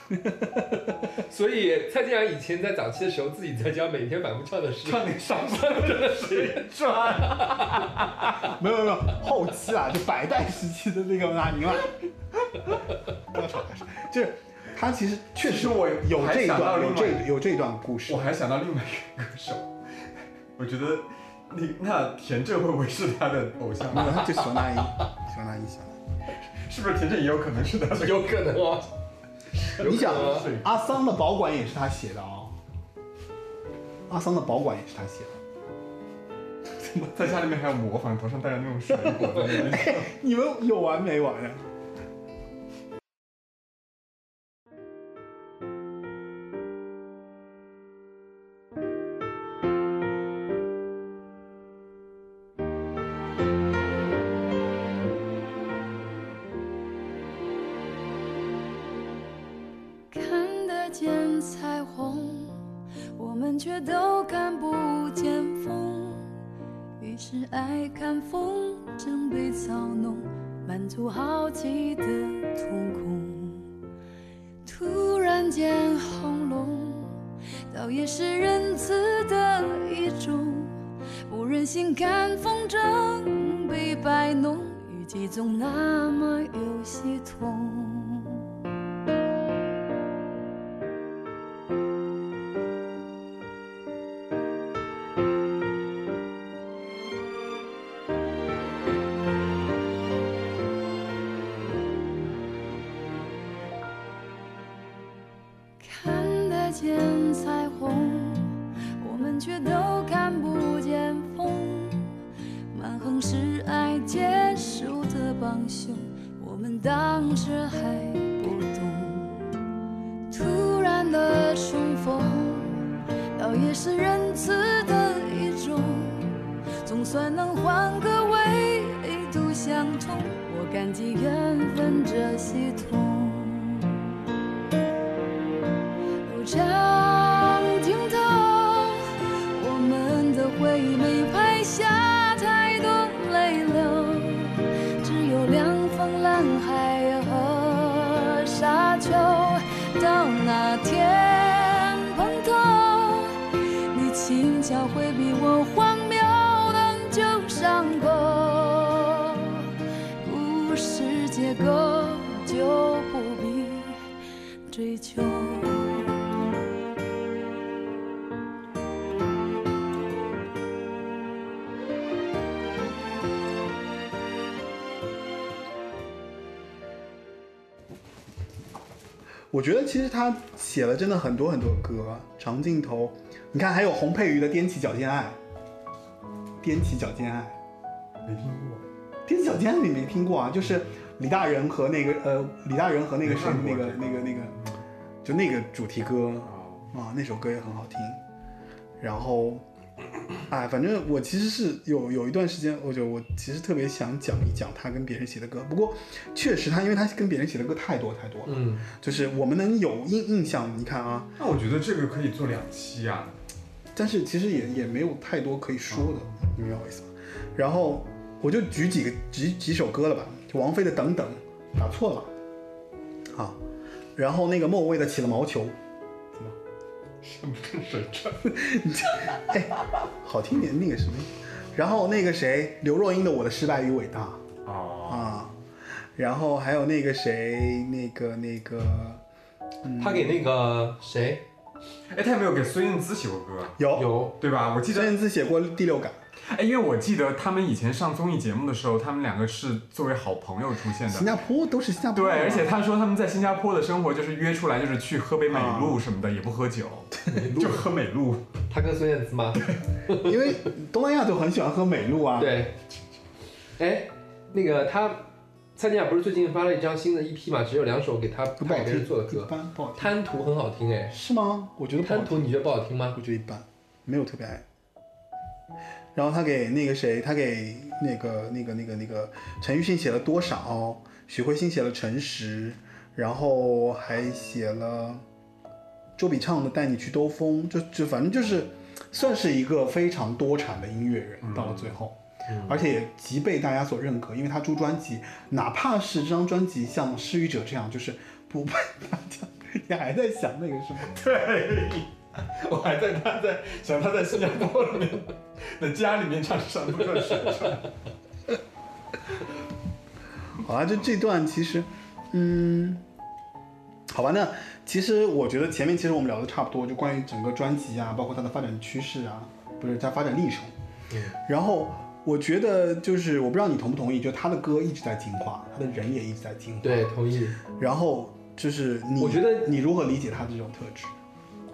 Speaker 2: 所以蔡健雅以前在早期的时候自己在家每天反复唱的是
Speaker 4: 唱你哎上身的谁穿？
Speaker 1: 没有没有没有，后期啊，就百代时期的那个那英啊，不要吵，就是他其实确
Speaker 4: 其
Speaker 1: 实
Speaker 4: 实我
Speaker 1: 有
Speaker 4: 还
Speaker 1: 这一
Speaker 4: 想到
Speaker 1: 段
Speaker 4: 另
Speaker 1: 有
Speaker 4: 外
Speaker 1: 这有这段故事
Speaker 4: 我。还想到另外一个歌手， 我觉得你那田震会不会是他的偶像
Speaker 1: 没
Speaker 4: 呢？
Speaker 1: 有，他就喜欢那英，喜欢那英，喜欢那
Speaker 4: 是不是田震也有可能是他 的？
Speaker 2: 有可能哦。有可
Speaker 1: 英。
Speaker 2: 能
Speaker 1: 你想
Speaker 2: 啊，
Speaker 1: 阿桑的保管也是他写的哦，阿桑的保管也是他写的。
Speaker 4: 在家里面还要模仿，头上戴着那种水果在那 边。
Speaker 1: 你们有完没完呀、啊
Speaker 7: 看得见彩虹，我们却都看不见风。于是爱看风筝被操弄，满足好奇的瞳孔。突然间轰隆，倒也是仁慈的一种。不忍心看风筝被摆弄，雨季总那么有系统。当时爱结束的帮凶，我们当时还不懂。突然的重逢，倒也是仁慈的一种，总算能换个纬度相通。我感激缘分这系统。路长尽头，我们的回忆没拍下太多泪流，只有凉风、蓝海和沙丘。到那天碰头，你轻巧回避我荒谬的旧伤口，故事结构就不必追求。
Speaker 1: 我觉得其实他写了真的很多很多歌，长镜头，你看还有洪佩瑜的《踮起脚尖爱》，踮起脚尖爱，
Speaker 4: 没听过。
Speaker 1: 踮起脚尖爱你没听过啊？就是李大仁和那个呃，李大仁和那个谁，
Speaker 4: 没
Speaker 1: 那
Speaker 4: 看
Speaker 1: 个
Speaker 4: 过
Speaker 1: 那个那个，就那个主题歌
Speaker 4: 哦，
Speaker 1: 啊，那首歌也很好听。然后，哎，反正我其实是有有一段时间，我就我其实特别想讲一讲他跟别人写的歌。不过，确实他因为他跟别人写的歌太多太多了，
Speaker 4: 嗯，
Speaker 1: 就是我们能有印印象，你看啊，
Speaker 4: 那我觉得这个可以做两期啊。
Speaker 1: 但是其实也也没有太多可以说
Speaker 4: 嗯
Speaker 1: 的，你明白我意思吗？然后我就举几个几几首歌了吧，就王菲的《等等》，打错了，啊，然后那个莫文蔚的《起了毛球》，
Speaker 4: 什么水战？
Speaker 1: 哎好听点那个什么，然后那个谁刘若英的《我的失败与伟大》
Speaker 4: 哦，
Speaker 1: 啊，然后还有那个谁那个那个
Speaker 2: 他给那个谁
Speaker 4: 哎，他有没有给孙燕姿写过歌？啊
Speaker 1: 有
Speaker 2: 有
Speaker 4: 对吧？我记
Speaker 1: 孙
Speaker 4: 得，
Speaker 1: 燕姿写过《第六感》，
Speaker 4: 哎，因为我记得他们以前上综艺节目的时候，他们两个是作为好朋友出现
Speaker 1: 新
Speaker 4: 的。
Speaker 1: 加坡都是新加坡
Speaker 4: 对，
Speaker 1: 人啊
Speaker 4: 而且他说他们在新加坡的生活就是约出来就是去喝杯美露什么的，也不喝酒，就喝 美露。
Speaker 2: 他跟孙燕姿吗？
Speaker 1: 因为东南亚就很喜欢喝美露啊，
Speaker 2: 对，哎，那个他蔡健雅不是最近发了一张新的 EP 嘛，只有两首给他
Speaker 1: 不好
Speaker 2: 派
Speaker 1: 听，
Speaker 2: 人做的
Speaker 1: 一
Speaker 2: 歌，
Speaker 1: 般不好听，
Speaker 2: 贪图很好听哎，
Speaker 1: 是吗？我觉得不好
Speaker 2: 贪
Speaker 1: 听，
Speaker 2: 图你觉得不好听吗？
Speaker 1: 我觉得一般，没有特别爱。然后他给那个谁，他给那个那个那个那个陈奕迅写了多少，许慧欣写了诚实，然后还写了周笔畅的带你去兜风，就就反正就是算是一个非常多产的音乐人，到了最后。而且也极被大家所认可，因为他出专辑，哪怕是这张专辑像《失语者》这样，就是不被大家， 你还在想那个是吗？
Speaker 4: 对，
Speaker 2: 我还在他在
Speaker 4: 想他在新加坡里面的家里面唱山不转水战。
Speaker 1: 好啦，这这段其实，嗯，好吧，那其实我觉得前面其实我们聊的差不多，就关于整个专辑啊，包括它的发展趋势啊，不是它发展历程。
Speaker 2: 嗯。
Speaker 1: 然后我觉得就是我不知道你同不同意，就他的歌一直在进化，他的人也一直在进化。
Speaker 2: 对。同意
Speaker 1: 然后就是你，
Speaker 2: 我觉得
Speaker 1: 你如何理解他的这种特质？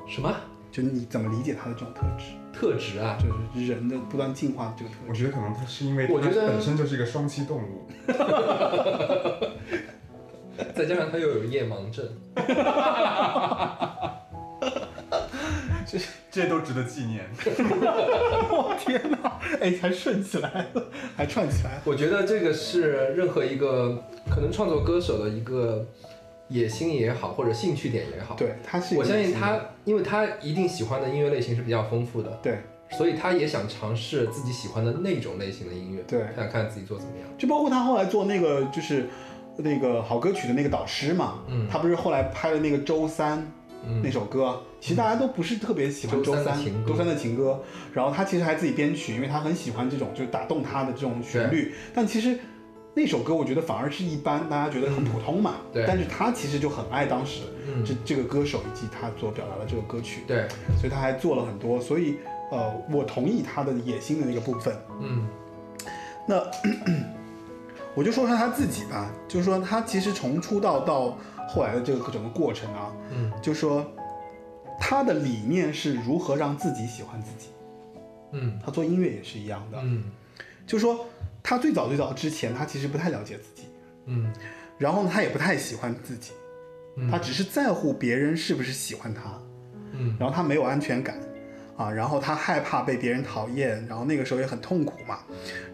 Speaker 2: 什么
Speaker 1: 就你怎么理解他的这种特质？
Speaker 2: 特质啊？
Speaker 1: 就是人的不断进化的这个特
Speaker 4: 我
Speaker 1: 质。
Speaker 4: 觉得可能他是因为
Speaker 2: 我觉得
Speaker 4: 他本身就是一个双栖动物。
Speaker 2: 再加上他又有夜盲症，
Speaker 4: 这些都值得纪念。
Speaker 1: 我天哪！ 哎，还顺起来了，还串起来了。
Speaker 2: 我觉得这个是任何一个可能创作歌手的一个野心也好，或者兴趣点也好。，
Speaker 1: 对，他是一个
Speaker 2: 我相信
Speaker 1: 新人
Speaker 2: 他，因为他一定喜欢的音乐类型是比较丰富的，
Speaker 1: 对。
Speaker 2: 所以他也想尝试自己喜欢的那种类型的音乐。
Speaker 1: 对
Speaker 2: 他想看自己做怎么样。
Speaker 1: 就包括他后来做那个就是那个好歌曲的那个导师嘛，
Speaker 2: 嗯
Speaker 1: 他不是后来拍了那个周三
Speaker 2: 嗯
Speaker 1: 那，首歌，其实大家都不是特别喜欢周
Speaker 2: 周三
Speaker 1: 三
Speaker 2: 的情歌
Speaker 1: 周三的情歌，然后他其实还自己编曲，因为他很喜欢这种就是打动他的这种旋律，但其实。那首歌我觉得反而是一般，大家觉得很普通嘛。
Speaker 2: 嗯对
Speaker 1: 但是他其实就很爱当时
Speaker 2: 嗯
Speaker 1: 这这个歌手以及他所表达的这个歌曲，
Speaker 2: 对，
Speaker 1: 所以他还做了很多。所以，呃，我同意他的野心的那个部分。
Speaker 2: 嗯
Speaker 1: 那我就说说他自己吧，就是说他其实从出道到后来的这个整个过程啊，
Speaker 2: 嗯
Speaker 1: 就说他的理念是如何让自己喜欢自己。
Speaker 2: 嗯
Speaker 1: 他做音乐也是一样的，
Speaker 2: 嗯
Speaker 1: 就说他最早最早之前，他其实不太了解自己，
Speaker 4: 嗯
Speaker 1: 然后呢，他也不太喜欢自己，
Speaker 4: 嗯
Speaker 1: 他只是在乎别人是不是喜欢他，
Speaker 4: 嗯
Speaker 1: 然后他没有安全感，啊，然后他害怕被别人讨厌，然后那个时候也很痛苦嘛，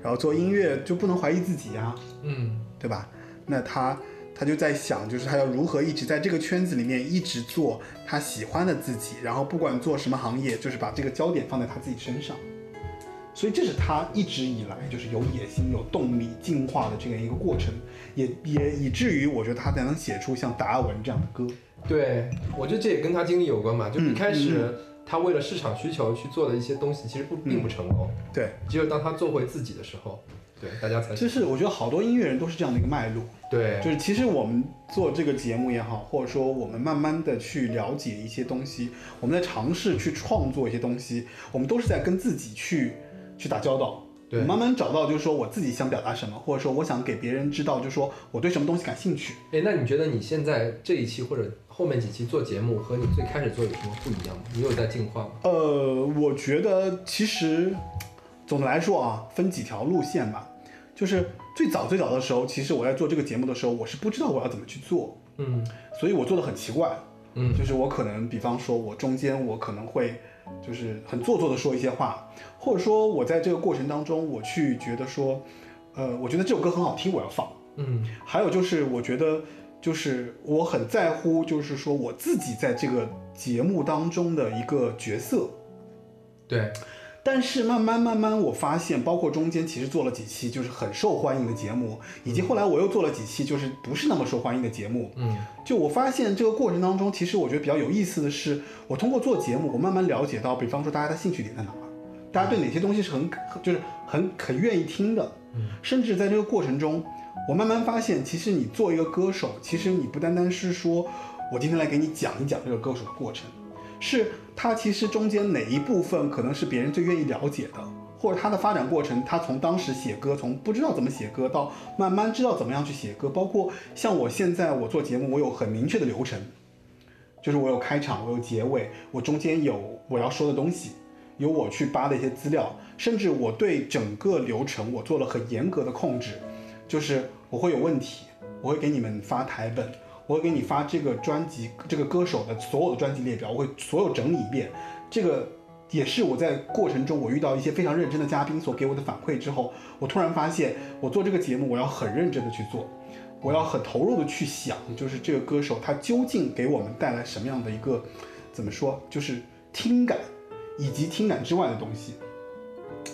Speaker 1: 然后做音乐就不能怀疑自己啊呀、
Speaker 4: 嗯
Speaker 1: 对吧？那他他就在想，就是他要如何一直在这个圈子里面一直做他喜欢的自己，然后不管做什么行业，就是把这个焦点放在他自己身上。所以这是他一直以来就是有野心、有动力、进化的这样一个过程，也也以至于我觉得他才能写出像达尔文这样的歌。
Speaker 2: 对，我觉得这也跟他经历有关吧。就一
Speaker 1: 嗯
Speaker 2: 开始他为了市场需求去做的一些东西，其实不并不成功。
Speaker 1: 对，
Speaker 2: 只有当他做回自己的时候，对大家才
Speaker 1: 就是我觉得好多音乐人都是这样的一个脉络。
Speaker 2: 对
Speaker 1: 就是其实我们做这个节目也好，或者说我们慢慢的去了解一些东西，我们在尝试去创作一些东西，我们都是在跟自己去去打交道。
Speaker 2: 对
Speaker 1: 我慢慢找到，就是说我自己想表达什么，或者说我想给别人知道，就是说我对什么东西感兴趣。
Speaker 2: 哎，那你觉得你现在这一期或者后面几期做节目和你最开始做有什么不一样吗？你有在进化吗？
Speaker 1: 呃，我觉得其实总的来说啊，分几条路线吧。就是最早最早的时候，其实我在做这个节目的时候，我是不知道我要怎么去做，
Speaker 2: 嗯
Speaker 1: 所以我做的很奇怪。
Speaker 2: 嗯
Speaker 1: 就是我可能，比方说，我中间我可能会就是很做作的说一些话，或者说我在这个过程当中，我去觉得说，呃，我觉得这首歌很好听，我要放。
Speaker 2: 嗯
Speaker 1: 还有就是，我觉得就是我很在乎，就是说我自己在这个节目当中的一个角色。
Speaker 2: 对，
Speaker 1: 但是慢慢慢慢，我发现，包括中间其实做了几期就是很受欢迎的节目，以及后来我又做了几期就是不是那么受欢迎的节目。
Speaker 2: 嗯
Speaker 1: 就我发现这个过程当中，其实我觉得比较有意思的是，我通过做节目，我慢慢了解到，比方说大家的兴趣点在哪儿，大家对哪些东西是很就是很很愿意听的，甚至在这个过程中，我慢慢发现，其实你做一个歌手，其实你不单单是说我今天来给你讲一讲这个歌手的过程，是他其实中间哪一部分可能是别人最愿意了解的。或者他的发展过程，他从当时写歌，从不知道怎么写歌，到慢慢知道怎么样去写歌，包括像我现在我做节目，我有很明确的流程，就是我有开场，我有结尾，我中间有我要说的东西，有我去扒的一些资料，甚至我对整个流程我做了很严格的控制，就是我会有问题，我会给你们发台本，我会给你发这个专辑这个歌手的所有的专辑列表，我会所有整理一遍。这个也是我在过程中我遇到一些非常认真的嘉宾所给我的反馈之后，我突然发现我做这个节目我要很认真的去做，我要很投入的去想，就是这个歌手他究竟给我们带来什么样的一个怎么说，就是听感以及听感之外的东西。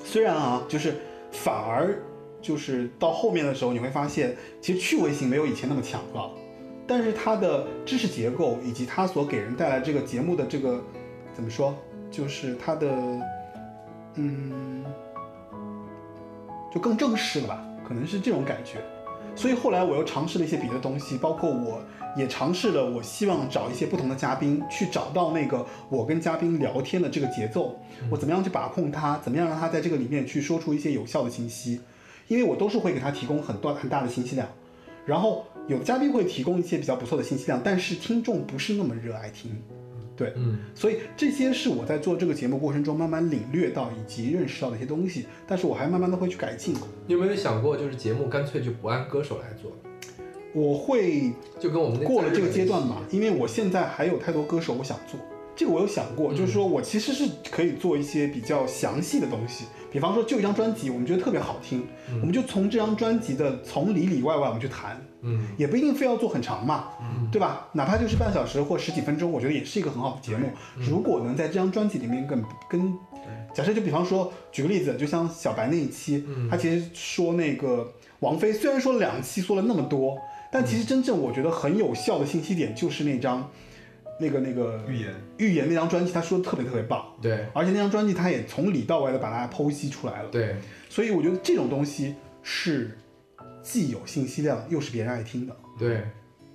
Speaker 1: 虽然啊，就是反而就是到后面的时候，你会发现其实趣味性没有以前那么强了，但是它的知识结构以及它所给人带来这个节目的这个怎么说，就是它的嗯，就更正式了吧，可能是这种感觉。所以后来我又尝试了一些别的东西，包括我也尝试了，我希望找一些不同的嘉宾，去找到那个我跟嘉宾聊天的这个节奏，我怎么样去把控他，怎么样让他在这个里面去说出一些有效的信息，因为我都是会给他提供很多很大的信息量，然后有的嘉宾会提供一些比较不错的信息量，但是听众不是那么热爱听，对，
Speaker 2: 嗯
Speaker 1: 所以这些是我在做这个节目过程中慢慢领略到以及认识到的一些东西，但是我还慢慢的会去改进，
Speaker 2: 你有没有想过，就是节目干脆就不按歌手来做，
Speaker 1: 我会
Speaker 2: 就跟我们那
Speaker 1: 过了这个阶段
Speaker 2: 嘛
Speaker 1: 嘛？，因为我现在还有太多歌手我想做，这个我有想过，就是说我其实是可以做一些比较详细的东西，比方说就一张专辑，我们觉得特别好听，我们就从这张专辑的从里里外外我们去谈，
Speaker 2: 嗯
Speaker 1: 也不一定非要做很长嘛，对吧？哪怕就是半小时或十几分钟，我觉得也是一个很好的节目。如果能在这张专辑里面跟跟，假设就比方说，举个例子，就像小白那一期，他其实说那个王菲，虽然说两期说了那么多，但其实真正我觉得很有效的信息点就是那张，那个那个
Speaker 4: 预言
Speaker 1: 预言那张专辑，他说的特别特别棒，
Speaker 2: 对
Speaker 1: 而且那张专辑他也从里到外的把它剖析出来了。
Speaker 2: 对
Speaker 1: 所以我觉得这种东西是既有信息量，又是别人爱听的。
Speaker 2: 对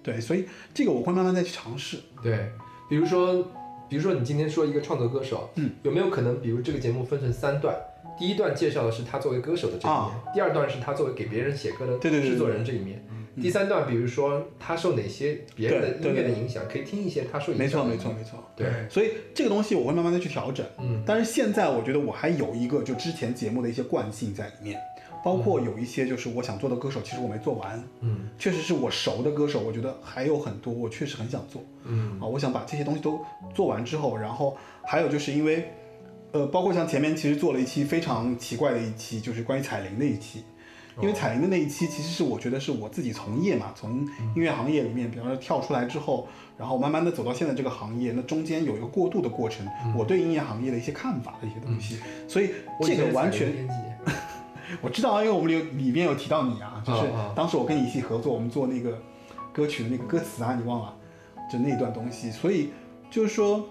Speaker 1: 对，所以这个我会慢慢再去尝试。
Speaker 2: 对，比如说比如说你今天说一个创作歌手，
Speaker 1: 嗯，
Speaker 2: 有没有可能，比如这个节目分成三段？第一段介绍的是他作为歌手的这一面，
Speaker 1: 啊
Speaker 2: 第二段是他作为给别人写歌的
Speaker 1: 对对对对
Speaker 2: 制作人这一面，
Speaker 4: 嗯
Speaker 2: 第三段比如说他受哪些别人的
Speaker 1: 对对
Speaker 2: 音乐的
Speaker 1: 对对
Speaker 2: 影响，可以听一些他受影
Speaker 1: 没错，
Speaker 2: 响的
Speaker 1: 没
Speaker 2: 音乐
Speaker 1: 错，没错。
Speaker 2: 对，
Speaker 1: 所以这个东西我会慢慢的去调整。
Speaker 2: 嗯
Speaker 1: 但是现在我觉得我还有一个就之前节目的一些惯性在里面，包括有一些就是我想做的歌手，其实我没做完，
Speaker 4: 嗯
Speaker 1: 确实是我熟的歌手，我觉得还有很多我确实很想做
Speaker 4: 嗯
Speaker 1: 啊，我想把这些东西都做完之后，然后还有就是因为，呃，包括像前面其实做了一期非常奇怪的一期，就是关于彩铃的一期。因为
Speaker 2: 哦
Speaker 1: 彩铃的那一期其实是我觉得是我自己从业嘛，从音乐行业里面，比方说跳出来之后，然后慢慢的走到现在这个行业，那中间有一个过渡的过程，我对音乐行业的一些看法的一些东西，所以
Speaker 2: 嗯我
Speaker 1: 这
Speaker 2: 以
Speaker 1: 个
Speaker 2: 为
Speaker 1: 完
Speaker 2: 彩
Speaker 1: 全
Speaker 2: 铃编辑
Speaker 1: 我知道啊，因为我们有里面有提到你
Speaker 4: 嗯
Speaker 1: 啊，就是
Speaker 2: 啊啊
Speaker 1: 当时我跟你一起合作，我们做那个歌曲的那个歌词啊，你忘了，就那一段东西。所以就是说，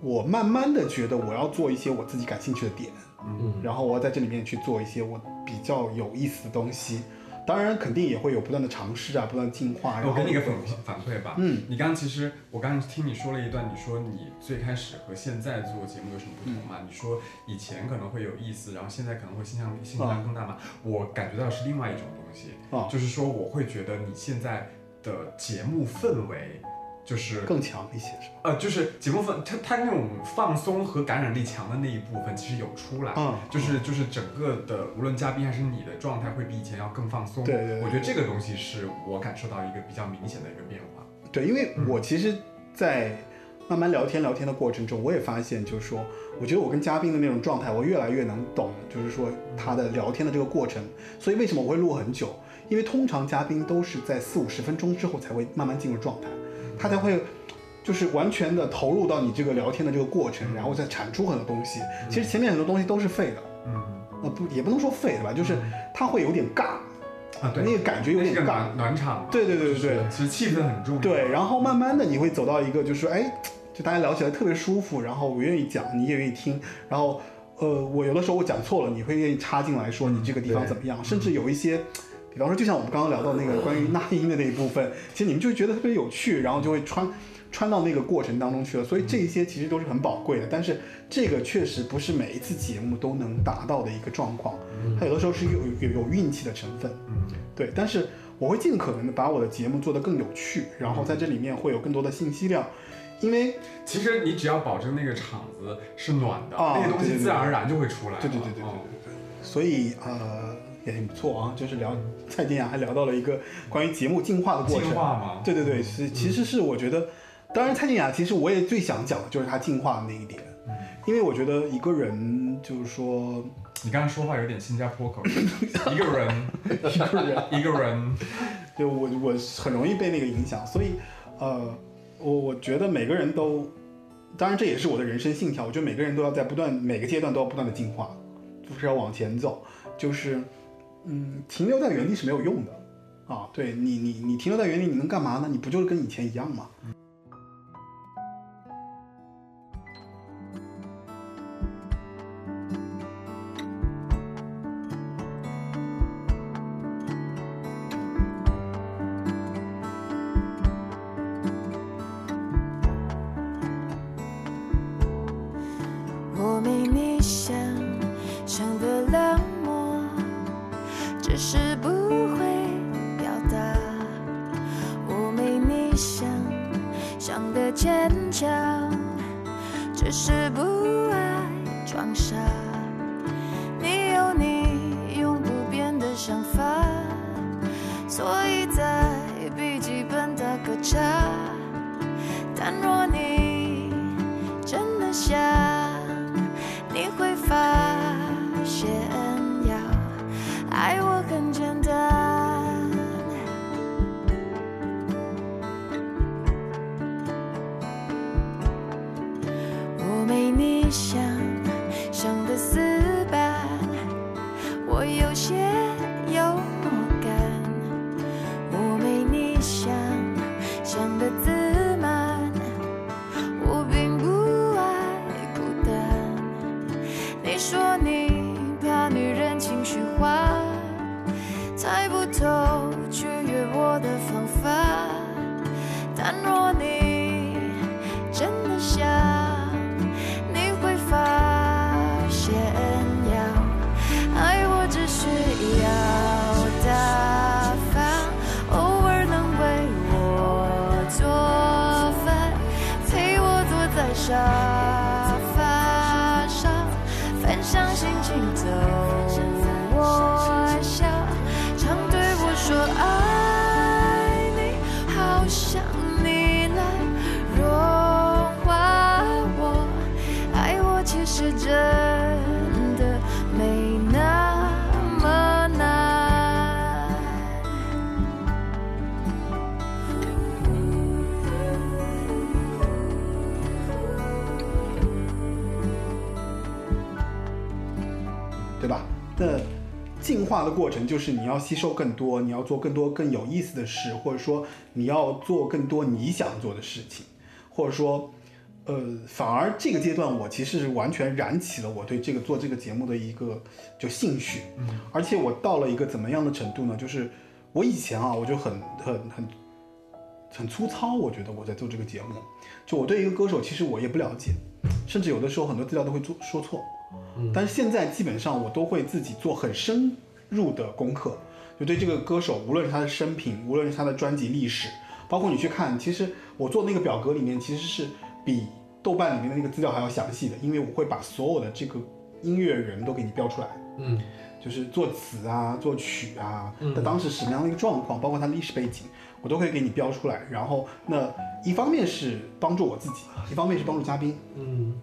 Speaker 1: 我慢慢的觉得我要做一些我自己感兴趣的点，
Speaker 4: 嗯
Speaker 1: 然后我要在这里面去做一些我比较有意思的东西。当然，肯定也会有不断的尝试啊，不断地进化。然后
Speaker 4: 我给你一个反反馈吧，
Speaker 1: 嗯，
Speaker 4: 你刚刚其实我刚刚听你说了一段，你说你最开始和现在做节目有什么不同
Speaker 1: 嗯
Speaker 4: 嘛？你说以前可能会有意思，然后现在可能会性向性
Speaker 1: 哦
Speaker 4: 向更大嘛？我感觉到是另外一种东西，
Speaker 1: 啊
Speaker 4: 就是说我会觉得你现在的节目氛围就是
Speaker 1: 更强一些是吧？
Speaker 4: 呃，就是节目氛，它它那种放松和感染力强的那一部分其实有出来，
Speaker 1: 嗯
Speaker 4: 就是就是整个的无论嘉宾还是你的状态会比以前要更放松，
Speaker 1: 对对对
Speaker 4: 我觉得这个东西是我感受到一个比较明显的一个变化，
Speaker 1: 对，因为
Speaker 4: 嗯
Speaker 1: 我其实，在慢慢聊天聊天的过程中，我也发现，就是说，我觉得我跟嘉宾的那种状态，我越来越能懂，就是说他的聊天的这个过程。所以为什么我会录很久？因为通常嘉宾都是在四五十分钟之后才会慢慢进入状态，
Speaker 4: 嗯
Speaker 1: 他才会就是完全的投入到你这个聊天的这个过程，然后再产出很多东西。其实前面很多东西都是废的，
Speaker 4: 嗯
Speaker 1: 呃，不也不能说废的吧，就是他会有点尬，
Speaker 4: 啊嗯对，
Speaker 1: 那个感觉有
Speaker 4: 那是
Speaker 1: 点
Speaker 4: 个
Speaker 1: 尬
Speaker 4: 暖。暖场嘛，
Speaker 1: 对对对对
Speaker 4: 就是
Speaker 1: 对
Speaker 4: 其实气氛很重要，
Speaker 1: 对，然后慢慢的你会走到一个就是说哎，就大家聊起来特别舒服，然后我愿意讲，你也愿意听，然后呃，我有的时候我讲错了，你会愿意插进来说你这个地方怎么样，甚至有一些。比方说，就像我们刚刚聊到那个关于那英的那一部分，其实你们就觉得特别有趣，然后就会穿穿到那个过程当中去了。所以这一些其实都是很宝贵的，但是这个确实不是每一次节目都能达到的一个状况，它有的时候是有有有运气的成分。
Speaker 4: 嗯
Speaker 1: 对，但是我会尽可能的把我的节目做得更有趣，然后在这里面会有更多的信息量，因为
Speaker 4: 其实你只要保证那个场子是暖的，
Speaker 1: 啊
Speaker 4: 那个东
Speaker 1: 对
Speaker 4: 西
Speaker 1: 对
Speaker 4: 自然而然就会出来了，
Speaker 1: 对对对对对对
Speaker 4: 嗯
Speaker 1: 所以呃也挺不错啊，就是聊蔡健雅还聊到了一个关于节目进化的过程
Speaker 4: 进，化嗯嘛，
Speaker 1: 对对对，是其实是我觉得，当然蔡健雅其实我也最想讲的就是她进化的那一点，因为我觉得一个人就是说
Speaker 4: 嗯你刚刚说话有点新加坡口音，一个人，一个人， 一个人，
Speaker 1: 就我我很容易被那个影响，所以呃，我我觉得每个人都，当然这也是我的人生信条，我觉得每个人都要在不断每个阶段都要不断的进化，就是要往前走，就是嗯，停留在原地是没有用的啊，对你你你停留在原地你能干嘛呢？你不就是跟以前一样吗？
Speaker 7: 我秘密想象的冷漠，只是不会表达。我秘密想象的坚强，只是不爱装傻。你有你永不变的想法，所以在笔记本打个叉。但若你真的想，你会发现要爱我很简单。我没你想象的死板，我有些幽默感，我没你想象的自满。我并不爱孤单。你说你怕女人情绪化，猜不透取悦我的方法。但若你真的想，你会发现要爱我只需要大方，偶尔能为我做饭，陪我坐在沙发上，分享心情走我
Speaker 1: 化的过程就是你要吸收更多，你要做更多更有意思的事，或者说你要做更多你想做的事情，或者说，呃，反而这个阶段我其实是完全燃起了我对这个做这个节目的一个就兴趣，而且我到了一个怎么样的程度呢？就是我以前啊，我就很很很很粗糙，我觉得我在做这个节目，就我对一个歌手其实我也不了解，甚至有的时候很多资料都会做说错。但是现在基本上我都会自己做很深入的功课，就对这个歌手，无论是他的生平，无论是他的专辑历史，包括你去看，其实我做那个表格里面其实是比豆瓣里面的那个资料还要详细的，因为我会把所有的这个音乐人都给你标出来，
Speaker 4: 嗯，
Speaker 1: 就是作词啊、作曲啊，他当时什么样的一个状况，包括他的历史背景，我都会给你标出来。然后那一方面是帮助我自己，一方面是帮助嘉宾。
Speaker 4: 嗯，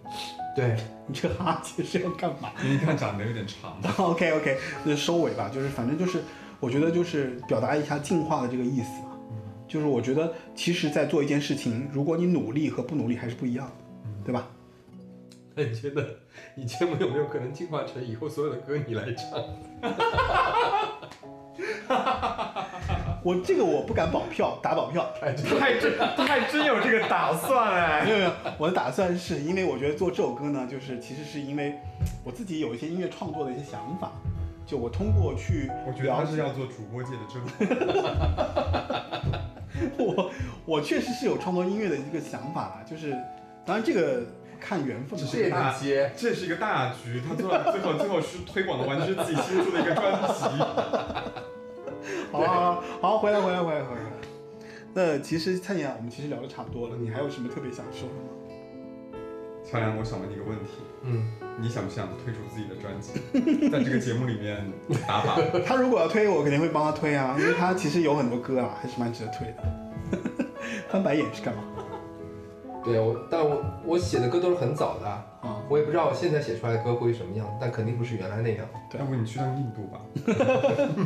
Speaker 4: 对，
Speaker 1: 你这个哈欠是要干嘛？
Speaker 4: 你看长得有点长
Speaker 1: OK OK，那就收尾吧，就是反正就是，我觉得就是表达一下进化的这个意思吧。
Speaker 4: 嗯
Speaker 1: 就是我觉得，其实，在做一件事情，如果你努力和不努力还是不一样的，
Speaker 4: 嗯
Speaker 1: 对吧？
Speaker 4: 那你觉得你节目有没有可能进化成以后所有的歌你来唱？
Speaker 1: 我这个我不敢保票，打保票。
Speaker 4: 哎，
Speaker 8: 他还真他还真有这个打算哎。
Speaker 1: 没有没有，我的打算是因为我觉得做这首歌呢，就是其实是因为我自己有一些音乐创作的一些想法，就我通过去
Speaker 4: 我觉得他是
Speaker 1: 了解
Speaker 4: 要做主播界的真父。
Speaker 1: 我我确实是有创作音乐的一个想法啦，就是当然这个看缘分吧。
Speaker 2: 这也能接，
Speaker 4: 这是一个大局，他做到最后，最后是推广的完全是自己新出的一个专辑。
Speaker 1: 好好好好，回来回来回来回来。那其实蔡妍，我们其实聊的差不多了，你还有什么特别想说的吗？
Speaker 4: 乔梁，我想问你一个问题，
Speaker 2: 嗯，
Speaker 4: 你想不想推出自己的专辑，在这个节目里面打 榜？
Speaker 1: 他如果要推，我肯定会帮他推啊，因为他其实有很多歌啊，还是蛮值得推的。 翻白眼是干嘛？
Speaker 2: 对我，但我我写的歌都是很早的啊，
Speaker 1: 啊、
Speaker 2: 我也不知道我现在写出来的歌会是什么样，但肯定不是原来那样。
Speaker 1: 对
Speaker 4: 要不你去趟印度吧？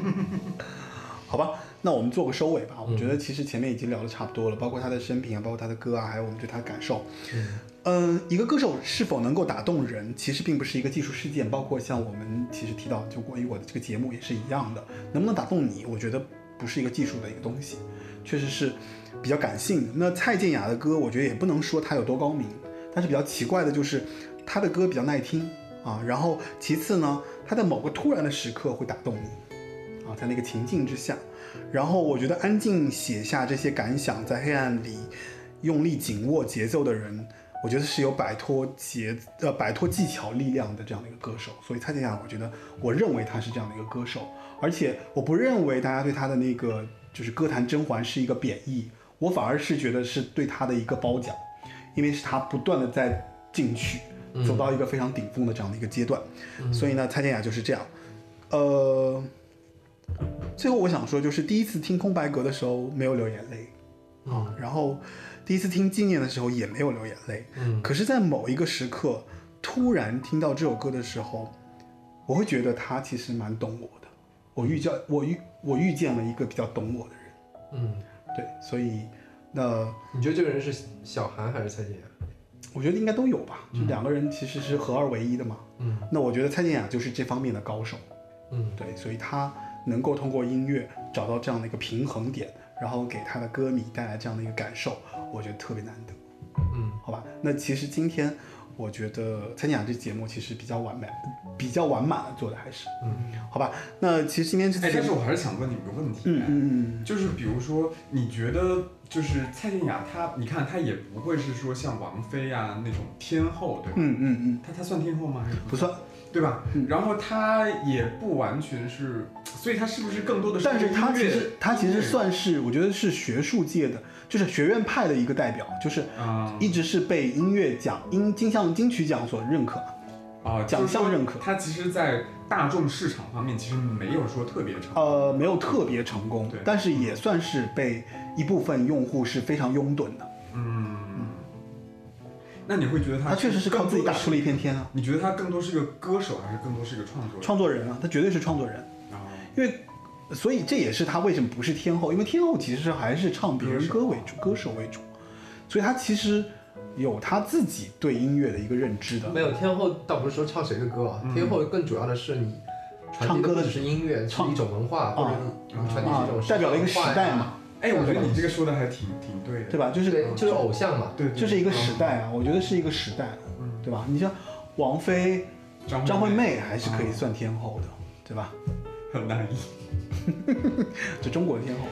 Speaker 1: 好吧，那我们做个收尾吧。我觉得其实前面已经聊的差不多了，包括他的生平啊，包括他的歌啊，还有我们对他的感受。嗯、一个歌手是否能够打动人，其实并不是一个技术事件，包括像我们其实提到，就关于我的这个节目也是一样的，能不能打动你，我觉得不是一个技术的一个东西，确实是比较感性的。那蔡健雅的歌，我觉得也不能说她有多高明，但是比较奇怪的就是她的歌比较耐听啊，然后其次呢，她在某个突然的时刻会打动你。啊，在那个情境之下，然后我觉得安静写下这些感想，在黑暗里用力紧握节奏的人，我觉得是有摆脱节呃摆脱技巧力量的这样的一个歌手。所以蔡健雅，我觉得我认为他是这样的一个歌手，而且我不认为大家对他的那个就是歌坛甄嬛是一个贬义，我反而是觉得是对他的一个褒奖，因为是他不断的在进取，走到一个非常顶峰的这样的一个阶段。所以呢，蔡健雅就是这样，呃。最后我想说，就是第一次听《空白格》的时候没有流眼泪，啊、然后第一次听《纪念》的时候也没有流眼泪，嗯，可是，在某一个时刻，突然听到这首歌的时候，我会觉得他其实蛮懂我的，我遇见我遇我遇见了一个比较懂我的人，
Speaker 2: 嗯，
Speaker 1: 对，所以那
Speaker 2: 你觉得这个人是小韩还是蔡健雅？
Speaker 1: 我觉得应该都有吧，就两个人其实是合二为一的嘛，
Speaker 2: 嗯，
Speaker 1: 那我觉得蔡健雅就是这方面的高手，
Speaker 2: 嗯，
Speaker 1: 对，所以他能够通过音乐找到这样的一个平衡点，然后给他的歌迷带来这样的一个感受，我觉得特别难得。
Speaker 2: 嗯，
Speaker 1: 好吧，那其实今天我觉得参加这节目其实比较完美，比较完满了做的还是，嗯，好吧，那其实今天这
Speaker 4: 哎，
Speaker 1: 次节
Speaker 4: 但是
Speaker 1: 目，
Speaker 4: 我还是想问你一个问题。
Speaker 1: 嗯嗯嗯，
Speaker 4: 就是比如说，你觉得就是蔡健雅她，你看她也不会是说像王菲啊那种天后，对吧？
Speaker 1: 嗯嗯嗯，
Speaker 4: 她她算天后吗？还是
Speaker 1: 不算，
Speaker 4: 对吧？然后她也不完全是，所以她是不是更多的是
Speaker 1: 但是
Speaker 4: 音
Speaker 1: 他其
Speaker 4: 乐
Speaker 1: 实他其实算是，我觉得是学术界的，就是学院派的一个代表，就是
Speaker 4: 啊
Speaker 1: 一直是被音乐奖、音金像金曲奖所认可。
Speaker 4: 啊
Speaker 1: 奖项认可
Speaker 4: 她其实，在大众市场方面其实没有说特别成功。
Speaker 1: 呃，没有特别成功
Speaker 4: 对，
Speaker 1: 但是也算是被一部分用户是非常拥趸的。
Speaker 4: 嗯，那你会觉得她
Speaker 1: 他确实是靠自己打出了一片天啊，
Speaker 4: 你觉得她更多是个歌手，还是更多是个创作人？
Speaker 1: 创作人啊，他绝对是创作人，
Speaker 4: 啊，
Speaker 1: 因为。所以这也是他为什么不是天后，因为天后其实还是唱别人歌为主，歌手为主，所以他其实有他自己对音乐的一个认知的。
Speaker 2: 没有天后，倒不是说唱谁的歌啊，天后更主要的是你
Speaker 3: 传递
Speaker 1: 唱歌
Speaker 3: 的
Speaker 1: 的
Speaker 3: 不是音乐，是
Speaker 1: 唱
Speaker 3: 一种文化，或者传递是一种
Speaker 1: 啊，代表了一个时代嘛，
Speaker 4: 哎，我觉得你这个说的还挺挺对嗯的，
Speaker 1: 对吧？就
Speaker 3: 就是是就是偶像嘛。
Speaker 4: 对，对
Speaker 1: 就是一个时，代啊，我觉得是一个时代，
Speaker 4: 嗯
Speaker 1: 对吧？你像王菲、
Speaker 4: 张
Speaker 1: 张
Speaker 4: 惠
Speaker 1: 惠妹还是可以算天后的，对吧？
Speaker 4: 很难以，
Speaker 1: 就中国的天后。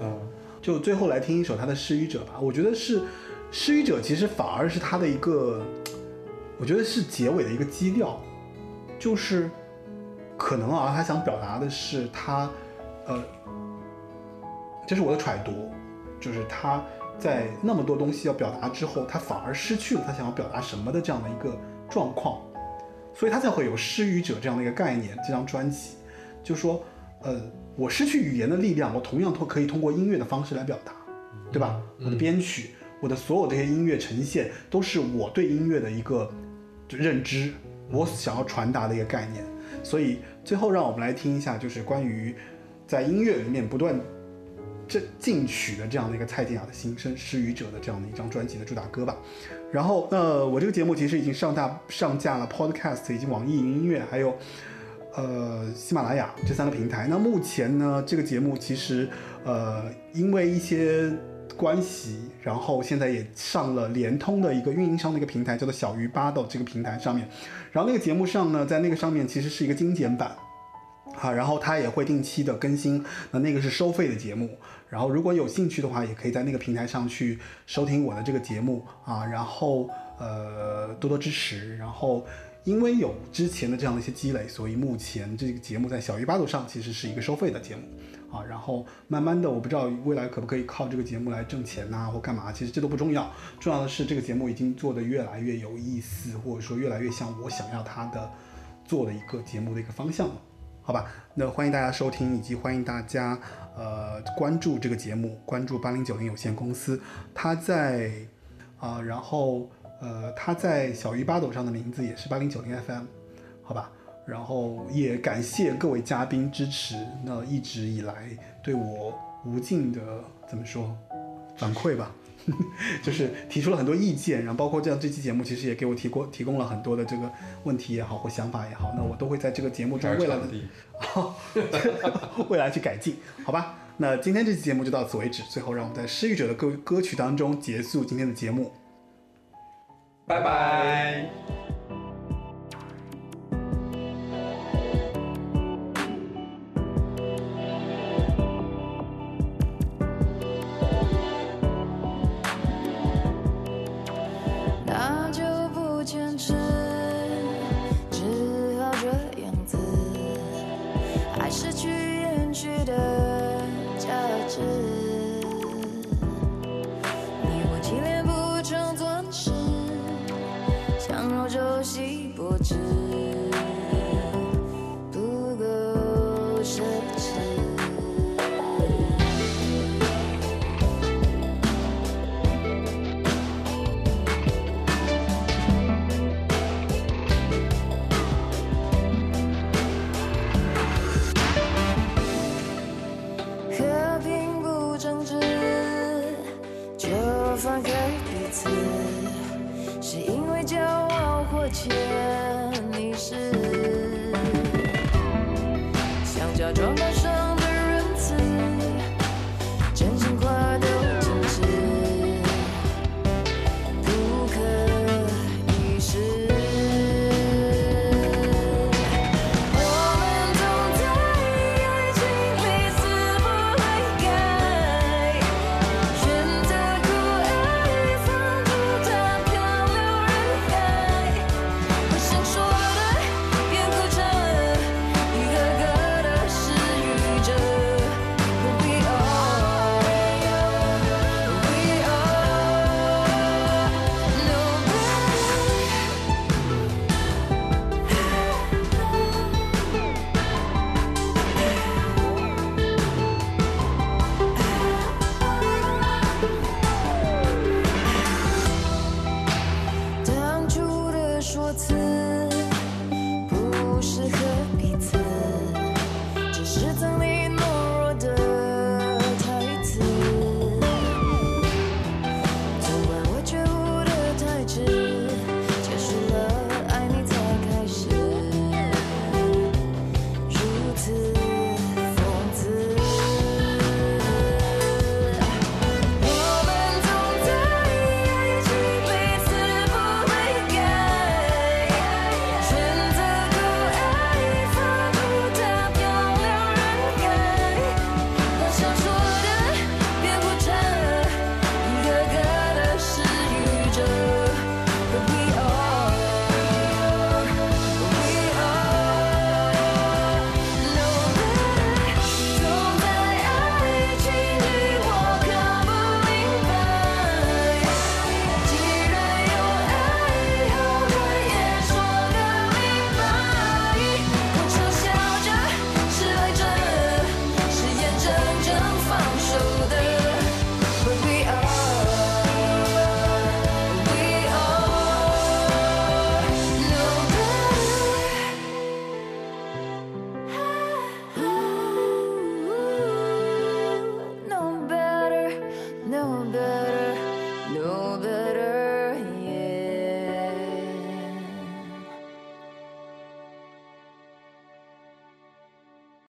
Speaker 4: 嗯，
Speaker 1: 就最后来听一首他的《失语者》吧，我觉得是《失语者》，其实反而是他的一个，我觉得是结尾的一个基调，就是可能啊，他想表达的是他，呃，这是我的揣度，就是他在那么多东西要表达之后，他反而失去了他想要表达什么的这样的一个状况，所以他才会有《失语者》这样的一个概念，这张专辑，就说，呃，我失去语言的力量，我同样通可以通过音乐的方式来表达，对吧？我的编曲，我的所有这些音乐呈现，都是我对音乐的一个就认知，我想要传达的一个概念。所以最后让我们来听一下，就是关于在音乐里面不断这进取的这样的一个蔡健雅的心声，《失语者》的这样的一张专辑的主打歌吧。然后，呃，我这个节目其实已经上大上架了 Podcast，以及网易云音乐，还有呃喜马拉雅这三个平台。那目前呢，这个节目其实呃因为一些关系，然后现在也上了联通的一个运营商的一个平台，叫做小鱼巴豆这个平台上面。然后那个节目上呢，在那个上面其实是一个精简版。啊，然后它也会定期的更新，那那个是收费的节目。然后如果有兴趣的话，也可以在那个平台上去收听我的这个节目啊，然后呃多多支持。然后因为有之前的这样的一些积累，所以目前这个节目在小鱼八度上其实是一个收费的节目啊。然后慢慢的，我不知道未来可不可以靠这个节目来挣钱呐、或干嘛，其实这都不重要，重要的是这个节目已经做得越来越有意思，或者说越来越像我想要它的做的一个节目的一个方向了。好吧，那欢迎大家收听，以及欢迎大家呃关注这个节目，关注八零九零有限公司，它在啊、然后呃，它在小鱼八斗上的名字也是八零九零 FM，好吧，然后也感谢各位嘉宾支持，那一直以来对我无尽的怎么说反馈吧。 就是提出了很多意见，然后包括这样这期节目，其实也给我提过提供了很多的这个问题也好或想法也好，那我都会在这个节目中
Speaker 4: 还有
Speaker 1: 未来的
Speaker 4: 场 地，
Speaker 1: 未来去改进，好吧？那今天这期节目就到此为止。最后，让我们在《失语者》的歌歌曲当中结束今天的节目。
Speaker 4: 拜拜。
Speaker 7: 那就不坚持，只好这样子。爱失去延续的价值。你我体炼不成钻石，强弱周期薄值，不够奢侈。和平不争执，就放开彼此，是因为骄傲或潜意识，想假装高尚的仁慈，真心话都禁止，不可一世。我们总在爱情里死不悔改，选择酷爱，放逐它漂流人海。我想说的，别哭着，一个个的失语者。We are, we are nobody. Thank 当初的说辞不适合彼此，只是曾令